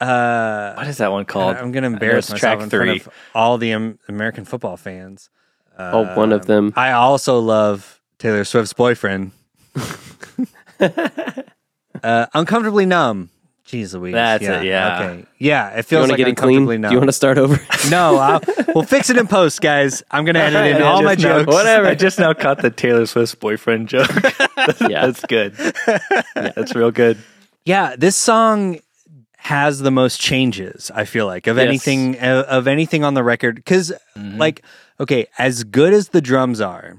[SPEAKER 1] Uh,
[SPEAKER 4] What is that one called?
[SPEAKER 1] I'm gonna
[SPEAKER 4] I know
[SPEAKER 1] embarrass
[SPEAKER 4] it's
[SPEAKER 1] myself
[SPEAKER 4] track
[SPEAKER 1] in
[SPEAKER 4] three.
[SPEAKER 1] front of all the um, American football fans.
[SPEAKER 2] oh, one of them.
[SPEAKER 1] Um, I also love Taylor Swift's boyfriend. uh, uncomfortably numb. Jeez Louise.
[SPEAKER 4] That's it, yeah.
[SPEAKER 1] Okay. Yeah. It
[SPEAKER 2] You
[SPEAKER 1] feels
[SPEAKER 2] want to
[SPEAKER 1] like
[SPEAKER 2] get it clean?
[SPEAKER 1] uncomfortably
[SPEAKER 2] Do
[SPEAKER 1] numb.
[SPEAKER 2] you want to start over?
[SPEAKER 1] no, I'll, we'll fix it in post, guys. I'm gonna edit in all my
[SPEAKER 4] Just now-
[SPEAKER 1] jokes.
[SPEAKER 4] Whatever. I just now caught the Taylor Swift's boyfriend joke.
[SPEAKER 2] yeah.
[SPEAKER 4] That's good. That's real good.
[SPEAKER 1] Yeah, this song has the most changes. I feel like of
[SPEAKER 2] Yes. Mm-hmm.
[SPEAKER 1] anything of, of anything on the record because, like, okay, as good as the drums are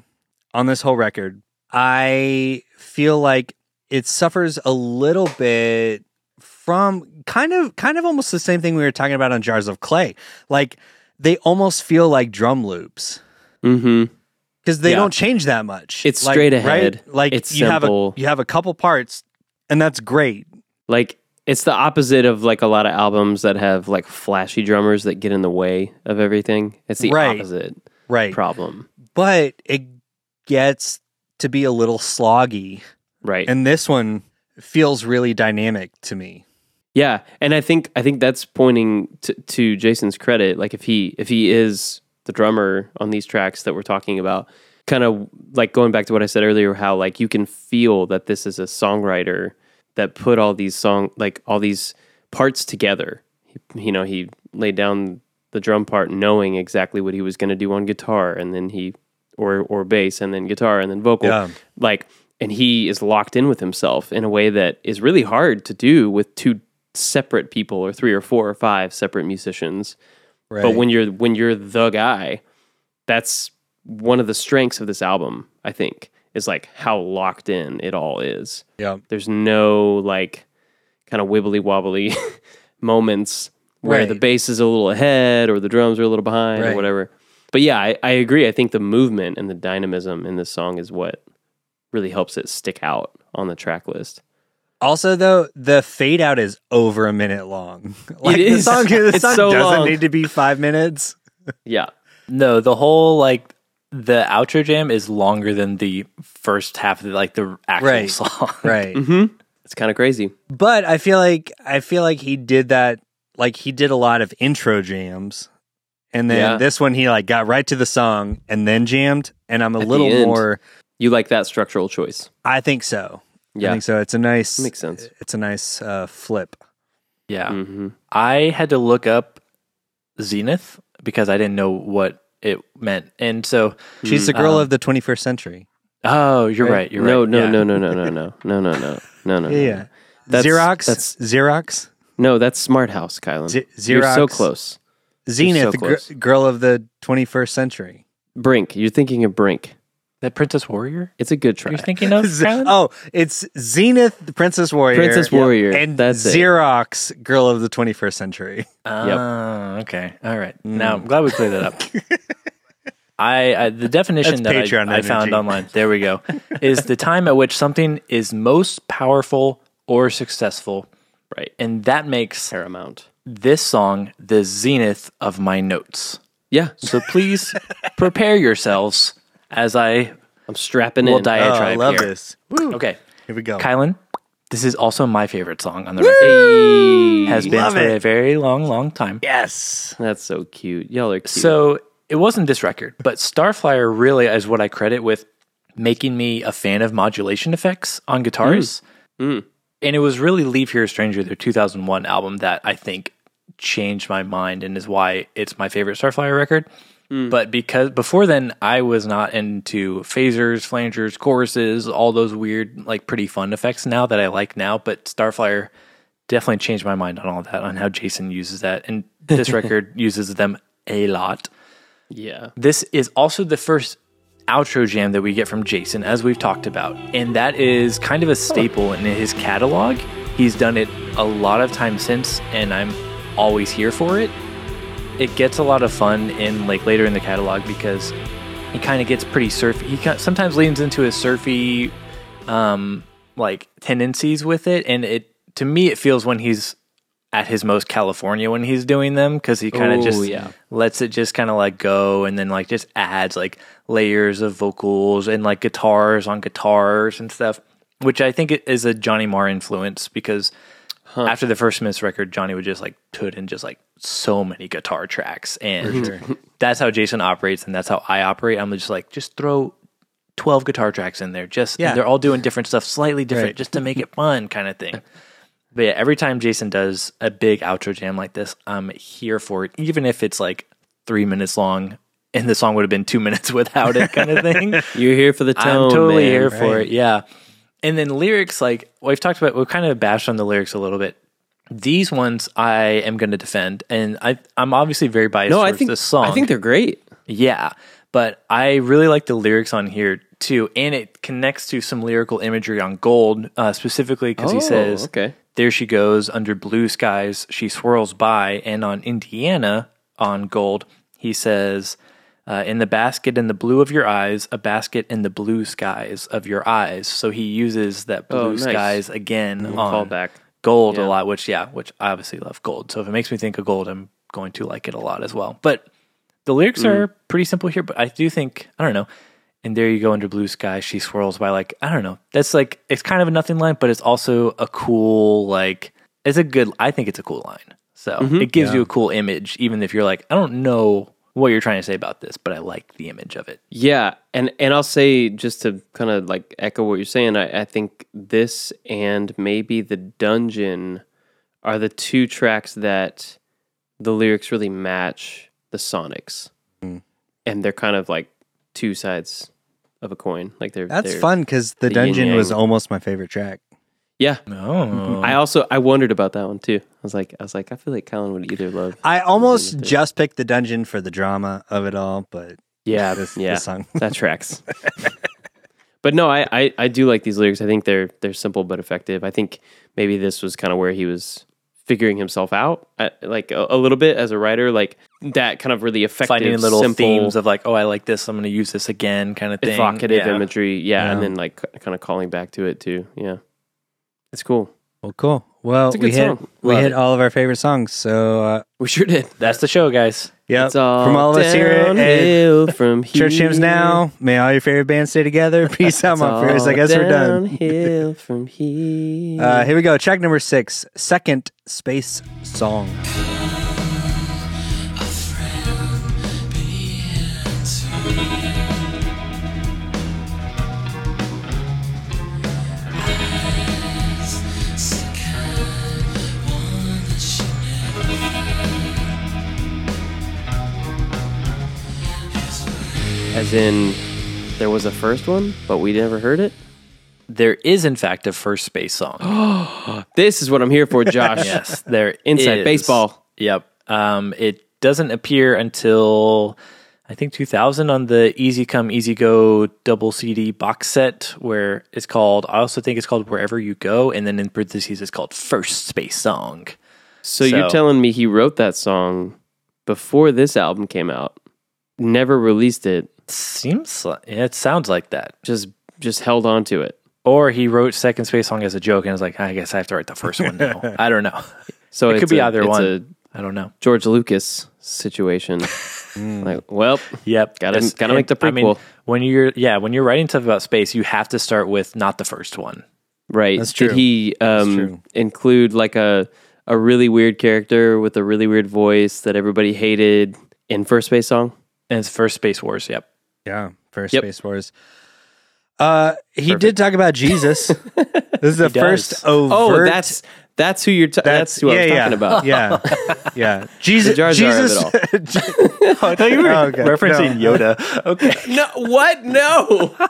[SPEAKER 1] on this whole record, I feel like it suffers a little bit from kind of kind of almost the same thing we were talking about on Jars of Clay. Like they almost feel like drum loops
[SPEAKER 2] Mm-hmm.
[SPEAKER 1] because they
[SPEAKER 2] Yeah.
[SPEAKER 1] don't change that much.
[SPEAKER 2] It's
[SPEAKER 1] Like,
[SPEAKER 2] straight
[SPEAKER 1] right?
[SPEAKER 2] ahead.
[SPEAKER 1] Like
[SPEAKER 2] It's
[SPEAKER 1] you
[SPEAKER 2] simple.
[SPEAKER 1] have a you have a couple parts, and that's great.
[SPEAKER 2] Like it's the opposite of like a lot of albums that have like flashy drummers that get in the way of everything. It's the
[SPEAKER 1] Right.
[SPEAKER 2] opposite
[SPEAKER 1] Right.
[SPEAKER 2] problem.
[SPEAKER 1] but it gets to be a little sloggy.
[SPEAKER 2] Right.
[SPEAKER 1] And this one feels really dynamic to me.
[SPEAKER 2] Yeah, and I think I think that's pointing to, to Jason's credit. Like if he if he is the drummer on these tracks that we're talking about, kind of like going back to what I said earlier, how like you can feel that this is a songwriter that put all these song like all these parts together. He, you know, he laid down the drum part knowing exactly what he was going to do on guitar, and then he or or bass, and then guitar, and then vocal
[SPEAKER 1] Yeah.
[SPEAKER 2] like and he is locked in with himself in a way that is really hard to do with two separate people or three or four or five separate musicians
[SPEAKER 1] Right.
[SPEAKER 2] but when you're when you're the guy that's one of the strengths of this album i think is like how locked in it all is
[SPEAKER 1] yeah.
[SPEAKER 2] there's no like kind of wibbly wobbly moments where the
[SPEAKER 1] Right.
[SPEAKER 2] bass is a little ahead or the drums are a little behind
[SPEAKER 1] Right.
[SPEAKER 2] or whatever. But yeah, I, I agree. I think the movement and the dynamism in this song is what really helps it stick out on the track list.
[SPEAKER 1] Also, though, the fade out is over a minute long. Like the
[SPEAKER 2] is.
[SPEAKER 1] song, the
[SPEAKER 2] It's
[SPEAKER 1] song
[SPEAKER 2] so
[SPEAKER 1] doesn't
[SPEAKER 2] long.
[SPEAKER 1] need to be five minutes.
[SPEAKER 2] Yeah.
[SPEAKER 4] No, the whole like the outro jam is longer than the first half of the, like the actual
[SPEAKER 1] Right.
[SPEAKER 4] song.
[SPEAKER 1] Right.
[SPEAKER 2] Mm-hmm. It's kind of crazy.
[SPEAKER 1] but I feel like I feel like he did that like he did a lot of intro jams. And then
[SPEAKER 2] Yeah.
[SPEAKER 1] this one he like got right to the song and then jammed. And I'm a
[SPEAKER 2] At the
[SPEAKER 1] little
[SPEAKER 2] end.
[SPEAKER 1] more
[SPEAKER 2] You like that structural choice.
[SPEAKER 1] I think so. I
[SPEAKER 2] Yeah.
[SPEAKER 1] think so. It's a nice
[SPEAKER 2] Makes sense.
[SPEAKER 1] It's a nice uh, flip.
[SPEAKER 4] Yeah.
[SPEAKER 2] Mm-hmm.
[SPEAKER 4] I had to look up Zenith because I didn't know what it meant. And so
[SPEAKER 1] She's the girl
[SPEAKER 4] Um,
[SPEAKER 1] of the 21st century.
[SPEAKER 4] Oh, you're
[SPEAKER 1] Right.
[SPEAKER 4] right. you're
[SPEAKER 2] no,
[SPEAKER 4] right.
[SPEAKER 2] no,
[SPEAKER 4] yeah.
[SPEAKER 2] no, no, no, no, no, no, no, no, no, no.
[SPEAKER 1] Yeah, yeah.
[SPEAKER 2] That's-
[SPEAKER 1] Xerox.
[SPEAKER 2] that's-
[SPEAKER 1] Xerox.
[SPEAKER 2] No, that's Smart House, Kylan.
[SPEAKER 1] Z-
[SPEAKER 2] You're so
[SPEAKER 1] Xerox.
[SPEAKER 2] close.
[SPEAKER 1] Zenith,
[SPEAKER 2] so
[SPEAKER 1] gr-
[SPEAKER 2] close.
[SPEAKER 1] girl of the 21st century.
[SPEAKER 2] Brink. You're thinking of Brink.
[SPEAKER 4] That Princess Warrior?
[SPEAKER 2] It's a good
[SPEAKER 4] Are
[SPEAKER 2] track.
[SPEAKER 4] you thinking of
[SPEAKER 1] Z-
[SPEAKER 4] Kylan?
[SPEAKER 1] oh, it's Zenith, the Princess Warrior.
[SPEAKER 2] Princess Warrior,
[SPEAKER 1] And
[SPEAKER 2] that's it.
[SPEAKER 1] Xerox, girl of the 21st century.
[SPEAKER 4] Ah, okay. All right. Now I'm glad we cleared that up. I, I the definition
[SPEAKER 1] That's
[SPEAKER 4] that
[SPEAKER 1] Patreon
[SPEAKER 4] I, I found
[SPEAKER 1] energy.
[SPEAKER 4] online. There we go. is the time at which something is most powerful or successful,
[SPEAKER 2] Right.
[SPEAKER 4] and that makes
[SPEAKER 2] Paramount.
[SPEAKER 4] this song the zenith of my notes.
[SPEAKER 2] Yeah.
[SPEAKER 4] So please prepare yourselves as I.
[SPEAKER 2] I'm strapping
[SPEAKER 4] Well,
[SPEAKER 2] in.
[SPEAKER 4] diet-
[SPEAKER 1] Oh,
[SPEAKER 4] tried
[SPEAKER 1] I love
[SPEAKER 4] here.
[SPEAKER 1] this. Woo.
[SPEAKER 4] Okay,
[SPEAKER 1] Here we go.
[SPEAKER 4] Kylan, this is also my favorite song on the record. Has been
[SPEAKER 1] Love
[SPEAKER 4] for
[SPEAKER 1] it.
[SPEAKER 4] a very long, long time.
[SPEAKER 1] yes.
[SPEAKER 2] Oh, That's so cute. Y'all are cute.
[SPEAKER 4] So it wasn't this record, but Starflyer really is what I credit with making me a fan of modulation effects on guitars.
[SPEAKER 2] Mm.
[SPEAKER 4] And it was really Leave Here Stranger, their 2001 album, that I think changed my mind and is why it's my favorite Starflyer record.
[SPEAKER 2] Mm.
[SPEAKER 4] But because before then, I was not into phasers, flangers, choruses, all those weird, like pretty fun effects now that I like now. But Starflyer definitely changed my mind on all that, on how Jason uses that. And this record uses them a lot.
[SPEAKER 2] yeah,
[SPEAKER 4] This is also the first outro jam that we get from Jason, as we've talked about. And that is kind of a staple in his catalog. He's done it a lot of times since, and I'm always here for it. It gets a lot of fun in like later in the catalog because he kind of gets pretty surfy. He kind sometimes leans into his surfy um like tendencies with it and it to me it feels when he's at his most California when he's doing them because he kind
[SPEAKER 2] Ooh,
[SPEAKER 4] of just
[SPEAKER 2] yeah.
[SPEAKER 4] lets it just kind of like go and then like just adds like layers of vocals and like guitars on guitars and stuff, which I think is a Johnny Marr influence because after the first Smiths record, Johnny would just like put in just like so many guitar tracks, and that's how Jason operates and that's how I operate. I'm just like just throw. 12 guitar tracks in there just
[SPEAKER 1] Yeah.
[SPEAKER 4] and they're all doing different stuff slightly different
[SPEAKER 1] Right.
[SPEAKER 4] just to make it fun kind of thing but yeah, every time Jason does a big outro jam like this, I'm here for it, even if it's like three minutes long and the song would have been two minutes without it, kind of thing.
[SPEAKER 2] you're here for the tone.
[SPEAKER 4] I'm totally
[SPEAKER 2] Oh, man.
[SPEAKER 4] here for
[SPEAKER 1] Right.
[SPEAKER 4] it. Yeah. And then lyrics, like we've talked about, we've kind of bashed on the lyrics a little bit. These ones I am going to defend, and I, I'm obviously very biased
[SPEAKER 2] No, I
[SPEAKER 4] towards
[SPEAKER 2] think
[SPEAKER 4] this song.
[SPEAKER 2] I think they're great.
[SPEAKER 4] Yeah, but I really like the lyrics on here too, and it connects to some lyrical imagery on Gold uh, specifically because
[SPEAKER 2] Oh,
[SPEAKER 4] he says,
[SPEAKER 2] okay.
[SPEAKER 4] there she goes under blue skies. She swirls by, and on Indiana on Gold, he says." Uh, in the basket in the blue of your eyes, a basket in the blue skies of your eyes. So he uses that blue
[SPEAKER 2] Oh, nice.
[SPEAKER 4] skies again on
[SPEAKER 2] Callback.
[SPEAKER 4] gold a
[SPEAKER 2] Yeah.
[SPEAKER 4] lot, which yeah, which I obviously love gold. So if it makes me think of gold, I'm going to like it a lot as well. But the lyrics
[SPEAKER 2] Mm.
[SPEAKER 4] are pretty simple here, but I do think I don't know. And there you go under blue sky, she swirls by like I don't know. That's like it's kind of a nothing line, but it's also a cool like it's a good. I think it's a cool line. So
[SPEAKER 2] Mm-hmm.
[SPEAKER 4] it gives you a cool image, even if you're like I don't know what you're trying to say about this, but I like the image of it.
[SPEAKER 2] Yeah, and and I'll say just to kind of like echo what you're saying, I, I think this and maybe the dungeon are the two tracks that the lyrics really match the Sonics,
[SPEAKER 1] Mm.
[SPEAKER 2] and they're kind of like two sides of a coin. Like they're
[SPEAKER 1] That's
[SPEAKER 2] they're-
[SPEAKER 1] fun because the,
[SPEAKER 2] the
[SPEAKER 1] dungeon
[SPEAKER 2] yin-yang.
[SPEAKER 1] was almost my favorite track.
[SPEAKER 2] Yeah,
[SPEAKER 4] Oh,
[SPEAKER 1] Um,
[SPEAKER 2] I also I wondered about that one too. I was like I was like I feel like Colin would either love.
[SPEAKER 1] I almost just picked the dungeon for the drama of it all, but
[SPEAKER 2] Yeah,
[SPEAKER 1] this,
[SPEAKER 2] yeah.
[SPEAKER 1] this song.
[SPEAKER 2] that tracks. but no, I, I I do like these lyrics. I think they're they're simple but effective. I think maybe this was kind of where he was figuring himself out, uh like a, a little bit as a writer, like that kind of really effective,
[SPEAKER 4] finding little
[SPEAKER 2] simple,
[SPEAKER 4] themes of like oh I like this, I'm going to use this again, kind of thing.
[SPEAKER 2] evocative
[SPEAKER 4] Yeah.
[SPEAKER 2] imagery. Yeah, and
[SPEAKER 1] Yeah.
[SPEAKER 2] then like kind of calling back to it too. Yeah, it's cool.
[SPEAKER 1] Well, cool. Well,
[SPEAKER 2] It's a
[SPEAKER 1] we
[SPEAKER 2] good
[SPEAKER 1] hit
[SPEAKER 2] song.
[SPEAKER 1] we
[SPEAKER 2] Love
[SPEAKER 1] hit
[SPEAKER 2] it.
[SPEAKER 1] all of our favorite songs. So, uh,
[SPEAKER 2] We sure did.
[SPEAKER 4] That's the show, guys.
[SPEAKER 1] yeah,
[SPEAKER 2] It's all
[SPEAKER 1] from all of us here at- at
[SPEAKER 2] downhill from here.
[SPEAKER 1] Church Hymns Now. May all your favorite bands stay together. Peace out,
[SPEAKER 2] It's
[SPEAKER 1] my friends. I
[SPEAKER 2] all
[SPEAKER 1] guess we're done.
[SPEAKER 2] Downhill from here.
[SPEAKER 1] Uh, here we go. Track number six, second space song.
[SPEAKER 2] As in, there was a first one, but we never heard it.
[SPEAKER 4] There is, in fact, a first space song.
[SPEAKER 2] This is what I'm here for, Josh.
[SPEAKER 4] yes, there
[SPEAKER 2] Inside
[SPEAKER 4] is.
[SPEAKER 2] baseball.
[SPEAKER 4] Yep. Um, it doesn't appear until I think 2000 on the Easy Come Easy Go double CD box set, where it's called. I also think it's called Wherever You Go, and then in parentheses it's called First Space Song.
[SPEAKER 2] So, you're
[SPEAKER 4] So-
[SPEAKER 2] telling me he wrote that song before this album came out, never released it,
[SPEAKER 4] Seems like it sounds like that.
[SPEAKER 2] just just held on to it.
[SPEAKER 4] Or he wrote Second Space Song as a joke, and I was like, I guess I have to write the first one now. I don't know.
[SPEAKER 2] So
[SPEAKER 4] It could
[SPEAKER 2] it's
[SPEAKER 4] be
[SPEAKER 2] a-
[SPEAKER 4] either
[SPEAKER 2] it's
[SPEAKER 4] one.
[SPEAKER 2] a
[SPEAKER 4] I don't know.
[SPEAKER 2] George Lucas situation. like, well,
[SPEAKER 4] Yep.
[SPEAKER 2] Gotta-
[SPEAKER 4] It's-
[SPEAKER 2] gotta make the
[SPEAKER 4] I mean,
[SPEAKER 2] prequel.
[SPEAKER 4] when you're yeah, when you're writing stuff about space, you have to start with not the first one.
[SPEAKER 2] right?
[SPEAKER 1] That's
[SPEAKER 2] Did
[SPEAKER 1] true.
[SPEAKER 2] he um,
[SPEAKER 1] true.
[SPEAKER 2] include like a a really weird character with a really weird voice that everybody hated in first base song?
[SPEAKER 4] And it's first Space Wars, yep.
[SPEAKER 1] Yeah, first
[SPEAKER 2] Yep.
[SPEAKER 1] Space Wars. Uh, he did talk about Jesus. this is the
[SPEAKER 4] does.
[SPEAKER 1] first overt.
[SPEAKER 2] Oh, that's that's who you're. T- that's, who I was talking about.
[SPEAKER 1] Yeah, yeah. Jesus,
[SPEAKER 2] Jar Jar of
[SPEAKER 1] Jesus. oh, I thought you were
[SPEAKER 4] Referencing Yoda. Okay.
[SPEAKER 2] No, what? No.
[SPEAKER 4] I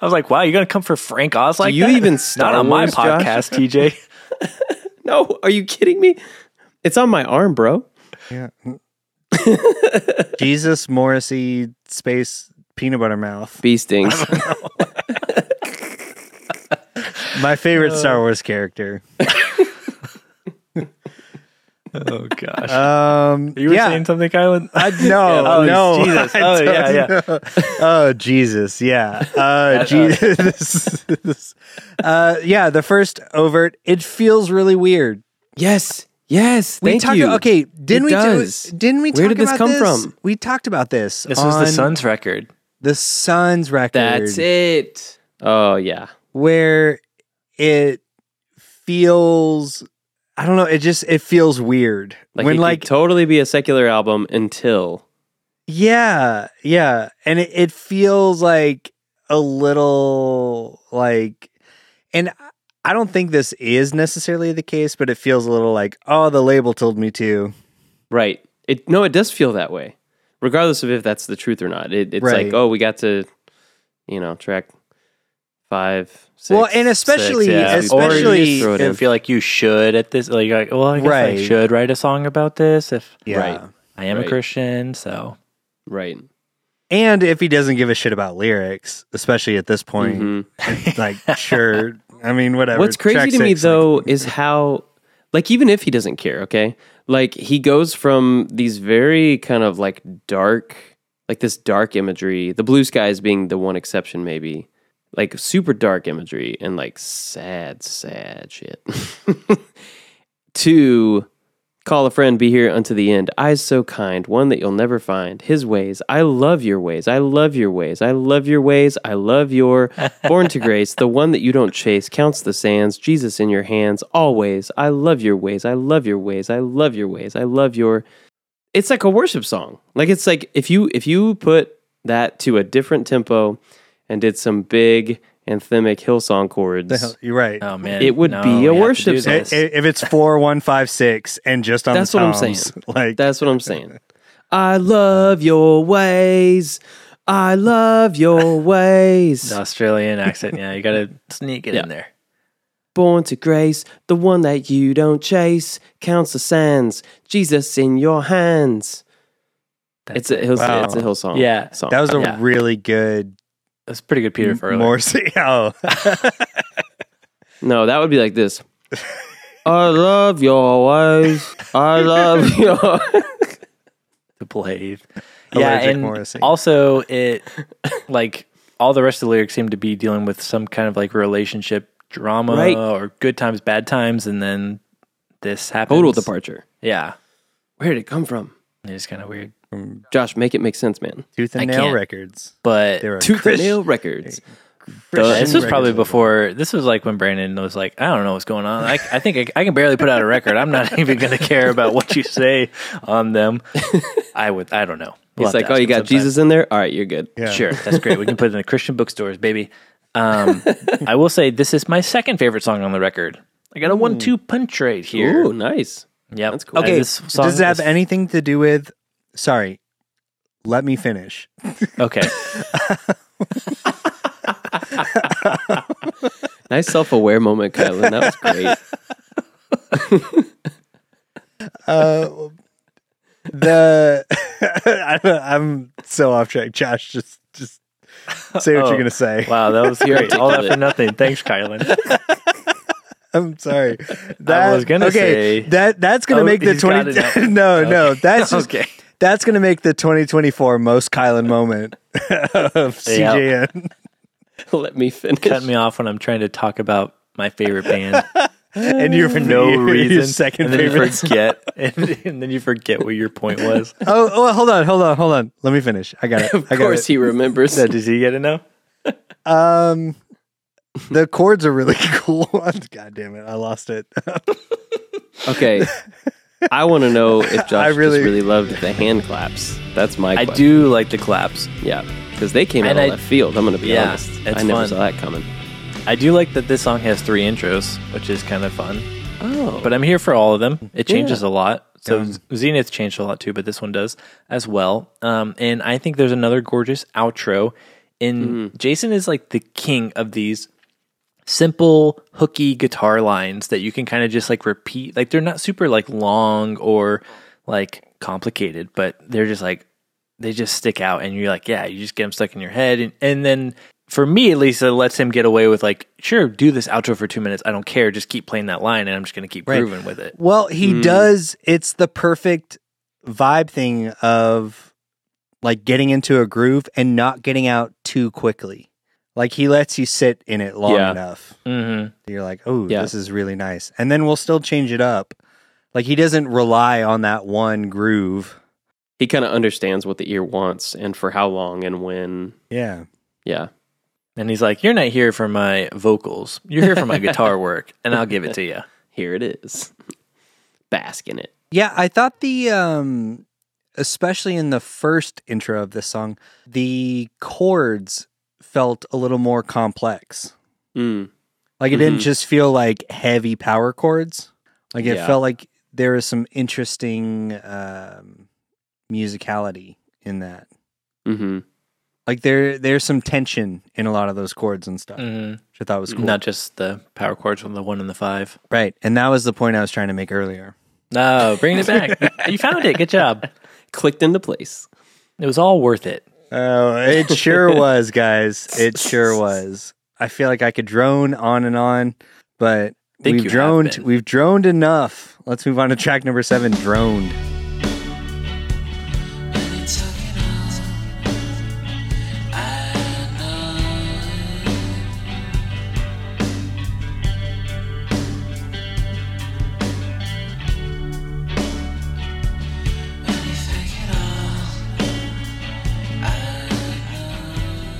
[SPEAKER 4] was like, wow, you're gonna come for Frank Oz like
[SPEAKER 2] you
[SPEAKER 4] that?
[SPEAKER 2] even Star
[SPEAKER 4] not on my
[SPEAKER 2] Wars, Josh?
[SPEAKER 4] podcast, TJ.
[SPEAKER 2] No, are you kidding me? It's on my arm, bro.
[SPEAKER 1] Jesus Morrissey space peanut butter mouth.
[SPEAKER 2] Bee stings.
[SPEAKER 1] My favorite Star Wars character.
[SPEAKER 4] Oh gosh.
[SPEAKER 1] Um,
[SPEAKER 4] you were
[SPEAKER 1] yeah. Uh,
[SPEAKER 4] saying something, Kylan?
[SPEAKER 1] I, no,
[SPEAKER 4] Yeah, oh,
[SPEAKER 1] no.
[SPEAKER 4] Jesus.
[SPEAKER 1] I
[SPEAKER 4] Oh,
[SPEAKER 1] don't
[SPEAKER 4] yeah, yeah.
[SPEAKER 1] know. Oh, Jesus. Yeah. Uh, Jesus. this- uh, yeah. The first overt. It feels really weird.
[SPEAKER 2] yes, yes.
[SPEAKER 1] We
[SPEAKER 2] thank
[SPEAKER 1] talked
[SPEAKER 2] you.
[SPEAKER 1] okay, didn't
[SPEAKER 2] It
[SPEAKER 1] we?
[SPEAKER 2] does.
[SPEAKER 1] Do, didn't we?
[SPEAKER 2] Where
[SPEAKER 1] talk
[SPEAKER 2] did this
[SPEAKER 1] about
[SPEAKER 2] come from?
[SPEAKER 1] We talked about this.
[SPEAKER 4] This was the
[SPEAKER 1] on
[SPEAKER 4] Sun's record.
[SPEAKER 1] The Sun's record.
[SPEAKER 2] That's it. Oh yeah.
[SPEAKER 1] where it feels I don't know, it just it feels weird.
[SPEAKER 2] Like
[SPEAKER 1] when
[SPEAKER 2] it
[SPEAKER 1] like
[SPEAKER 2] could totally be a secular album until
[SPEAKER 1] yeah, yeah. And it, it feels like a little like and I- I don't think this is necessarily the case, but it feels a little like, oh, the label told me to.
[SPEAKER 2] right. It no, it does feel that way, regardless of if that's the truth or not. It, it's
[SPEAKER 1] Right.
[SPEAKER 2] like oh, we got to, you know, track five. Six,
[SPEAKER 1] Well, and especially-
[SPEAKER 2] six, yeah.
[SPEAKER 1] especially-
[SPEAKER 2] Or you just throw it
[SPEAKER 4] I
[SPEAKER 2] in.
[SPEAKER 4] feel like you should at this like, you're like well, I guess
[SPEAKER 1] Right.
[SPEAKER 4] I should write a song about this if
[SPEAKER 1] Yeah.
[SPEAKER 2] Right.
[SPEAKER 4] I am
[SPEAKER 2] Right.
[SPEAKER 4] a Christian, so
[SPEAKER 2] Right.
[SPEAKER 1] And if he doesn't give a shit about lyrics, especially at this point,
[SPEAKER 2] Mm-hmm.
[SPEAKER 1] like sure. I mean, whatever.
[SPEAKER 2] What's crazy
[SPEAKER 1] Track
[SPEAKER 2] to me
[SPEAKER 1] six, like,
[SPEAKER 2] though is how like even if he doesn't care, okay? Like he goes from these very kind of like dark like this dark imagery, the blue skies being the one exception maybe. Like super dark imagery and like sad sad shit. to call a friend be here unto the end eyes so kind one that you'll never find his ways i love your ways i love your ways i love your ways i love your born to grace the one that you don't chase counts the sands jesus in your hands always i love your ways i love your ways i love your ways i love your it's like a worship song like it's like if you if you put that to a different tempo and did some big anthemic hillsong chords
[SPEAKER 1] You're right.
[SPEAKER 4] Oh man,
[SPEAKER 2] It would
[SPEAKER 4] No,
[SPEAKER 2] be a
[SPEAKER 4] we have to
[SPEAKER 2] worship
[SPEAKER 4] do
[SPEAKER 1] I-
[SPEAKER 4] this.
[SPEAKER 1] i- if it's four one five six and just on
[SPEAKER 2] That's
[SPEAKER 1] the
[SPEAKER 2] what I'm
[SPEAKER 1] toms,
[SPEAKER 2] saying.
[SPEAKER 1] Like
[SPEAKER 2] That's what I'm saying. I love your ways. I love your ways.
[SPEAKER 4] The Australian accent. Yeah, you got to sneak it
[SPEAKER 2] Yeah.
[SPEAKER 4] in there.
[SPEAKER 2] Born to grace, the one that you don't chase, counts the sands. Jesus in your hands. It's a hill.
[SPEAKER 1] Wow.
[SPEAKER 2] It's a hill song.
[SPEAKER 4] Yeah.
[SPEAKER 2] song.
[SPEAKER 1] that was a
[SPEAKER 4] Yeah.
[SPEAKER 1] really good
[SPEAKER 4] That's pretty good, Peter Furler.
[SPEAKER 1] Morse. Oh,
[SPEAKER 2] no. That would be like this. I love your ways. I love your.
[SPEAKER 4] to blade.
[SPEAKER 1] Allergic
[SPEAKER 4] yeah, and
[SPEAKER 1] Morrissey.
[SPEAKER 4] also it like all the rest of the lyrics seem to be dealing with some kind of like relationship drama
[SPEAKER 2] Right.
[SPEAKER 4] or good times, bad times, and then this happens.
[SPEAKER 2] Total departure.
[SPEAKER 4] Yeah,
[SPEAKER 2] Where did it come from,
[SPEAKER 4] it's kind of weird,
[SPEAKER 2] Josh? Make it make sense, man.
[SPEAKER 1] Tooth and
[SPEAKER 4] I
[SPEAKER 1] Nail
[SPEAKER 4] can't.
[SPEAKER 1] Records.
[SPEAKER 4] but
[SPEAKER 1] They were a
[SPEAKER 2] Tooth and
[SPEAKER 1] Christian-
[SPEAKER 2] Nail Records.
[SPEAKER 4] Yeah,
[SPEAKER 2] The-
[SPEAKER 4] this was probably before. This was like when Brandon was like, "I don't know what's going on. I, I think I, I can barely put out a record. I'm not even going to care about what you say on them." I would. I don't know. We'll
[SPEAKER 2] It's
[SPEAKER 4] have to
[SPEAKER 2] like, oh,
[SPEAKER 4] ask
[SPEAKER 2] you
[SPEAKER 4] him
[SPEAKER 2] got
[SPEAKER 4] sometime.
[SPEAKER 2] Jesus in there. All right, you're good.
[SPEAKER 1] Yeah.
[SPEAKER 4] Sure, that's great. We can put it in the Christian bookstores, baby. Um, I will say this is my second favorite song on the record. I got a one-two punch right here.
[SPEAKER 2] Ooh, nice.
[SPEAKER 4] yeah,
[SPEAKER 2] that's cool.
[SPEAKER 4] Uh,
[SPEAKER 1] Okay,
[SPEAKER 4] this song
[SPEAKER 1] does it have
[SPEAKER 4] is-
[SPEAKER 1] anything to do with? Sorry, let me finish.
[SPEAKER 4] Okay,
[SPEAKER 2] Nice self-aware moment, Kylan. That was great.
[SPEAKER 1] Uh, the I don't- I'm so off track. Josh, just just say what
[SPEAKER 4] Oh.
[SPEAKER 1] you're gonna say.
[SPEAKER 4] wow, that was great. All that for
[SPEAKER 2] articulate.
[SPEAKER 4] nothing. Thanks, Kylan.
[SPEAKER 1] I'm sorry. That
[SPEAKER 4] was gonna
[SPEAKER 1] okay,
[SPEAKER 4] say-
[SPEAKER 1] that that's gonna
[SPEAKER 4] Oh,
[SPEAKER 1] make the
[SPEAKER 4] he's got
[SPEAKER 1] 20.
[SPEAKER 4] it now.
[SPEAKER 1] no, no, that's just,
[SPEAKER 4] Okay.
[SPEAKER 1] That's gonna make the 2024 most Kylan moment of
[SPEAKER 4] Yeah.
[SPEAKER 1] CJN.
[SPEAKER 2] Let me finish.
[SPEAKER 4] Cut me off when I'm trying to talk about my favorite band.
[SPEAKER 1] and you're
[SPEAKER 4] for no
[SPEAKER 1] your,
[SPEAKER 4] reason.
[SPEAKER 1] Your second
[SPEAKER 4] and then
[SPEAKER 1] favorite.
[SPEAKER 4] you forget, and, and then you forget what your point was.
[SPEAKER 1] oh, oh, hold on, hold on, hold on. Let me finish. I got it.
[SPEAKER 2] Of
[SPEAKER 1] I got
[SPEAKER 2] course,
[SPEAKER 1] it.
[SPEAKER 2] he remembers.
[SPEAKER 4] Now, does he get it now?
[SPEAKER 1] Um, the chords are really cool. God damn it, I lost it.
[SPEAKER 2] okay. I want to know if Josh
[SPEAKER 1] I really-
[SPEAKER 2] just really loved the hand claps. That's my.
[SPEAKER 4] I
[SPEAKER 2] question.
[SPEAKER 4] do like the claps.
[SPEAKER 2] Yeah, because they came out
[SPEAKER 4] And
[SPEAKER 2] of
[SPEAKER 4] I-
[SPEAKER 2] left field. I'm going to be
[SPEAKER 4] Yeah,
[SPEAKER 2] honest.
[SPEAKER 4] it's
[SPEAKER 2] I never
[SPEAKER 4] fun.
[SPEAKER 2] saw that coming.
[SPEAKER 4] I do like that this song has three intros, which is kind of fun.
[SPEAKER 2] Oh,
[SPEAKER 4] But I'm here for all of them. It changes a lot. So Zenith changed a lot too, but this one does as well. Um, and I think there's another gorgeous outro. And Jason is like the king of these simple hooky guitar lines that you can kind of just like repeat. Like they're not super like long or like complicated, but they're just like they just stick out and you're like, yeah, you just get them stuck in your head. And, and then for me, at least, it lets him get away with like, sure, do this outro for two minutes. I don't care. Just keep playing that line and I'm just going to keep grooving with it.
[SPEAKER 1] Well, he
[SPEAKER 2] Hmm.
[SPEAKER 1] does. It's the perfect vibe thing of like getting into a groove and not getting out too quickly. Like he lets you sit in it long
[SPEAKER 2] Yeah.
[SPEAKER 1] enough.
[SPEAKER 4] hmm
[SPEAKER 1] You're like, oh,
[SPEAKER 2] Yeah.
[SPEAKER 1] this is really nice. And then we'll still change it up. Like he doesn't rely on that one groove.
[SPEAKER 2] he kind of understands what the ear wants and for how long and when.
[SPEAKER 1] Yeah.
[SPEAKER 2] Yeah,
[SPEAKER 4] And he's like, you're not here for my vocals. You're here for my guitar work and I'll give it to you.
[SPEAKER 2] here it is. Bask in it.
[SPEAKER 1] Yeah, I thought the um especially in the first intro of this song, the chords felt a little more complex.
[SPEAKER 2] Mm.
[SPEAKER 1] Like it didn't
[SPEAKER 2] Mhm.
[SPEAKER 1] just feel like heavy power chords. Like it
[SPEAKER 2] Yeah.
[SPEAKER 1] felt like there was some interesting um musicality in that.
[SPEAKER 2] hmm
[SPEAKER 1] Like there there's some tension in a lot of those chords and stuff,
[SPEAKER 4] hmm
[SPEAKER 1] which I thought was cool.
[SPEAKER 4] Not just the power chords from the one and the five.
[SPEAKER 1] Right. And that was the point I was trying to make earlier.
[SPEAKER 4] No, bringing it back. you found it. Good job.
[SPEAKER 2] Clicked into place.
[SPEAKER 4] It was all worth it.
[SPEAKER 1] Oh, it sure was, guys. It sure was. I feel like I could drone on and on, but we've
[SPEAKER 4] Think you have
[SPEAKER 1] droned.
[SPEAKER 4] been.
[SPEAKER 1] We've droned enough. Let's move on to track number seven, droned.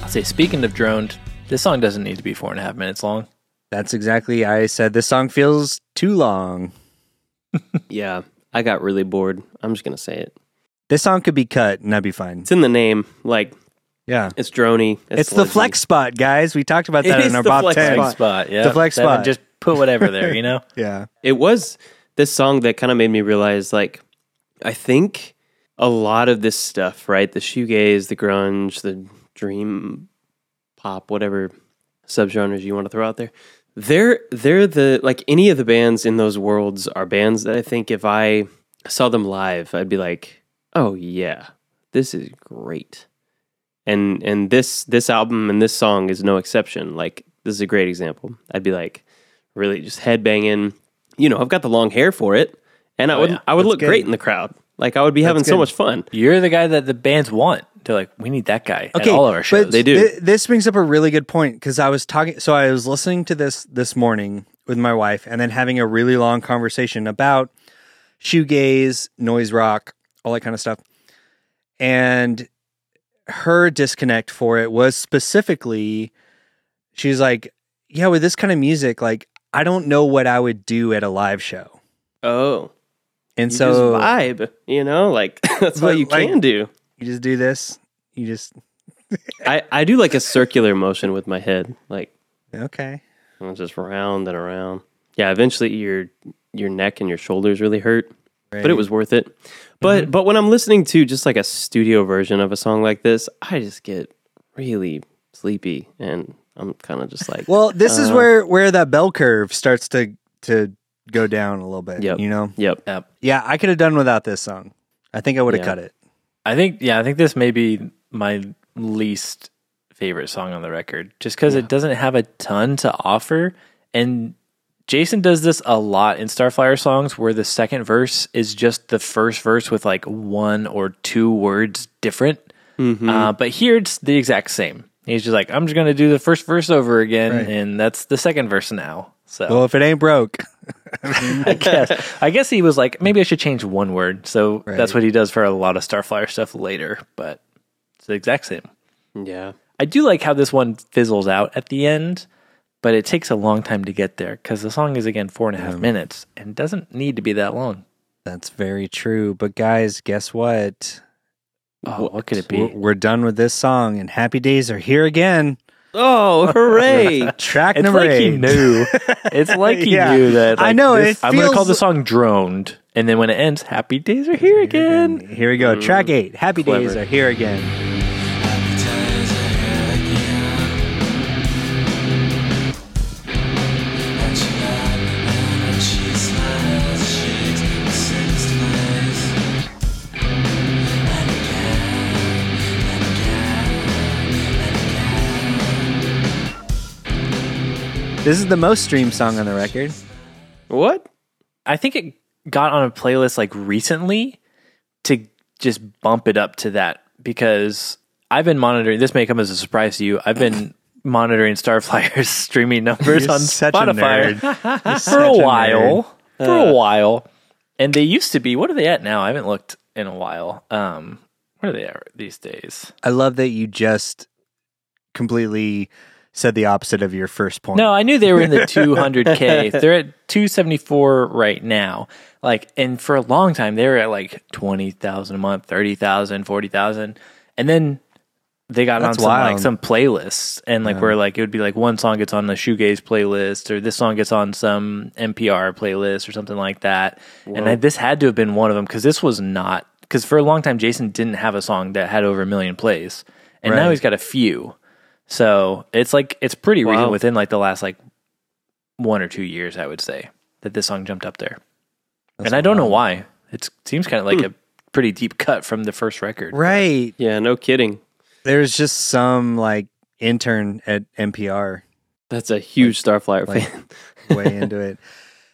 [SPEAKER 4] I'll say, speaking of droned, this song doesn't need to be four and a half minutes long.
[SPEAKER 1] That's exactly. I said this song feels too long.
[SPEAKER 2] Yeah, I got really bored. I'm just gonna say it.
[SPEAKER 1] This song could be cut, and that'd be fine.
[SPEAKER 2] It's in the name. Like
[SPEAKER 1] Yeah,
[SPEAKER 2] it's drony.
[SPEAKER 1] it's, the
[SPEAKER 2] sludgy.
[SPEAKER 1] flex spot, guys. We talked about
[SPEAKER 2] It
[SPEAKER 1] that
[SPEAKER 2] is
[SPEAKER 1] in our
[SPEAKER 2] the
[SPEAKER 1] Bob
[SPEAKER 2] flex
[SPEAKER 1] Ten.
[SPEAKER 2] spot.
[SPEAKER 4] Spot, yeah.
[SPEAKER 1] The flex
[SPEAKER 4] That-
[SPEAKER 1] spot.
[SPEAKER 4] Just put whatever there, you know?
[SPEAKER 1] Yeah,
[SPEAKER 2] It was this song that kind of made me realize, like, I think a lot of this stuff, right? The shoegaze, the grunge, the dream pop, whatever subgenres you want to throw out there. They're they're the like any of the bands in those worlds are bands that I think if I saw them live, I'd be like, oh yeah, this is great. And and this this album and this song is no exception. Like this is a great example. I'd be like, really just headbanging. You know, I've got the long hair for it, and I would
[SPEAKER 4] yeah.
[SPEAKER 2] I would
[SPEAKER 1] Oh, That's
[SPEAKER 2] look
[SPEAKER 1] good.
[SPEAKER 2] great in the crowd. Like I would be having so
[SPEAKER 1] good.
[SPEAKER 2] much fun.
[SPEAKER 4] You're the guy that the bands want. They're like, we need that guy at all of our shows.
[SPEAKER 1] But
[SPEAKER 2] They do.
[SPEAKER 1] thi- this brings up a really good point because I was talking. So I was listening to this this morning with my wife, and then having a really long conversation about shoegaze, noise rock, all that kind of stuff. And her disconnect for it was specifically, she's like, "Yeah, with this kind of music, like I don't know what I would do at a live show."
[SPEAKER 2] Oh,
[SPEAKER 1] And
[SPEAKER 2] you
[SPEAKER 1] so
[SPEAKER 2] just vibe, you know, like that's what
[SPEAKER 1] But,
[SPEAKER 2] you
[SPEAKER 1] like-
[SPEAKER 2] can do.
[SPEAKER 1] you just do this. You just
[SPEAKER 2] I, I do like a circular motion with my head, like
[SPEAKER 1] okay.
[SPEAKER 2] I'm just round and around. Yeah, eventually your your neck and your shoulders really hurt, but it
[SPEAKER 1] Right. Mm-hmm.
[SPEAKER 2] was worth it. But but when I'm listening to just like a studio version of a song like this, I just get really sleepy and I'm kind of just like,
[SPEAKER 1] Well, this is
[SPEAKER 2] Uh,
[SPEAKER 1] where where that bell curve starts to to go down a little bit.
[SPEAKER 2] Yep.
[SPEAKER 1] You know.
[SPEAKER 2] yep,
[SPEAKER 4] Yep.
[SPEAKER 1] Yeah, I could have done without this song. I think I would have
[SPEAKER 2] Yeah.
[SPEAKER 1] cut it.
[SPEAKER 4] I think yeah, I think this may be my least favorite song on the record, just because it doesn't have a ton to offer. And Jason does this a lot in Starflyer songs, where the second verse is just the first verse with like one or two words different.
[SPEAKER 2] Hmm. Mm-hmm.
[SPEAKER 4] Uh, but here it's the exact same. He's just like, I'm just gonna do the first verse over again,
[SPEAKER 1] Right.
[SPEAKER 4] and that's the second verse now. So
[SPEAKER 1] Well, if it ain't broke,
[SPEAKER 4] I guess I guess he was like, maybe I should change one word. So that's
[SPEAKER 1] Right.
[SPEAKER 4] what he does for a lot of Starflyer stuff later, but it's the exact same.
[SPEAKER 2] yeah.
[SPEAKER 4] I do like how this one fizzles out at the end, but it takes a long time to get there because the song is again four and a half minutes and doesn't need to be that long.
[SPEAKER 1] that's very true. But guys, guess what?
[SPEAKER 4] Oh, what, could it
[SPEAKER 1] We're,
[SPEAKER 4] be?
[SPEAKER 1] we're done with this song, and happy days are here again.
[SPEAKER 2] Oh, hooray!
[SPEAKER 1] Track
[SPEAKER 4] It's
[SPEAKER 1] number
[SPEAKER 4] like
[SPEAKER 1] eight.
[SPEAKER 4] he knew. It's like he
[SPEAKER 1] Yeah.
[SPEAKER 4] knew that.
[SPEAKER 1] I
[SPEAKER 4] like,
[SPEAKER 1] know,
[SPEAKER 4] This,
[SPEAKER 1] it
[SPEAKER 4] I'm gonna call
[SPEAKER 1] feels-
[SPEAKER 4] the song "Droned," and then when it ends, "Happy Days Are Here Again."
[SPEAKER 1] Here we
[SPEAKER 4] Mm.
[SPEAKER 1] go. Track eight. Happy days
[SPEAKER 2] Clever.
[SPEAKER 1] are here again. This is the most streamed song on the record.
[SPEAKER 2] what?
[SPEAKER 4] I think it got on a playlist like recently to just bump it up to that because I've been monitoring. This may come as a starflyers surprise to you. I've been monitoring Starflyer's streaming numbers
[SPEAKER 1] You're
[SPEAKER 4] on
[SPEAKER 1] such a
[SPEAKER 4] Spotify
[SPEAKER 1] nerd. Uh.
[SPEAKER 4] for a
[SPEAKER 1] a
[SPEAKER 4] while. For a while, and they used to be. What are they at now? I haven't looked in a while. Um, where are they at these days?
[SPEAKER 1] I love that you just completely said the opposite of your first point.
[SPEAKER 4] No, I knew they were in the 200k. They're at 274 right now. Like, and for a long time they were at like 20,000 a month, 30,000, 40,000, and then they got
[SPEAKER 1] That's
[SPEAKER 4] on some, like
[SPEAKER 1] wild.
[SPEAKER 4] some playlists, and like where like it would be like one song gets on the shoegaze playlist, or this song gets on some NPR playlist, or something like that. And I, this had to have been one of them because this was not because for a long time Jason didn't have a song that had over a million plays, and now
[SPEAKER 1] Right.
[SPEAKER 4] he's got a few. So it's like it's pretty
[SPEAKER 2] Wow.
[SPEAKER 4] recent within like the last like one or two years, I would say, that this song jumped up there. and I don't know why.
[SPEAKER 2] Hmm.
[SPEAKER 4] It seems kind of like a pretty deep cut from the first record.
[SPEAKER 1] right.
[SPEAKER 2] Yeah, no kidding.
[SPEAKER 1] There's just some like intern at NPR
[SPEAKER 2] That's a huge Starflyer
[SPEAKER 1] like-
[SPEAKER 2] fan.
[SPEAKER 1] way into it.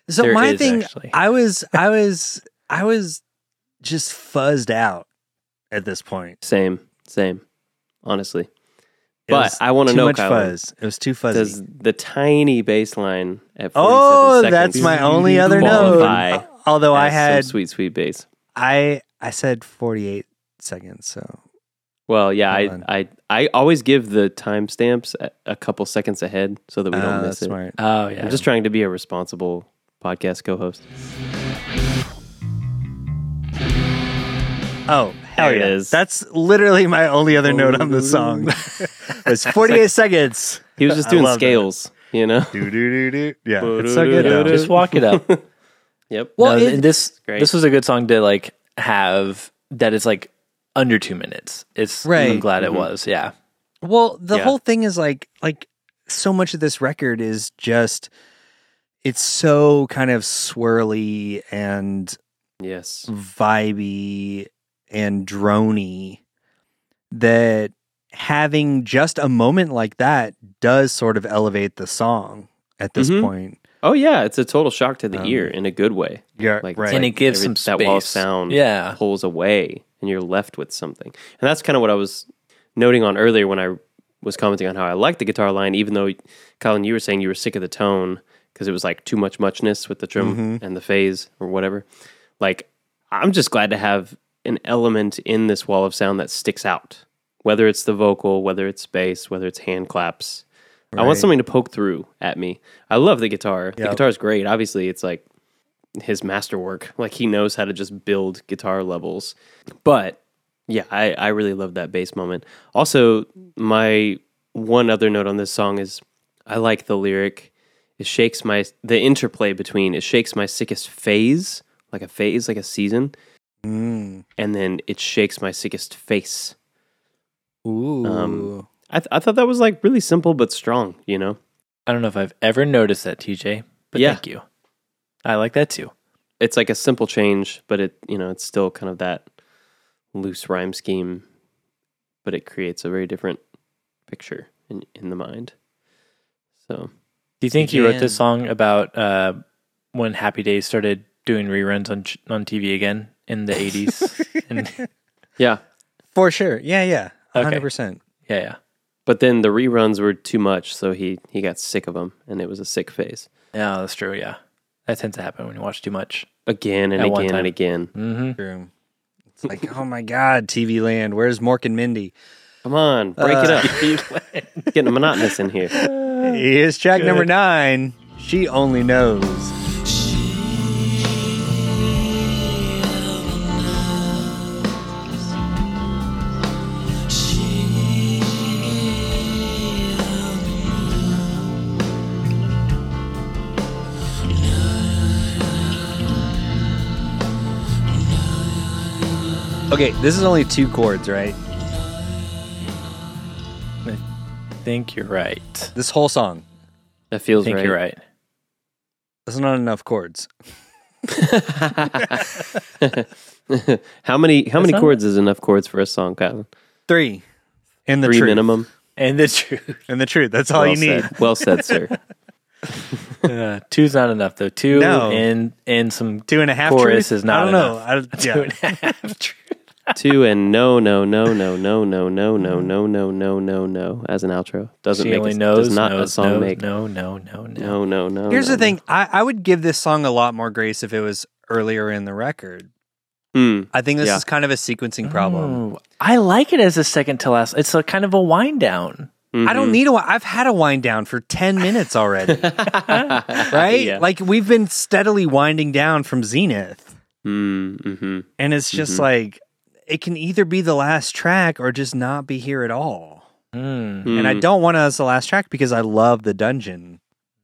[SPEAKER 1] So
[SPEAKER 2] There
[SPEAKER 1] my
[SPEAKER 2] is,
[SPEAKER 1] thing,
[SPEAKER 2] actually.
[SPEAKER 1] I was, I was, I was just fuzzed out at this point.
[SPEAKER 2] Same, same. Honestly,
[SPEAKER 1] It
[SPEAKER 2] but
[SPEAKER 1] was
[SPEAKER 2] I want to
[SPEAKER 1] too
[SPEAKER 2] know,
[SPEAKER 1] much
[SPEAKER 2] Kylan,
[SPEAKER 1] fuzz. It was too fuzzy.
[SPEAKER 2] does the tiny bass line at 47
[SPEAKER 1] oh,
[SPEAKER 2] seconds
[SPEAKER 1] that's my only other note.
[SPEAKER 2] qualify
[SPEAKER 1] Uh, Although I
[SPEAKER 2] as some
[SPEAKER 1] had,
[SPEAKER 2] sweet, sweet bass.
[SPEAKER 1] I, I said forty-eight seconds. So
[SPEAKER 2] Well, yeah,
[SPEAKER 1] Hold
[SPEAKER 2] I, I, I always give the timestamps a, a couple seconds ahead so that we
[SPEAKER 1] Ah,
[SPEAKER 2] don't miss
[SPEAKER 1] that's
[SPEAKER 2] it.
[SPEAKER 1] smart.
[SPEAKER 4] Oh yeah.
[SPEAKER 2] I'm just trying to be a responsible podcast co-host.
[SPEAKER 1] Oh, hell
[SPEAKER 2] There it
[SPEAKER 1] yeah.
[SPEAKER 2] is.
[SPEAKER 1] That's literally my only other note on the song. it's 48 seconds.
[SPEAKER 2] He was just
[SPEAKER 1] I
[SPEAKER 2] doing
[SPEAKER 1] love that.
[SPEAKER 2] scales, you know.
[SPEAKER 1] Do, do, do, do. Yeah, it's so good
[SPEAKER 4] Yeah,
[SPEAKER 1] though.
[SPEAKER 4] just walk it up.
[SPEAKER 2] Yep.
[SPEAKER 4] well,
[SPEAKER 1] Well, it-
[SPEAKER 4] this
[SPEAKER 2] great.
[SPEAKER 4] this was a good song to like have that is like under two minutes. It's I'm
[SPEAKER 1] Right.
[SPEAKER 4] glad
[SPEAKER 2] Mm-hmm.
[SPEAKER 4] it was. Yeah.
[SPEAKER 1] Well, the
[SPEAKER 2] Yeah.
[SPEAKER 1] whole thing is like like so much of this record is just it's so kind of swirly and
[SPEAKER 2] yes.
[SPEAKER 1] vibey and drony that having just a moment like that does sort of elevate the song at this
[SPEAKER 2] Mhm.
[SPEAKER 1] point.
[SPEAKER 2] Oh yeah, it's a total shock to the
[SPEAKER 1] Um,
[SPEAKER 2] ear in a good way.
[SPEAKER 1] Yeah,
[SPEAKER 2] Like,
[SPEAKER 1] right.
[SPEAKER 2] it's
[SPEAKER 4] And it gives
[SPEAKER 2] every-
[SPEAKER 4] some
[SPEAKER 2] that wall of
[SPEAKER 4] space.
[SPEAKER 2] sound.
[SPEAKER 4] Yeah.
[SPEAKER 2] pulls away, and you're left with something. And that's kind of what I was noting on earlier when I was commenting on how I liked the guitar line, even though Colin, you were saying you were sick of the tone because it was like too much muchness with the drum
[SPEAKER 1] Mm-hmm.
[SPEAKER 2] and the phase or whatever. Like, I'm just glad to have an element in this wall of sound that sticks out, whether it's the vocal, whether it's bass, whether it's hand claps. I want
[SPEAKER 1] Right.
[SPEAKER 2] something to poke through at me. I love the guitar. The
[SPEAKER 1] Yep.
[SPEAKER 2] guitar is great. Obviously, it's like his masterwork. Like he knows how to just build guitar levels. But yeah, I, I really love that bass moment. Also, my one other note on this song is I like the lyric. It shakes my the interplay between it shakes my sickest phase, like a phase, like a season,
[SPEAKER 1] Mm.
[SPEAKER 2] and then it shakes my sickest face.
[SPEAKER 1] Ooh.
[SPEAKER 4] Um,
[SPEAKER 2] I th- I thought that was like really simple but strong. You know,
[SPEAKER 4] I don't know if I've ever noticed that, TJ, but
[SPEAKER 2] Yeah.
[SPEAKER 4] thank you. I like that too.
[SPEAKER 2] it's like a simple change, but it you know it's still kind of that loose rhyme scheme, but it creates a very different picture in in the mind. So
[SPEAKER 4] Do you think you wrote this
[SPEAKER 1] Again.
[SPEAKER 4] song about uh, when Happy Days started doing reruns on ch- on TV again in the 80s? and, yeah,
[SPEAKER 2] yeah,
[SPEAKER 1] For sure. Yeah, yeah.
[SPEAKER 4] Okay.
[SPEAKER 1] 100%.
[SPEAKER 4] yeah.
[SPEAKER 2] but then the reruns were too much, so he he got sick of them, and it was a sick phase
[SPEAKER 4] Yeah, that's true. Yeah. That tends to happen when you watch too much.
[SPEAKER 2] again and
[SPEAKER 4] At one
[SPEAKER 2] again
[SPEAKER 4] time.
[SPEAKER 2] and again.
[SPEAKER 4] Mm-hmm.
[SPEAKER 1] Room. It's like, oh my God, TV land. Where's Mork and Mindy?
[SPEAKER 2] Come on, break it up. It's Getting monotonous in here.
[SPEAKER 1] Here's track number nine. She only knows. Okay, this is only two chords, right?
[SPEAKER 4] think you're right.
[SPEAKER 1] This whole song.
[SPEAKER 2] That
[SPEAKER 4] I
[SPEAKER 2] feels
[SPEAKER 4] think
[SPEAKER 2] right.
[SPEAKER 4] you're right.
[SPEAKER 1] That's not enough chords.
[SPEAKER 2] How many how many
[SPEAKER 4] not-
[SPEAKER 2] chords is enough chords for a song, Kylan?
[SPEAKER 1] Three. And the
[SPEAKER 2] Three
[SPEAKER 1] truth.
[SPEAKER 2] minimum.
[SPEAKER 4] And the truth.
[SPEAKER 1] And the truth. That's all
[SPEAKER 2] well
[SPEAKER 1] you need.
[SPEAKER 2] Said. Well said, sir.
[SPEAKER 4] Uh, two's not enough, though. Two
[SPEAKER 1] No.
[SPEAKER 4] and, and some
[SPEAKER 1] Two and a half
[SPEAKER 4] chorus
[SPEAKER 1] truth?
[SPEAKER 4] is not
[SPEAKER 1] I don't
[SPEAKER 4] enough.
[SPEAKER 1] know. I, yeah.
[SPEAKER 4] Two and a half truth.
[SPEAKER 2] Two and no no no no no no no no no no no no no as an outro doesn't
[SPEAKER 4] Mm-hmm. She
[SPEAKER 2] make
[SPEAKER 4] only
[SPEAKER 2] a,
[SPEAKER 4] knows,
[SPEAKER 2] does not
[SPEAKER 4] knows,
[SPEAKER 2] a song
[SPEAKER 4] knows,
[SPEAKER 2] make
[SPEAKER 4] no, no, no,
[SPEAKER 2] no
[SPEAKER 4] no.
[SPEAKER 2] no no.
[SPEAKER 1] Here's
[SPEAKER 2] no,
[SPEAKER 1] the thing. I, I would give this song a lot more grace if it was earlier in the record.
[SPEAKER 2] No. Hmm.
[SPEAKER 1] I think this
[SPEAKER 2] Yeah.
[SPEAKER 1] is kind of a sequencing problem.
[SPEAKER 4] Ooh, I like it as a second to last. It's a kind of a wind down.
[SPEAKER 2] hmm,
[SPEAKER 1] I
[SPEAKER 4] Mm-hmm.
[SPEAKER 1] don't need a wi- I've had a wind down for 10 minutes already. right?
[SPEAKER 2] Yeah.
[SPEAKER 1] Like we've been steadily winding down from Zenith.
[SPEAKER 2] Mm, mm-hmm.
[SPEAKER 1] And it's just like it can either be the last track or just not be here at all.
[SPEAKER 4] Mm,
[SPEAKER 2] hmm.
[SPEAKER 1] And I don't want it as the last track because I love the dungeon.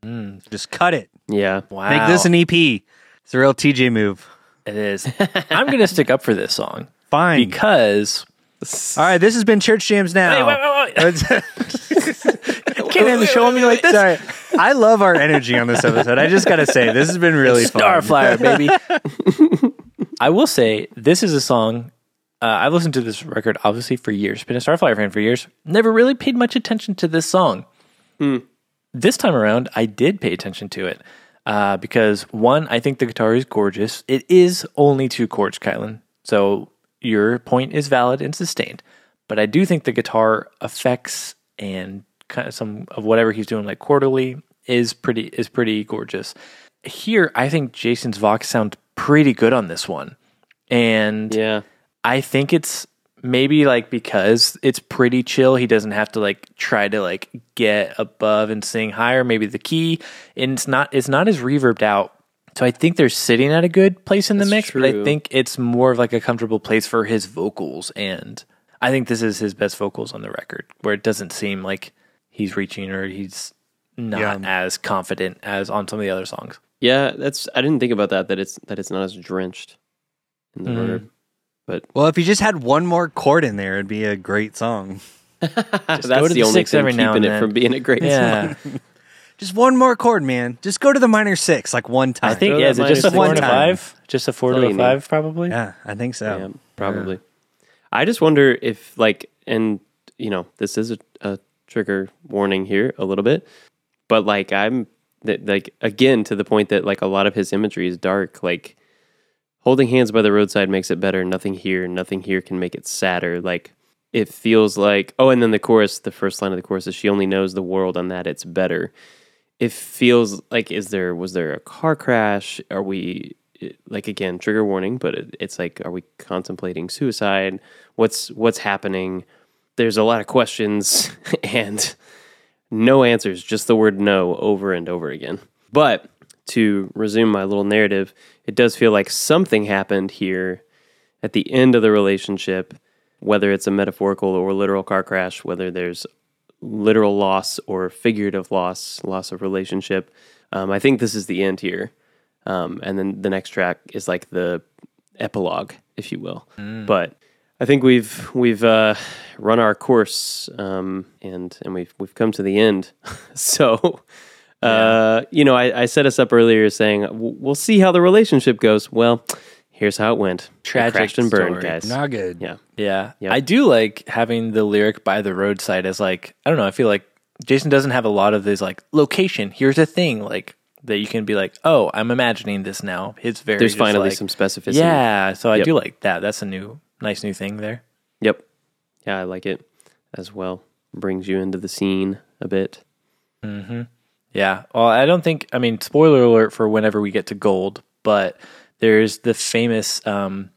[SPEAKER 4] mm.
[SPEAKER 1] Just cut it.
[SPEAKER 2] Yeah.
[SPEAKER 4] Wow.
[SPEAKER 1] Make this an EP. It's a real TJ move.
[SPEAKER 4] It is. I'm going to stick up for this song
[SPEAKER 1] Fine.
[SPEAKER 4] because.
[SPEAKER 1] all right, this has been Church Jams now.
[SPEAKER 4] Hey, wait, wait, wait.
[SPEAKER 1] Can't end the show on me like this. Sorry. I love our energy on this episode. I just gotta say, this has been really fun.
[SPEAKER 4] Starflyer, baby. I will say this is a song uh, I've listened to this record obviously for years, been a Starflyer fan for years, never really paid much attention to this song. This time around, I did pay attention to it uh, because one, I think the guitar is gorgeous. It is only two chords, Kylan, so your point is valid and sustained. But I do think the guitar effects and kind of some of whatever he's doing, like quarterly, is pretty is pretty gorgeous. Here, I think Jason's Vox sounds pretty good on this one, and
[SPEAKER 2] Yeah.
[SPEAKER 4] I think it's maybe like because it's pretty chill. He doesn't have to like try to like get above and sing higher. Maybe the key, and it's not it's not as reverbed out. So I think they're sitting at a good place in the mix, but I
[SPEAKER 2] true.
[SPEAKER 4] think it's more of like a comfortable place for his vocals. And I think this is his best vocals on the record, where it doesn't seem like he's reaching or he's not as confident as on some of the other songs.
[SPEAKER 2] Yeah, that's I didn't think about that that it's that it's not as drenched in the
[SPEAKER 4] Mhm.
[SPEAKER 2] verb. But
[SPEAKER 1] Well, if you just had one more chord in there, it'd be a great song.
[SPEAKER 2] that's
[SPEAKER 4] go to
[SPEAKER 2] the,
[SPEAKER 4] the
[SPEAKER 2] only
[SPEAKER 4] six
[SPEAKER 2] thing
[SPEAKER 4] every
[SPEAKER 2] keeping
[SPEAKER 4] now
[SPEAKER 2] it
[SPEAKER 4] and then.
[SPEAKER 2] from being a great song.
[SPEAKER 4] Yeah,
[SPEAKER 1] Just one more chord, man. Just go to the minor six like one time.
[SPEAKER 4] I think
[SPEAKER 2] Throw that
[SPEAKER 4] yeah, is it just
[SPEAKER 2] minus
[SPEAKER 4] a
[SPEAKER 1] six
[SPEAKER 4] four
[SPEAKER 1] one
[SPEAKER 4] and a
[SPEAKER 1] time.
[SPEAKER 4] five? Just a four
[SPEAKER 2] That's
[SPEAKER 4] to
[SPEAKER 2] all
[SPEAKER 4] a
[SPEAKER 2] you
[SPEAKER 4] five, probably.
[SPEAKER 1] Yeah, I think so.
[SPEAKER 2] Yeah, probably. I just wonder if like and you know, this is a, a trigger warning here a little bit. But like I'm that like again to the point that like a lot of his imagery is dark, like holding hands by the roadside makes it better, nothing here, nothing here can make it sadder. Like it feels like oh and then the chorus, the first line of the chorus is she only knows the world on that it's better. It feels like is there was there a car crash? Are we it- like again trigger warning but it, it's like are we contemplating suicide what's what's happening there's a lot of questions and no answers just the word no over and over again but to resume my little narrative it does feel like something happened here at the end of the relationship whether it's a metaphorical or literal car crash whether there's literal loss or figurative loss loss of relationship um, i think this is the end here um, and then the next track is like the epilogue, if you will.
[SPEAKER 4] Mm.
[SPEAKER 2] But I think we've we've uh, run our course, um, and and we've we've come to the end. so, uh, you know, I, I set us up earlier saying "W- we'll see how the relationship goes. Well, here's how it went: It
[SPEAKER 4] Tragic
[SPEAKER 2] crashed and burned,
[SPEAKER 4] story.
[SPEAKER 2] guys.
[SPEAKER 1] Not good.
[SPEAKER 2] yeah,
[SPEAKER 4] Yeah.
[SPEAKER 2] Yep.
[SPEAKER 4] I do like having the lyric by the roadside as like, I don't know, I feel like Jason doesn't have a lot of this like location, here's a thing, like that you can be like, Oh, I'm imagining this now. It's very
[SPEAKER 2] there's
[SPEAKER 4] just
[SPEAKER 2] finally
[SPEAKER 4] like-
[SPEAKER 2] some specificity.
[SPEAKER 4] Yeah. So I
[SPEAKER 2] Yep.
[SPEAKER 4] do like that. That's a new nice new thing there.
[SPEAKER 2] Yep. Yeah, I like it as well. Brings you into the scene a bit.
[SPEAKER 4] Yeah. Well, I don't think. I mean, spoiler alert for whenever we get to gold, but there's the famous um,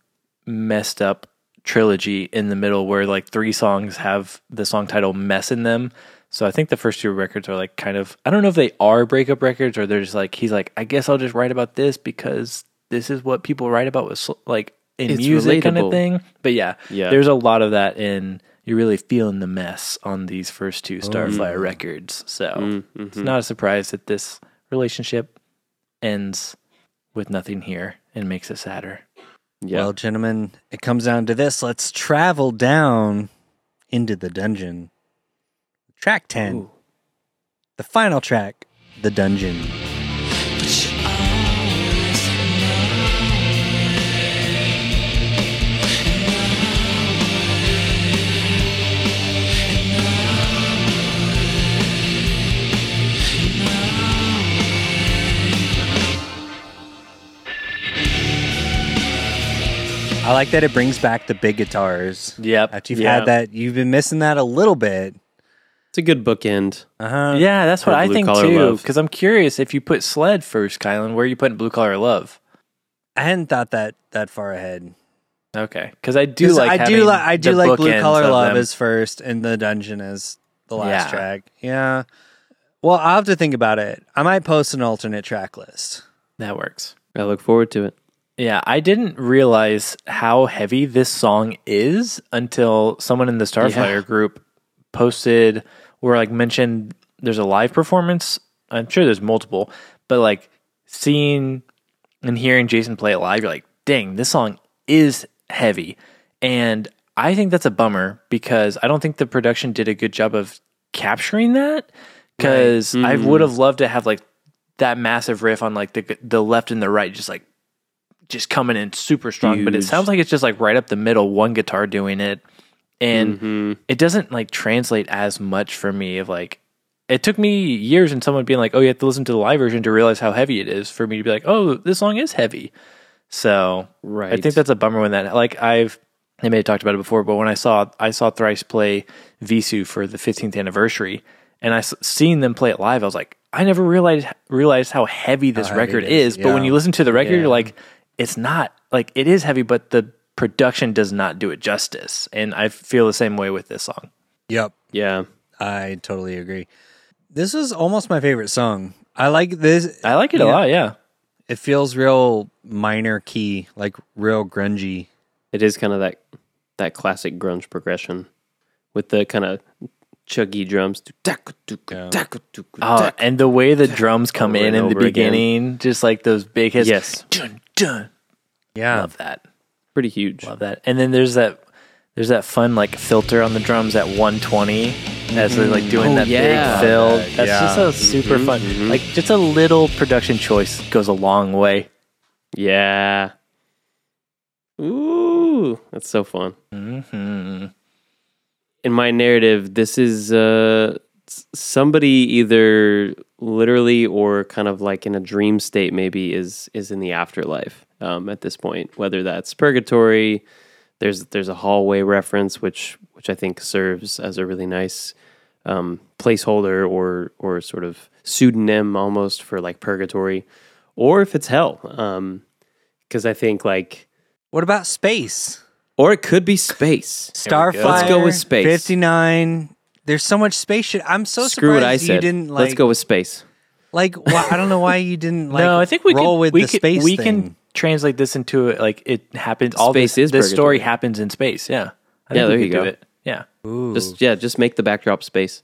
[SPEAKER 4] messed up trilogy in the middle where like three songs have the song title "mess" in them. So I think the first two records are like kind of. I don't know if they are breakup records or they're just like he's like I guess I'll just write about this because this is what people write about with sl- like in
[SPEAKER 2] It's
[SPEAKER 4] music kind of
[SPEAKER 2] relatable.
[SPEAKER 4] thing. But yeah,
[SPEAKER 2] Yeah.
[SPEAKER 4] there's a lot of that in. You're really feeling the mess on these first two Starfire records. So it's not a surprise that this relationship ends with nothing here and makes it sadder.
[SPEAKER 2] Yeah.
[SPEAKER 1] Well, gentlemen, it comes down to this. Let's travel down into the dungeon. Track 10. The final track, The Dungeon. I like that it brings back the big guitars.
[SPEAKER 4] Yep.
[SPEAKER 1] After you've had that, you've been missing that a little bit.
[SPEAKER 2] it's a good bookend.
[SPEAKER 1] Uh-huh.
[SPEAKER 4] Yeah, that's
[SPEAKER 2] For
[SPEAKER 4] what I
[SPEAKER 2] Blue
[SPEAKER 4] think
[SPEAKER 2] Collar
[SPEAKER 4] too.
[SPEAKER 2] Love.
[SPEAKER 4] Because I'm curious if you put Sled first, Kylan, where are you putting Blue Collar Love?
[SPEAKER 1] I hadn't thought that that far ahead.
[SPEAKER 4] Okay, because I do
[SPEAKER 1] 'Cause
[SPEAKER 4] like
[SPEAKER 1] I do
[SPEAKER 4] having
[SPEAKER 1] like I do
[SPEAKER 4] the
[SPEAKER 1] like Blue
[SPEAKER 4] bookends
[SPEAKER 1] Collar
[SPEAKER 4] of
[SPEAKER 1] Love
[SPEAKER 4] them.
[SPEAKER 1] is first and The Dungeon is the last
[SPEAKER 4] Yeah.
[SPEAKER 1] track. Yeah. Well, I'll have to think about it. I might post an alternate track list.
[SPEAKER 4] that works.
[SPEAKER 2] I look forward to it.
[SPEAKER 4] Yeah, I didn't realize how heavy this song is until someone in the Starfire
[SPEAKER 2] Yeah.
[SPEAKER 4] group posted or like mentioned there's a live performance. I'm sure there's multiple, but like seeing and hearing Jason play it live, you're like, dang, this song is heavy. And I think that's a bummer because I don't think the production did a good job of capturing that. Because I would have loved to have like that massive riff on like the the left and the right, just like just coming in super strong, but it
[SPEAKER 2] Huge.
[SPEAKER 4] sounds like it's just like right up the middle, one guitar doing it. And it doesn't like translate as much for me of like it took me years and someone being like, Oh, you have to listen to the live version to realize how heavy it is for me to be like, Oh, this song is heavy. So
[SPEAKER 2] Right.
[SPEAKER 4] I think that's a bummer when that like I've I may have talked about it before, but when I saw I saw Thrice play Visu for the 15th anniversary, and I s- seen them play it live, I was like, I never realized realized how heavy this
[SPEAKER 1] heavy
[SPEAKER 4] record
[SPEAKER 1] it is,
[SPEAKER 4] is. But when
[SPEAKER 1] yeah.
[SPEAKER 4] you listen to the record,
[SPEAKER 2] Yeah.
[SPEAKER 4] you're like, it's not like it is heavy, but the production does not do it justice. And I feel the same way with this song.
[SPEAKER 1] Yep.
[SPEAKER 2] Yeah.
[SPEAKER 1] I totally agree. This is almost my favorite song. I like this.
[SPEAKER 4] I like it a
[SPEAKER 1] Yeah.
[SPEAKER 4] lot. Yeah,
[SPEAKER 1] It feels real minor key, like real grungy.
[SPEAKER 2] It is kind of that that classic grunge progression with the kind of chuggy drums.
[SPEAKER 4] Oh, and the way the drums come
[SPEAKER 2] Over
[SPEAKER 4] in
[SPEAKER 2] and
[SPEAKER 4] in the
[SPEAKER 2] over again.
[SPEAKER 4] beginning, just like those big hits.
[SPEAKER 2] Yes.
[SPEAKER 4] dun dun.
[SPEAKER 1] Yeah.
[SPEAKER 4] Love that.
[SPEAKER 2] Pretty huge.
[SPEAKER 4] Love that. And then there's that there's that fun like filter on the drums at 120 as they're like doing
[SPEAKER 2] Oh,
[SPEAKER 4] that
[SPEAKER 2] yeah. Mm-hmm.
[SPEAKER 4] big fill.
[SPEAKER 1] Love that.
[SPEAKER 4] That's
[SPEAKER 1] Yeah.
[SPEAKER 4] just a super fun. Like just a little production choice goes a long way.
[SPEAKER 2] Yeah. Ooh, that's so fun.
[SPEAKER 4] Mm-hmm.
[SPEAKER 2] in my narrative, this is uh, s- somebody either literally or kind of like in a dream state, maybe is is in the afterlife um, at this point. Whether that's purgatory, there's there's a hallway reference which which I think serves as a really nice um, placeholder or or sort of pseudonym almost for like purgatory, or if it's hell, because I think like
[SPEAKER 1] What about space?
[SPEAKER 2] or it could be space.
[SPEAKER 1] Starfire.
[SPEAKER 2] Let's go with space.
[SPEAKER 1] 59. There's so much space shit. I'm so
[SPEAKER 2] Screw
[SPEAKER 1] surprised
[SPEAKER 2] what I
[SPEAKER 1] you
[SPEAKER 2] said.
[SPEAKER 1] didn't like
[SPEAKER 2] Let's go with space.
[SPEAKER 1] like why, I don't know why you didn't like
[SPEAKER 4] no, I think we
[SPEAKER 1] roll
[SPEAKER 4] can,
[SPEAKER 1] with
[SPEAKER 4] we
[SPEAKER 1] the
[SPEAKER 4] can,
[SPEAKER 1] space
[SPEAKER 4] we
[SPEAKER 1] thing.
[SPEAKER 4] can translate this into like it happens. All
[SPEAKER 2] Space
[SPEAKER 4] this,
[SPEAKER 2] is
[SPEAKER 4] this story
[SPEAKER 2] purgatory.
[SPEAKER 4] happens in space. Yeah, I
[SPEAKER 2] Yeah,
[SPEAKER 4] we
[SPEAKER 2] there
[SPEAKER 4] could
[SPEAKER 2] you
[SPEAKER 4] do
[SPEAKER 2] go.
[SPEAKER 4] It. Yeah,
[SPEAKER 2] Just yeah, just make the backdrop space.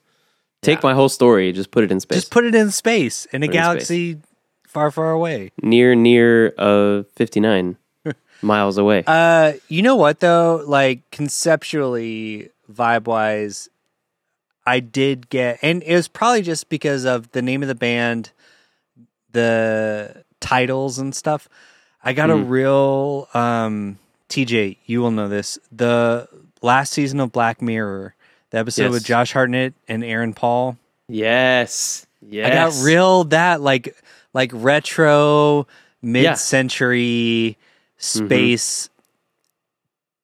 [SPEAKER 2] Take my whole story, just put it in space.
[SPEAKER 1] just put it in space in a
[SPEAKER 2] in space.
[SPEAKER 1] galaxy far far away.
[SPEAKER 2] near near uh 59 miles away.
[SPEAKER 1] Uh you know what though? Like conceptually vibe wise I did get and it was probably just because of the name of the band the titles and stuff. I got a real um TJ, you will know this. The last season of Black Mirror, the episode
[SPEAKER 2] Yes.
[SPEAKER 1] with Josh Hartnett and Aaron Paul.
[SPEAKER 2] yes. Yes.
[SPEAKER 1] I got real that like like retro mid century
[SPEAKER 2] Mm-hmm.
[SPEAKER 1] space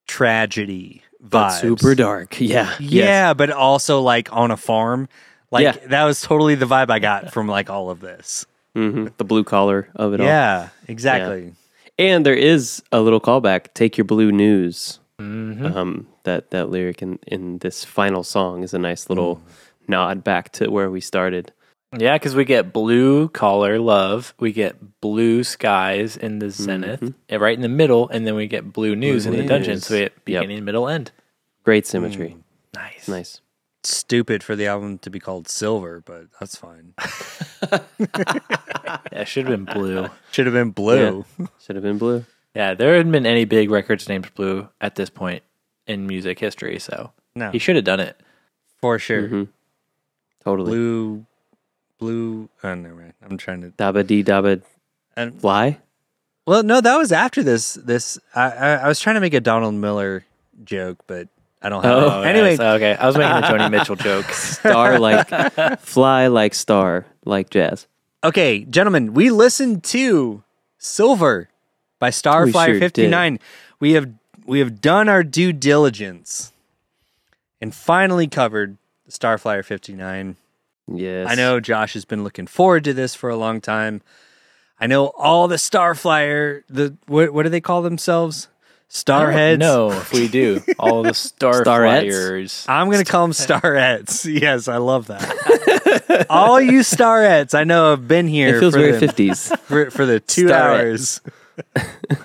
[SPEAKER 1] tragedy
[SPEAKER 2] But
[SPEAKER 1] vibes.
[SPEAKER 2] super dark. Yeah. yes.
[SPEAKER 1] Yeah, but also like on a farm. Like
[SPEAKER 2] Yeah.
[SPEAKER 1] that was totally the vibe I got from like all of this.
[SPEAKER 2] Mhm. The blue collar of it all.
[SPEAKER 1] Yeah, exactly.
[SPEAKER 2] And there is a little callback, take your blue news.
[SPEAKER 1] Mm-hmm.
[SPEAKER 2] Um that that lyric in in this final song is a nice
[SPEAKER 1] Mm.
[SPEAKER 2] little nod back to where we started.
[SPEAKER 4] yeah, because we get blue collar love, we get blue skies in the zenith, and right in the middle, and then we get Mm-hmm. blue news in the dungeon.
[SPEAKER 2] news.
[SPEAKER 4] So we get
[SPEAKER 2] Yep.
[SPEAKER 4] beginning, middle, end.
[SPEAKER 2] Great symmetry.
[SPEAKER 1] Mm.
[SPEAKER 4] Nice.
[SPEAKER 2] Nice.
[SPEAKER 1] Stupid for the album to be called Silver, but that's fine.
[SPEAKER 4] Yeah, it should have been blue.
[SPEAKER 1] Should have been blue.
[SPEAKER 2] Should have been blue.
[SPEAKER 4] yeah, there hadn't been any big records named blue at this point in music history, so
[SPEAKER 1] No.
[SPEAKER 4] he should have done it.
[SPEAKER 1] For sure.
[SPEAKER 2] Mm-hmm. Totally.
[SPEAKER 1] Blue blue oh no right. I'm trying to
[SPEAKER 2] Dabba dee dabba
[SPEAKER 1] and
[SPEAKER 2] fly.
[SPEAKER 1] Well, no, that was after this. This I, I, I was trying to make a Donald Miller joke, but I don't have.
[SPEAKER 4] Oh,
[SPEAKER 1] it. Anyway,
[SPEAKER 4] nice. okay, I was making the Joni Mitchell joke.
[SPEAKER 2] star like fly like star like jazz.
[SPEAKER 1] okay, gentlemen, we listened to Silver by Starfire
[SPEAKER 2] sure
[SPEAKER 1] Fifty Nine. We have we have done our due diligence and finally covered Starflyer 59.
[SPEAKER 2] Yes,
[SPEAKER 1] I know Josh has been looking forward to this for a long time. I know all the Starflyer, the what, what do they call themselves? Starheads?
[SPEAKER 4] No, if we do all the
[SPEAKER 2] Starettes?
[SPEAKER 4] star flyers.
[SPEAKER 1] I'm going to call them starets. Yes, I love that. All you starets, I know have been here
[SPEAKER 2] It feels
[SPEAKER 1] for,
[SPEAKER 2] very
[SPEAKER 1] the,
[SPEAKER 2] fifties.
[SPEAKER 1] for, for the two
[SPEAKER 2] Starets.
[SPEAKER 1] hours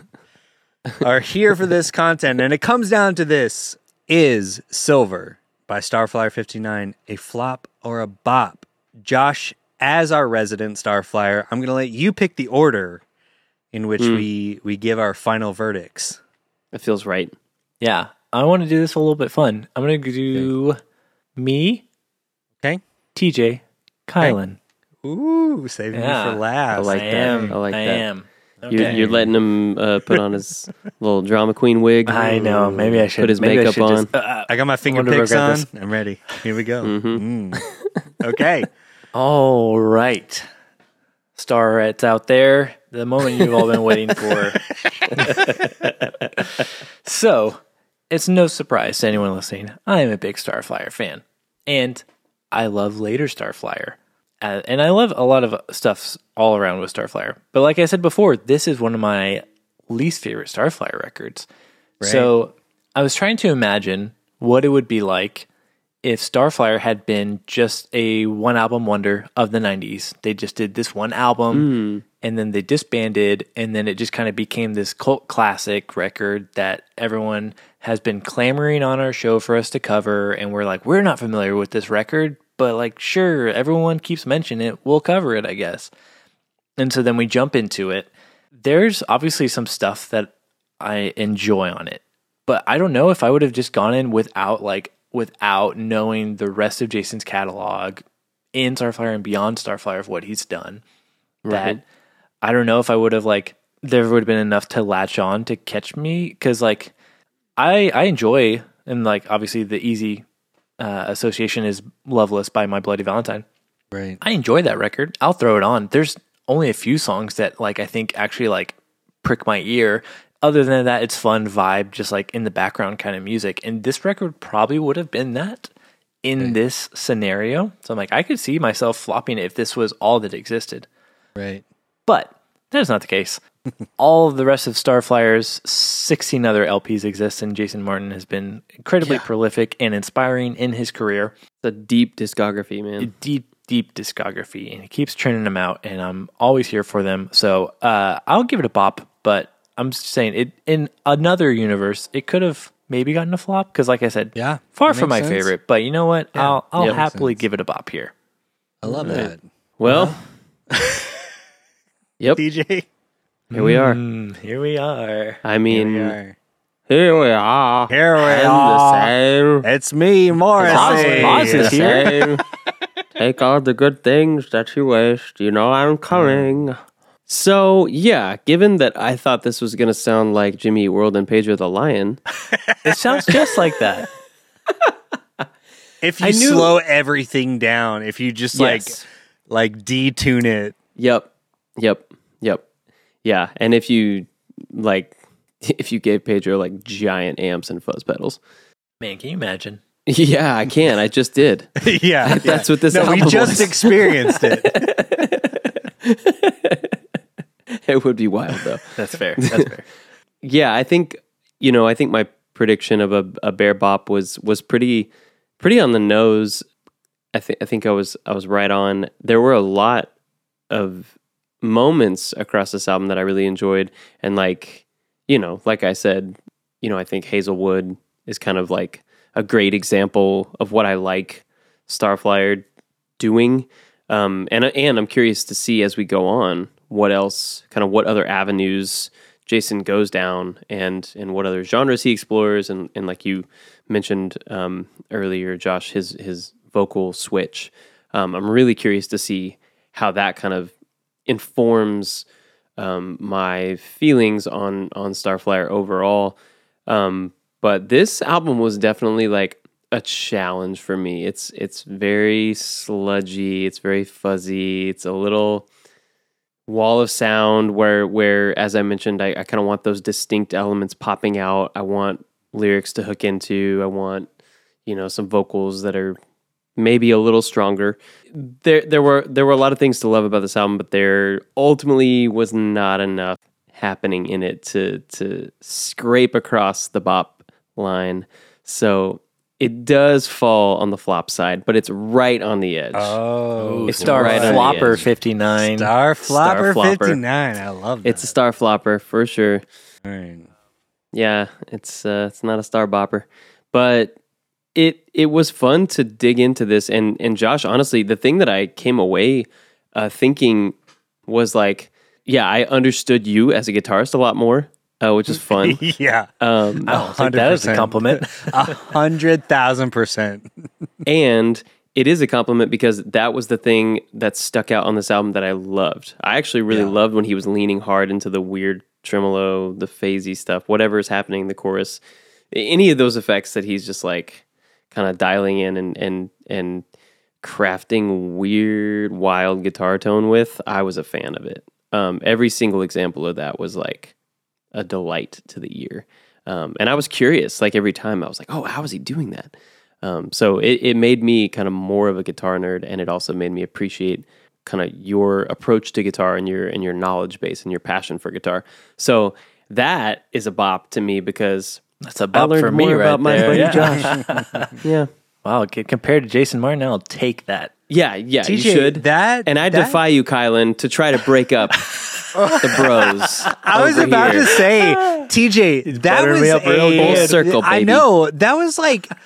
[SPEAKER 1] are here for this content. And it comes down to this Is Silver by Starflyer59 a flop or a bop? Josh, as our resident Starflyer, I'm going to let you pick the order in which
[SPEAKER 2] Hmm.
[SPEAKER 1] we, we give our final verdicts.
[SPEAKER 2] it feels right.
[SPEAKER 4] Yeah, I want to do this a little bit fun. I'm gonna do me,
[SPEAKER 1] Okay.
[SPEAKER 4] TJ, Kylan.
[SPEAKER 1] Ooh, saving me
[SPEAKER 4] Yeah.
[SPEAKER 1] for last.
[SPEAKER 2] I like
[SPEAKER 4] I
[SPEAKER 2] that.
[SPEAKER 4] am.
[SPEAKER 2] I like that.
[SPEAKER 4] am.
[SPEAKER 2] You're,
[SPEAKER 4] Okay.
[SPEAKER 2] you're letting him uh, put on his little drama queen wig.
[SPEAKER 4] I know. Maybe I should
[SPEAKER 2] Put his
[SPEAKER 4] maybe I
[SPEAKER 2] makeup
[SPEAKER 4] should just- uh, uh,
[SPEAKER 1] I got my finger
[SPEAKER 4] wonder if I
[SPEAKER 1] picks
[SPEAKER 4] got
[SPEAKER 1] on.
[SPEAKER 4] this.
[SPEAKER 1] I'm ready. Here we go.
[SPEAKER 2] Mm-hmm.
[SPEAKER 1] Mm. Okay.
[SPEAKER 4] all right, starets out there, the moment you've all been waiting for. so, it's no surprise to anyone listening. I am a big Starflyer fan, and I love later Starflyer. Uh, and I love a lot of stuff all around with Starflyer. But like I said before, this is one of my least favorite Starflyer records. So I was trying to imagine what it would be like if Starflyer had been just a one album wonder of the 90s. They just did this one album and then they disbanded and then it just kind of became this cult classic record that everyone has been clamoring on our show for us to cover and we're like we're not familiar with this record but like sure everyone keeps mentioning it we'll cover it I guess. And so then we jump into it. There's obviously some stuff that I enjoy on it, but I don't know if I would have just gone in without like without knowing the rest of Jason's catalog in Starfire and beyond Starfire of what he's done. That I don't know if I would have like there would have been enough to latch on to catch me because like I I enjoy and like obviously the easy uh, association is Loveless by My Bloody Valentine.
[SPEAKER 1] Right.
[SPEAKER 4] I enjoy that record. I'll throw it on. There's only a few songs that like I think actually like prick my ear. Other than that, it's fun vibe, just like in the background kind of music. And this record probably would have been that in this scenario. So I'm like, I could see myself flopping it if this was all that existed.
[SPEAKER 1] Right.
[SPEAKER 4] But that is not the case. All of the rest of Starflyer's 16 other LPs exist, and Jason Martin has been incredibly prolific and inspiring in his career
[SPEAKER 2] It's a deep discography, man.
[SPEAKER 4] deep deep discography and he keeps churning them out and i'm always here for them so uh, i'll give it a bop but i'm just saying it in another universe it could have maybe gotten a flop because like i said
[SPEAKER 1] Yeah,
[SPEAKER 4] far
[SPEAKER 1] that
[SPEAKER 4] from
[SPEAKER 1] makes
[SPEAKER 4] my
[SPEAKER 1] sense.
[SPEAKER 4] favorite but you know what i'll, I'll
[SPEAKER 2] yeah, makes
[SPEAKER 4] happily give it a bop here
[SPEAKER 1] I love that.
[SPEAKER 2] Well, yep,
[SPEAKER 1] DJ.
[SPEAKER 2] here we are.
[SPEAKER 4] here we are
[SPEAKER 2] I mean,
[SPEAKER 1] Here
[SPEAKER 2] here we are.
[SPEAKER 1] we
[SPEAKER 2] I'm
[SPEAKER 1] are.
[SPEAKER 2] the same.
[SPEAKER 1] It's me, Morrissey.
[SPEAKER 4] Oz
[SPEAKER 2] the
[SPEAKER 4] is
[SPEAKER 2] same. Take all the good things that you wished. You know I'm coming. So yeah, given that I thought this was gonna sound like Jimmy Eat World and Pedro the Lion,
[SPEAKER 4] it sounds just like that
[SPEAKER 1] If you
[SPEAKER 2] knew-
[SPEAKER 1] slow everything down, if you just
[SPEAKER 2] Yes.
[SPEAKER 1] like like detune it,
[SPEAKER 2] Yep. Yep. Yep. Yeah. And if you like if you gave Pedro like giant amps and fuzz pedals.
[SPEAKER 4] man can you imagine
[SPEAKER 2] Yeah, I can. I just did.
[SPEAKER 1] yeah,
[SPEAKER 2] That's
[SPEAKER 1] yeah.
[SPEAKER 2] what this
[SPEAKER 1] No,
[SPEAKER 2] album
[SPEAKER 1] we just
[SPEAKER 2] was.
[SPEAKER 1] experienced it.
[SPEAKER 2] it would be wild though.
[SPEAKER 4] that's fair that's fair
[SPEAKER 2] yeah, I think you know, I think my prediction of a, a bear bop was was pretty pretty on the nose. I think I think I was I was right on. There were a lot of moments across this album that I really enjoyed, and like you know, like I said, you know, I think Hazelwood is kind of like a great example of what I like Starflyer doing. Um, and and I'm curious to see as we go on what else, kind of what other avenues Jason goes down, and and what other genres he explores, and and like you mentioned um, earlier, Josh, his his vocal switch. Um, I'm really curious to see how that kind of informs um, my feelings on on Starflyer overall. Um, but this album was definitely like a challenge for me. It's it's very sludgy. It's very fuzzy. It's a little wall of sound where where as I mentioned, I, I kind of want those distinct elements popping out. I want lyrics to hook into. I want you know some vocals that are maybe a little stronger. There there were there were a lot of things to love about this album, but there ultimately was not enough happening in it to to scrape across the bop line. So it does fall on the flop side, but it's right on the edge.
[SPEAKER 1] Oh,
[SPEAKER 4] it's star
[SPEAKER 2] right on the
[SPEAKER 4] flopper
[SPEAKER 2] edge.
[SPEAKER 4] 59
[SPEAKER 1] Star Flopper
[SPEAKER 2] Flopper.
[SPEAKER 1] 59. I love that.
[SPEAKER 2] it's a star flopper for sure.
[SPEAKER 1] All right.
[SPEAKER 2] Yeah, it's uh, it's not a star bopper, but it it was fun to dig into this. And and Josh, honestly, the thing that I came away uh, thinking was like, yeah, I understood you as a guitarist a lot more, uh, which is fun.
[SPEAKER 1] Yeah.
[SPEAKER 2] Um,
[SPEAKER 4] I don't think that is a
[SPEAKER 1] 100%.
[SPEAKER 4] compliment
[SPEAKER 1] A hundred thousand percent.
[SPEAKER 2] and it is a compliment because that was the thing that stuck out on this album that I loved. I actually really loved when he was leaning hard into the weird tremolo, the phasey stuff, whatever is happening in the chorus, any of those effects that he's just like kind of dialing in and and and crafting weird, wild guitar tone with. I was a fan of it. Um, every single example of that was like a delight to the ear. Um, and I was curious, like every time I was like, oh, how is he doing that? Um, so it, it made me kind of more of a guitar nerd, and it also made me appreciate kind of your approach to guitar and your and your knowledge base and your passion for guitar. So that is a bop to me because
[SPEAKER 4] That's a bop
[SPEAKER 2] learned
[SPEAKER 4] for me
[SPEAKER 2] more
[SPEAKER 4] right
[SPEAKER 2] about my
[SPEAKER 4] there.
[SPEAKER 2] buddy
[SPEAKER 4] yeah.
[SPEAKER 2] yeah,
[SPEAKER 4] Wow, c- compared to Jason Martin, I'll take that.
[SPEAKER 2] yeah, yeah, you
[SPEAKER 1] TJ,
[SPEAKER 2] should
[SPEAKER 1] that-
[SPEAKER 2] and I
[SPEAKER 1] that-
[SPEAKER 2] defy you, Kylan, to try to break up the bros.
[SPEAKER 1] I was
[SPEAKER 2] over
[SPEAKER 1] about
[SPEAKER 2] here.
[SPEAKER 1] to say, TJ, that
[SPEAKER 4] buttering
[SPEAKER 1] was
[SPEAKER 4] me up real
[SPEAKER 1] a,
[SPEAKER 4] good.
[SPEAKER 2] Full circle,
[SPEAKER 1] I
[SPEAKER 2] baby.
[SPEAKER 1] know that was like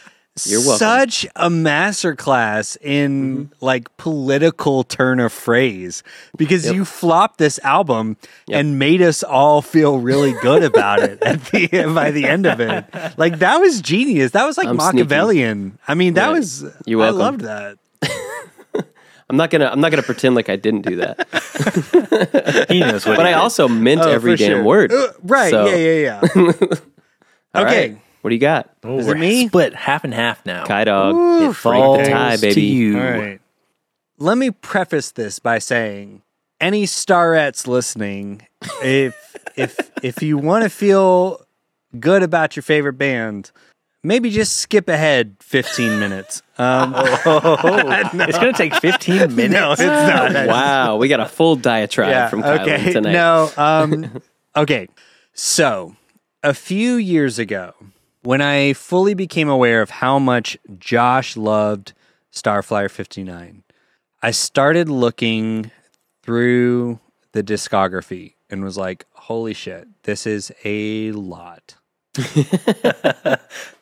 [SPEAKER 2] You're welcome. Mm-hmm.
[SPEAKER 1] such a masterclass in like political turn of phrase because you flopped this album and made us all feel really good about it at the by the end of it. Like that was genius. That was like
[SPEAKER 2] I'm sneaky.
[SPEAKER 1] Machiavellian. I mean, that
[SPEAKER 2] Right.
[SPEAKER 1] was
[SPEAKER 2] You're
[SPEAKER 1] I
[SPEAKER 2] welcome.
[SPEAKER 1] loved that.
[SPEAKER 2] I'm not gonna I'm not gonna pretend like I didn't do that.
[SPEAKER 4] He knows what.
[SPEAKER 2] But
[SPEAKER 4] he
[SPEAKER 2] I
[SPEAKER 4] did.
[SPEAKER 2] also meant
[SPEAKER 1] Oh,
[SPEAKER 2] every
[SPEAKER 1] for
[SPEAKER 2] damn
[SPEAKER 1] sure.
[SPEAKER 2] word.
[SPEAKER 1] Uh, right?
[SPEAKER 2] So,
[SPEAKER 1] yeah, yeah, yeah.
[SPEAKER 2] all
[SPEAKER 1] okay.
[SPEAKER 2] right. What do you got?
[SPEAKER 4] Ooh,
[SPEAKER 1] is it
[SPEAKER 4] we're
[SPEAKER 1] me?
[SPEAKER 4] Split half and half now.
[SPEAKER 2] Kai dog.
[SPEAKER 1] Ooh,
[SPEAKER 2] it falls
[SPEAKER 1] break the
[SPEAKER 2] tie,
[SPEAKER 4] Falls to
[SPEAKER 2] baby.
[SPEAKER 4] you.
[SPEAKER 1] All right. Let me preface this by saying, any starettes listening, if if if you want to feel good about your favorite band, maybe just skip ahead 15 minutes. Um,
[SPEAKER 4] It's gonna take 15 minutes.
[SPEAKER 1] no, it's not.
[SPEAKER 2] Wow, we got a full diatribe from Kylan
[SPEAKER 1] okay.
[SPEAKER 2] tonight.
[SPEAKER 1] No, um, okay. So a few years ago, when I fully became aware of how much Josh loved Starflyer 59, I started looking through the discography and was like, holy shit, this is a lot.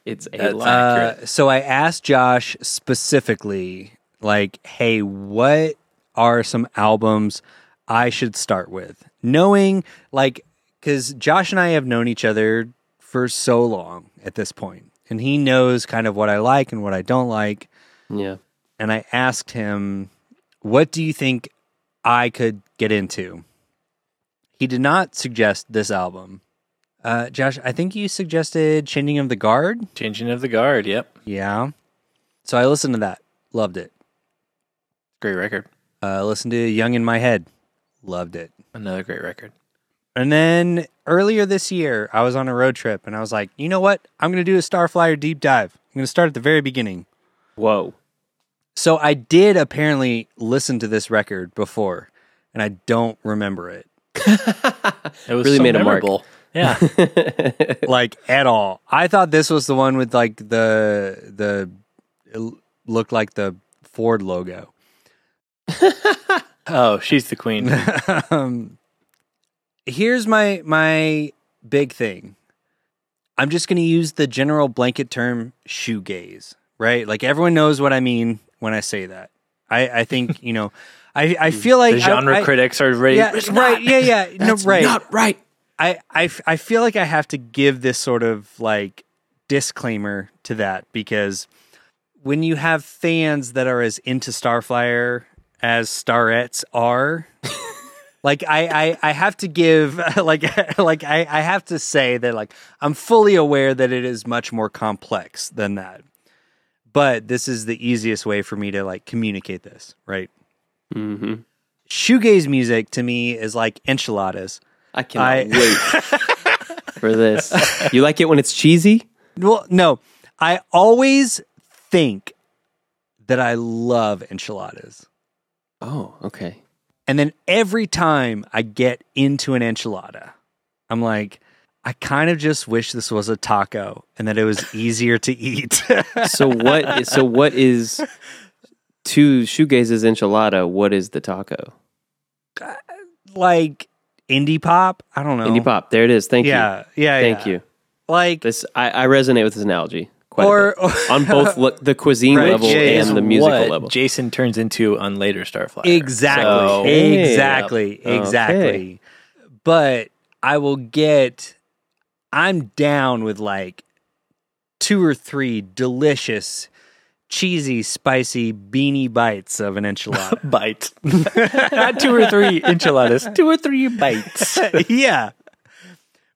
[SPEAKER 2] It's a
[SPEAKER 4] That's-
[SPEAKER 2] lot.
[SPEAKER 1] Uh, so I asked Josh specifically, like, hey, what are some albums I should start with? Knowing, like, because Josh and I have known each other for so long at this point, and he knows kind of what I like and what I don't like.
[SPEAKER 2] yeah.
[SPEAKER 1] And I asked him, what do you think I could get into? He did not suggest this album. Uh, Josh, I think you suggested Changing of the Guard.
[SPEAKER 4] Changing of the guard. Yep.
[SPEAKER 1] Yeah. So I listened to that. Loved it.
[SPEAKER 4] Great record.
[SPEAKER 1] Uh, listened to Young in My Head. Loved it.
[SPEAKER 4] Another great record.
[SPEAKER 1] And then earlier this year, I was on a road trip and I was like, you know what? I'm going to do a Starflyer deep dive. I'm going to start at the very beginning.
[SPEAKER 2] Whoa.
[SPEAKER 1] So I did apparently listen to this record before and I don't remember it
[SPEAKER 4] It was
[SPEAKER 2] Really
[SPEAKER 4] so
[SPEAKER 2] made a mark.
[SPEAKER 4] memorable. Yeah.
[SPEAKER 1] like at all. I thought this was the one with like the, the, it l- looked like the Ford logo.
[SPEAKER 4] oh, she's the queen.
[SPEAKER 1] um, here's my my big thing. I'm just going to use the general blanket term shoegaze, right? Like everyone knows what I mean when I say that. I, I think you know. I I feel like
[SPEAKER 4] The genre
[SPEAKER 1] I, I,
[SPEAKER 4] critics are ready.
[SPEAKER 1] Yeah,
[SPEAKER 4] It's
[SPEAKER 1] right.
[SPEAKER 4] not-
[SPEAKER 1] Yeah, yeah. No,
[SPEAKER 4] That's
[SPEAKER 1] right.
[SPEAKER 4] Not right.
[SPEAKER 1] I, I, f- I feel like I have to give this sort of like disclaimer to that because when you have fans that are as into Starflyer as Starettes are, like I, I, I have to give like like I, I have to say that like I'm fully aware that it is much more complex than that. But this is the easiest way for me to like communicate this, right?
[SPEAKER 2] hmm
[SPEAKER 1] Shoegaze music to me is like enchiladas.
[SPEAKER 2] I cannot
[SPEAKER 1] I-
[SPEAKER 2] wait for this. You like it when it's cheesy?
[SPEAKER 1] Well, no, I always think that I love enchiladas.
[SPEAKER 2] Oh, okay.
[SPEAKER 1] And then every time I get into an enchilada, I'm like, I kind of just wish this was a taco and that it was easier to eat.
[SPEAKER 2] So what is so what is to shoegaze's enchilada, what is the taco?
[SPEAKER 1] like indie pop? I don't know.
[SPEAKER 2] Indie pop. There it is. Thank you.
[SPEAKER 1] Oh. Yeah. Yeah.
[SPEAKER 2] Thank
[SPEAKER 1] yeah.
[SPEAKER 2] you.
[SPEAKER 1] Like,
[SPEAKER 2] This I, I resonate with this analogy quite
[SPEAKER 1] or,
[SPEAKER 2] a bit. on both le- the cuisine
[SPEAKER 1] Right,
[SPEAKER 2] level
[SPEAKER 1] yeah, yeah.
[SPEAKER 2] and the musical
[SPEAKER 4] what
[SPEAKER 2] level.
[SPEAKER 4] Jason turns into on later Starflyer.
[SPEAKER 1] Exactly.
[SPEAKER 4] So-
[SPEAKER 1] exactly.
[SPEAKER 2] Yep.
[SPEAKER 1] Exactly. But I will get I'm down with like two or three delicious cheesy, spicy beanie bites of an enchilada.
[SPEAKER 4] Bite. Not two or three enchiladas, two or three bites.
[SPEAKER 1] yeah.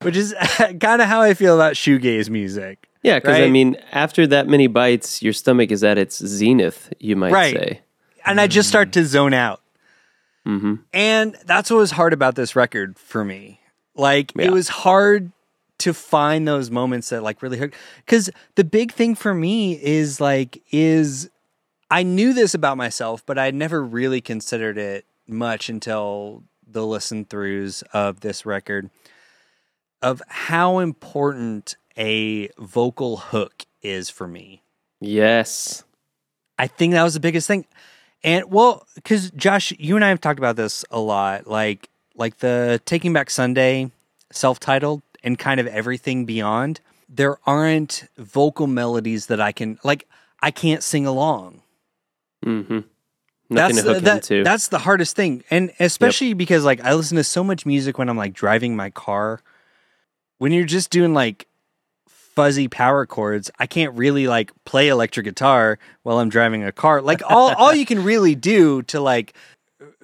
[SPEAKER 1] Which is kind of how I feel about shoegaze music.
[SPEAKER 2] Yeah, because I
[SPEAKER 1] Right.
[SPEAKER 2] mean, after that many bites, your stomach is at its zenith. You might
[SPEAKER 1] Right.
[SPEAKER 2] say. Mm-hmm.
[SPEAKER 1] and I just start to zone out. And that's what was hard about this record for me. Like
[SPEAKER 2] Yeah.
[SPEAKER 1] it was hard to find those moments that like really hurt. Because the big thing for me is like is I knew this about myself, but I never really considered it much until the listen throughs of this record of how important a vocal hook is for me.
[SPEAKER 2] Yes.
[SPEAKER 1] I think that was the biggest thing. And well, because Josh, you and I have talked about this a lot, like like the Taking Back Sunday, self-titled, and kind of everything beyond. There aren't vocal melodies that I can like. I can't sing along.
[SPEAKER 2] Mm-hmm.
[SPEAKER 1] that's
[SPEAKER 2] Nothing to hook
[SPEAKER 1] the, that-
[SPEAKER 2] into.
[SPEAKER 1] That's the hardest thing, and especially because like I listen to so much music when I'm like driving my car. When you're just doing like fuzzy power chords, I can't really like play electric guitar while I'm driving a car. Like all all you can really do to like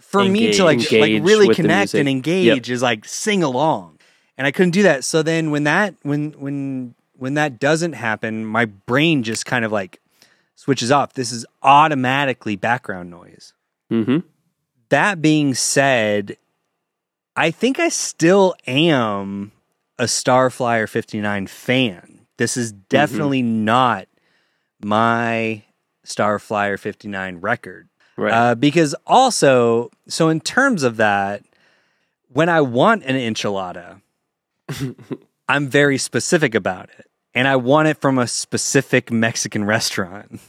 [SPEAKER 1] for me to like
[SPEAKER 2] Engage.
[SPEAKER 1] like
[SPEAKER 2] Engage
[SPEAKER 1] really
[SPEAKER 2] with the
[SPEAKER 1] connect and
[SPEAKER 2] music.
[SPEAKER 1] engage
[SPEAKER 2] Yep.
[SPEAKER 1] is like sing along. And I couldn't do that. So then when that when when when that doesn't happen, my brain just kind of like switches off. This is automatically background noise.
[SPEAKER 2] mm-hmm.
[SPEAKER 1] That being said, I think I still am a Starflyer 59 fan. This is definitely not my Starflyer 59 record.
[SPEAKER 2] Right.
[SPEAKER 1] Uh, because also, so in terms of that, when I want an enchilada, I'm very specific about it. And I want it from a specific Mexican restaurant.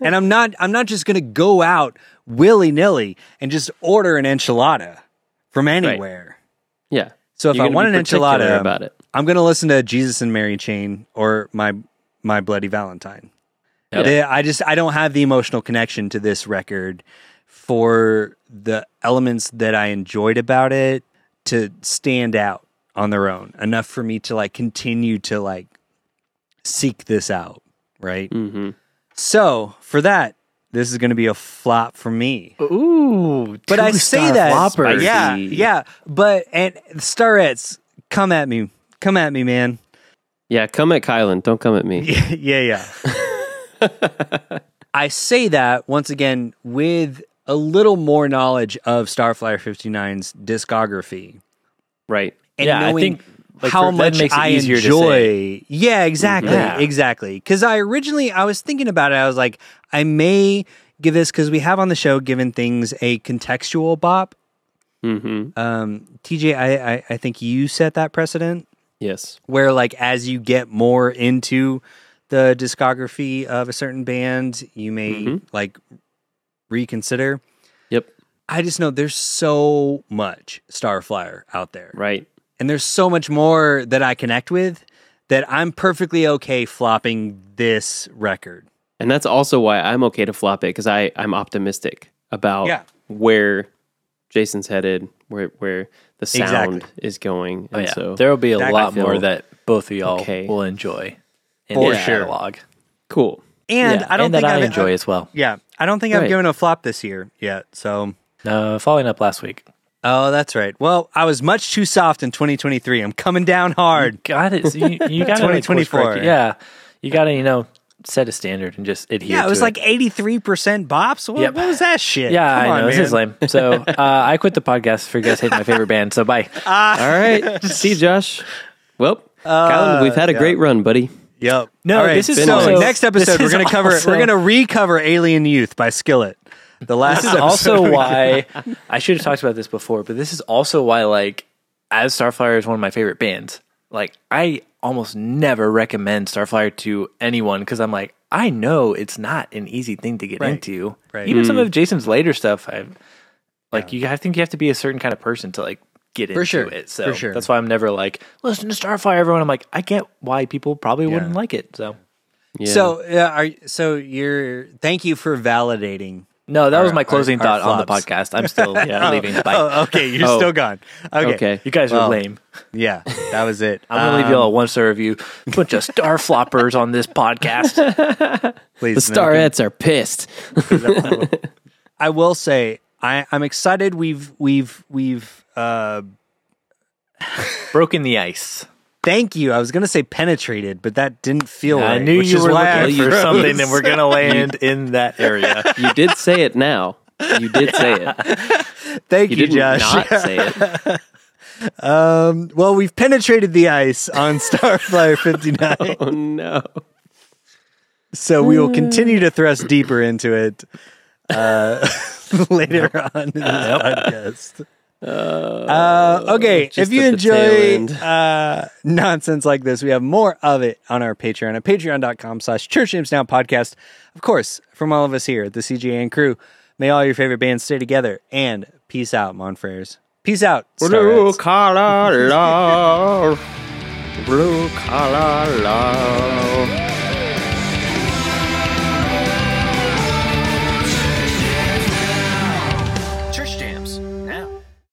[SPEAKER 1] and I'm not I'm not just gonna go out willy-nilly and just order an enchilada from anywhere.
[SPEAKER 2] yeah.
[SPEAKER 1] So if
[SPEAKER 2] You're
[SPEAKER 1] I
[SPEAKER 2] gonna
[SPEAKER 1] want
[SPEAKER 2] be
[SPEAKER 1] an
[SPEAKER 2] particular
[SPEAKER 1] enchilada,
[SPEAKER 2] about it.
[SPEAKER 1] I'm gonna listen to Jesus and Mary Chain or my my Bloody Valentine.
[SPEAKER 2] Yep.
[SPEAKER 1] They- I just I don't have the emotional connection to this record for the elements that I enjoyed about it to stand out on their own enough for me to like continue to like seek this out, right?
[SPEAKER 2] Mm-hmm.
[SPEAKER 1] So for that, this is going to be a flop for me
[SPEAKER 4] Ooh,
[SPEAKER 1] but I say
[SPEAKER 4] two-star
[SPEAKER 1] that,
[SPEAKER 4] floppers.
[SPEAKER 1] yeah,
[SPEAKER 2] Spicy.
[SPEAKER 1] yeah. But and starets, come at me, come at me, man.
[SPEAKER 2] Yeah. Come at Kylan. Don't come at me.
[SPEAKER 1] yeah, yeah. I say that once again with a little more knowledge of Starflyer 59's discography
[SPEAKER 2] Right.
[SPEAKER 1] and
[SPEAKER 4] Yeah, I
[SPEAKER 1] knowing
[SPEAKER 4] think, like,
[SPEAKER 1] how
[SPEAKER 4] for- that
[SPEAKER 1] much
[SPEAKER 4] makes it
[SPEAKER 1] I
[SPEAKER 4] easier to
[SPEAKER 1] enjoy. Yeah, exactly,
[SPEAKER 4] Yeah.
[SPEAKER 1] exactly. Because I originally I was thinking about it. I was like, I may give this because we have on the show given things a contextual bop
[SPEAKER 2] Mm-hmm.
[SPEAKER 1] um tj I, I i think you set that precedent
[SPEAKER 2] Yes.
[SPEAKER 1] where like as you get more into the discography of a certain band you may
[SPEAKER 4] Mm-hmm.
[SPEAKER 1] like reconsider
[SPEAKER 2] Yep.
[SPEAKER 1] i just know there's so much starflyer out there
[SPEAKER 2] Right.
[SPEAKER 1] and there's so much more that i connect with that i'm perfectly okay flopping this record
[SPEAKER 2] And that's also why I'm okay to flop it because I I'm optimistic about
[SPEAKER 1] Yeah.
[SPEAKER 2] where Jason's headed, where where the sound
[SPEAKER 1] Exactly.
[SPEAKER 2] is going,
[SPEAKER 4] Oh,
[SPEAKER 2] and
[SPEAKER 4] yeah.
[SPEAKER 2] so
[SPEAKER 4] There'll be a
[SPEAKER 1] That- I
[SPEAKER 4] lot
[SPEAKER 2] feel
[SPEAKER 4] more that both of y'all
[SPEAKER 2] okay.
[SPEAKER 4] will enjoy in
[SPEAKER 1] For
[SPEAKER 4] the
[SPEAKER 1] sure.
[SPEAKER 4] catalog.
[SPEAKER 2] cool.
[SPEAKER 1] and
[SPEAKER 4] Yeah,
[SPEAKER 1] i don't
[SPEAKER 4] and
[SPEAKER 1] think
[SPEAKER 4] that I
[SPEAKER 1] I've-
[SPEAKER 4] enjoy as well.
[SPEAKER 1] yeah i don't think i've
[SPEAKER 2] Right.
[SPEAKER 1] given a flop this year yet so
[SPEAKER 4] No, Uh, following up last week.
[SPEAKER 1] Oh, that's right. Well, I was much too soft in 2023. I'm coming down hard.
[SPEAKER 4] Got it. So you, you got
[SPEAKER 1] 2024.
[SPEAKER 4] Yeah, you got to you know set a standard and just adhere.
[SPEAKER 1] Yeah, it
[SPEAKER 4] to
[SPEAKER 1] was like 83% bops. What,
[SPEAKER 4] Yep.
[SPEAKER 1] what was that shit?
[SPEAKER 4] Yeah,
[SPEAKER 1] Come
[SPEAKER 4] I know.
[SPEAKER 1] on,
[SPEAKER 4] This
[SPEAKER 1] man.
[SPEAKER 4] is lame. So uh, I quit the podcast for you guys hate my favorite band. So bye.
[SPEAKER 2] All right. See you, Josh. Well,
[SPEAKER 1] Uh,
[SPEAKER 2] Kylan, we've had a great run, buddy.
[SPEAKER 1] Yep.
[SPEAKER 4] No,
[SPEAKER 1] All right,
[SPEAKER 4] this is
[SPEAKER 1] so
[SPEAKER 4] also-
[SPEAKER 1] next episode
[SPEAKER 4] this
[SPEAKER 1] we're
[SPEAKER 4] is
[SPEAKER 1] going to cover
[SPEAKER 4] also-
[SPEAKER 1] we're going to recover Alien Youth by Skillet. The last
[SPEAKER 4] this is
[SPEAKER 1] episode
[SPEAKER 4] also why I should have talked about this before, but this is also why, like, as Starflyer is one of my favorite bands, like, I almost never recommend Starflyer to anyone because I'm like, I know it's not an easy thing to get
[SPEAKER 1] Right.
[SPEAKER 4] into.
[SPEAKER 1] Right.
[SPEAKER 4] Even some of Jason's later stuff, I like, you. I think you have to be a certain kind of person to like get into
[SPEAKER 1] sure.
[SPEAKER 4] it. So
[SPEAKER 1] For sure.
[SPEAKER 4] that's why I'm never like, listen to Starflyer, everyone. I'm like, I get why people probably wouldn't like it. So
[SPEAKER 2] Yeah.
[SPEAKER 1] So, uh, are so you're thank you for validating
[SPEAKER 4] No, that was
[SPEAKER 1] Our-
[SPEAKER 4] my closing
[SPEAKER 1] our- our
[SPEAKER 4] thought on the
[SPEAKER 1] flops.
[SPEAKER 4] podcast. I'm still yeah, leaving. Bye.
[SPEAKER 1] Oh, okay, you're
[SPEAKER 2] Oh.
[SPEAKER 1] still gone. Okay.
[SPEAKER 2] Okay.
[SPEAKER 4] You guys are
[SPEAKER 1] Well,
[SPEAKER 4] lame.
[SPEAKER 1] Yeah, that was it.
[SPEAKER 4] I'm gonna leave
[SPEAKER 1] Um,
[SPEAKER 4] y'all a one star review. Bunch of star floppers on this podcast.
[SPEAKER 1] please.
[SPEAKER 2] The
[SPEAKER 1] and then we can-
[SPEAKER 2] starettes are pissed.
[SPEAKER 1] I will say I, I'm excited. We've we've we've. Uh,
[SPEAKER 4] Broken the ice.
[SPEAKER 1] thank you. I was gonna say penetrated, but that didn't feel.
[SPEAKER 4] I
[SPEAKER 1] right,
[SPEAKER 4] knew
[SPEAKER 1] which
[SPEAKER 4] you
[SPEAKER 1] is
[SPEAKER 4] were
[SPEAKER 1] why I
[SPEAKER 4] looking for
[SPEAKER 1] froze.
[SPEAKER 4] something, and we're gonna land in that area.
[SPEAKER 2] You did say it now. You did say it.
[SPEAKER 1] Thank
[SPEAKER 2] You
[SPEAKER 1] you,
[SPEAKER 2] did
[SPEAKER 1] Josh.
[SPEAKER 2] not say it.
[SPEAKER 1] Um, well, we've penetrated the ice on Starflyer 59,
[SPEAKER 2] Oh no. Hmm.
[SPEAKER 1] so we will continue to thrust deeper into it uh, later on in this podcast. Uh, okay,
[SPEAKER 2] just
[SPEAKER 1] if you
[SPEAKER 2] at the
[SPEAKER 1] enjoy
[SPEAKER 2] tail end.
[SPEAKER 1] uh, nonsense like this, we have more of it on our Patreon at patreon.com slash Church Names Now podcast. Of course, from all of us here at the CGN crew, may all your favorite bands stay together and peace out, Monfreres. Peace out. Starettes.
[SPEAKER 2] collar love. Blue collar love.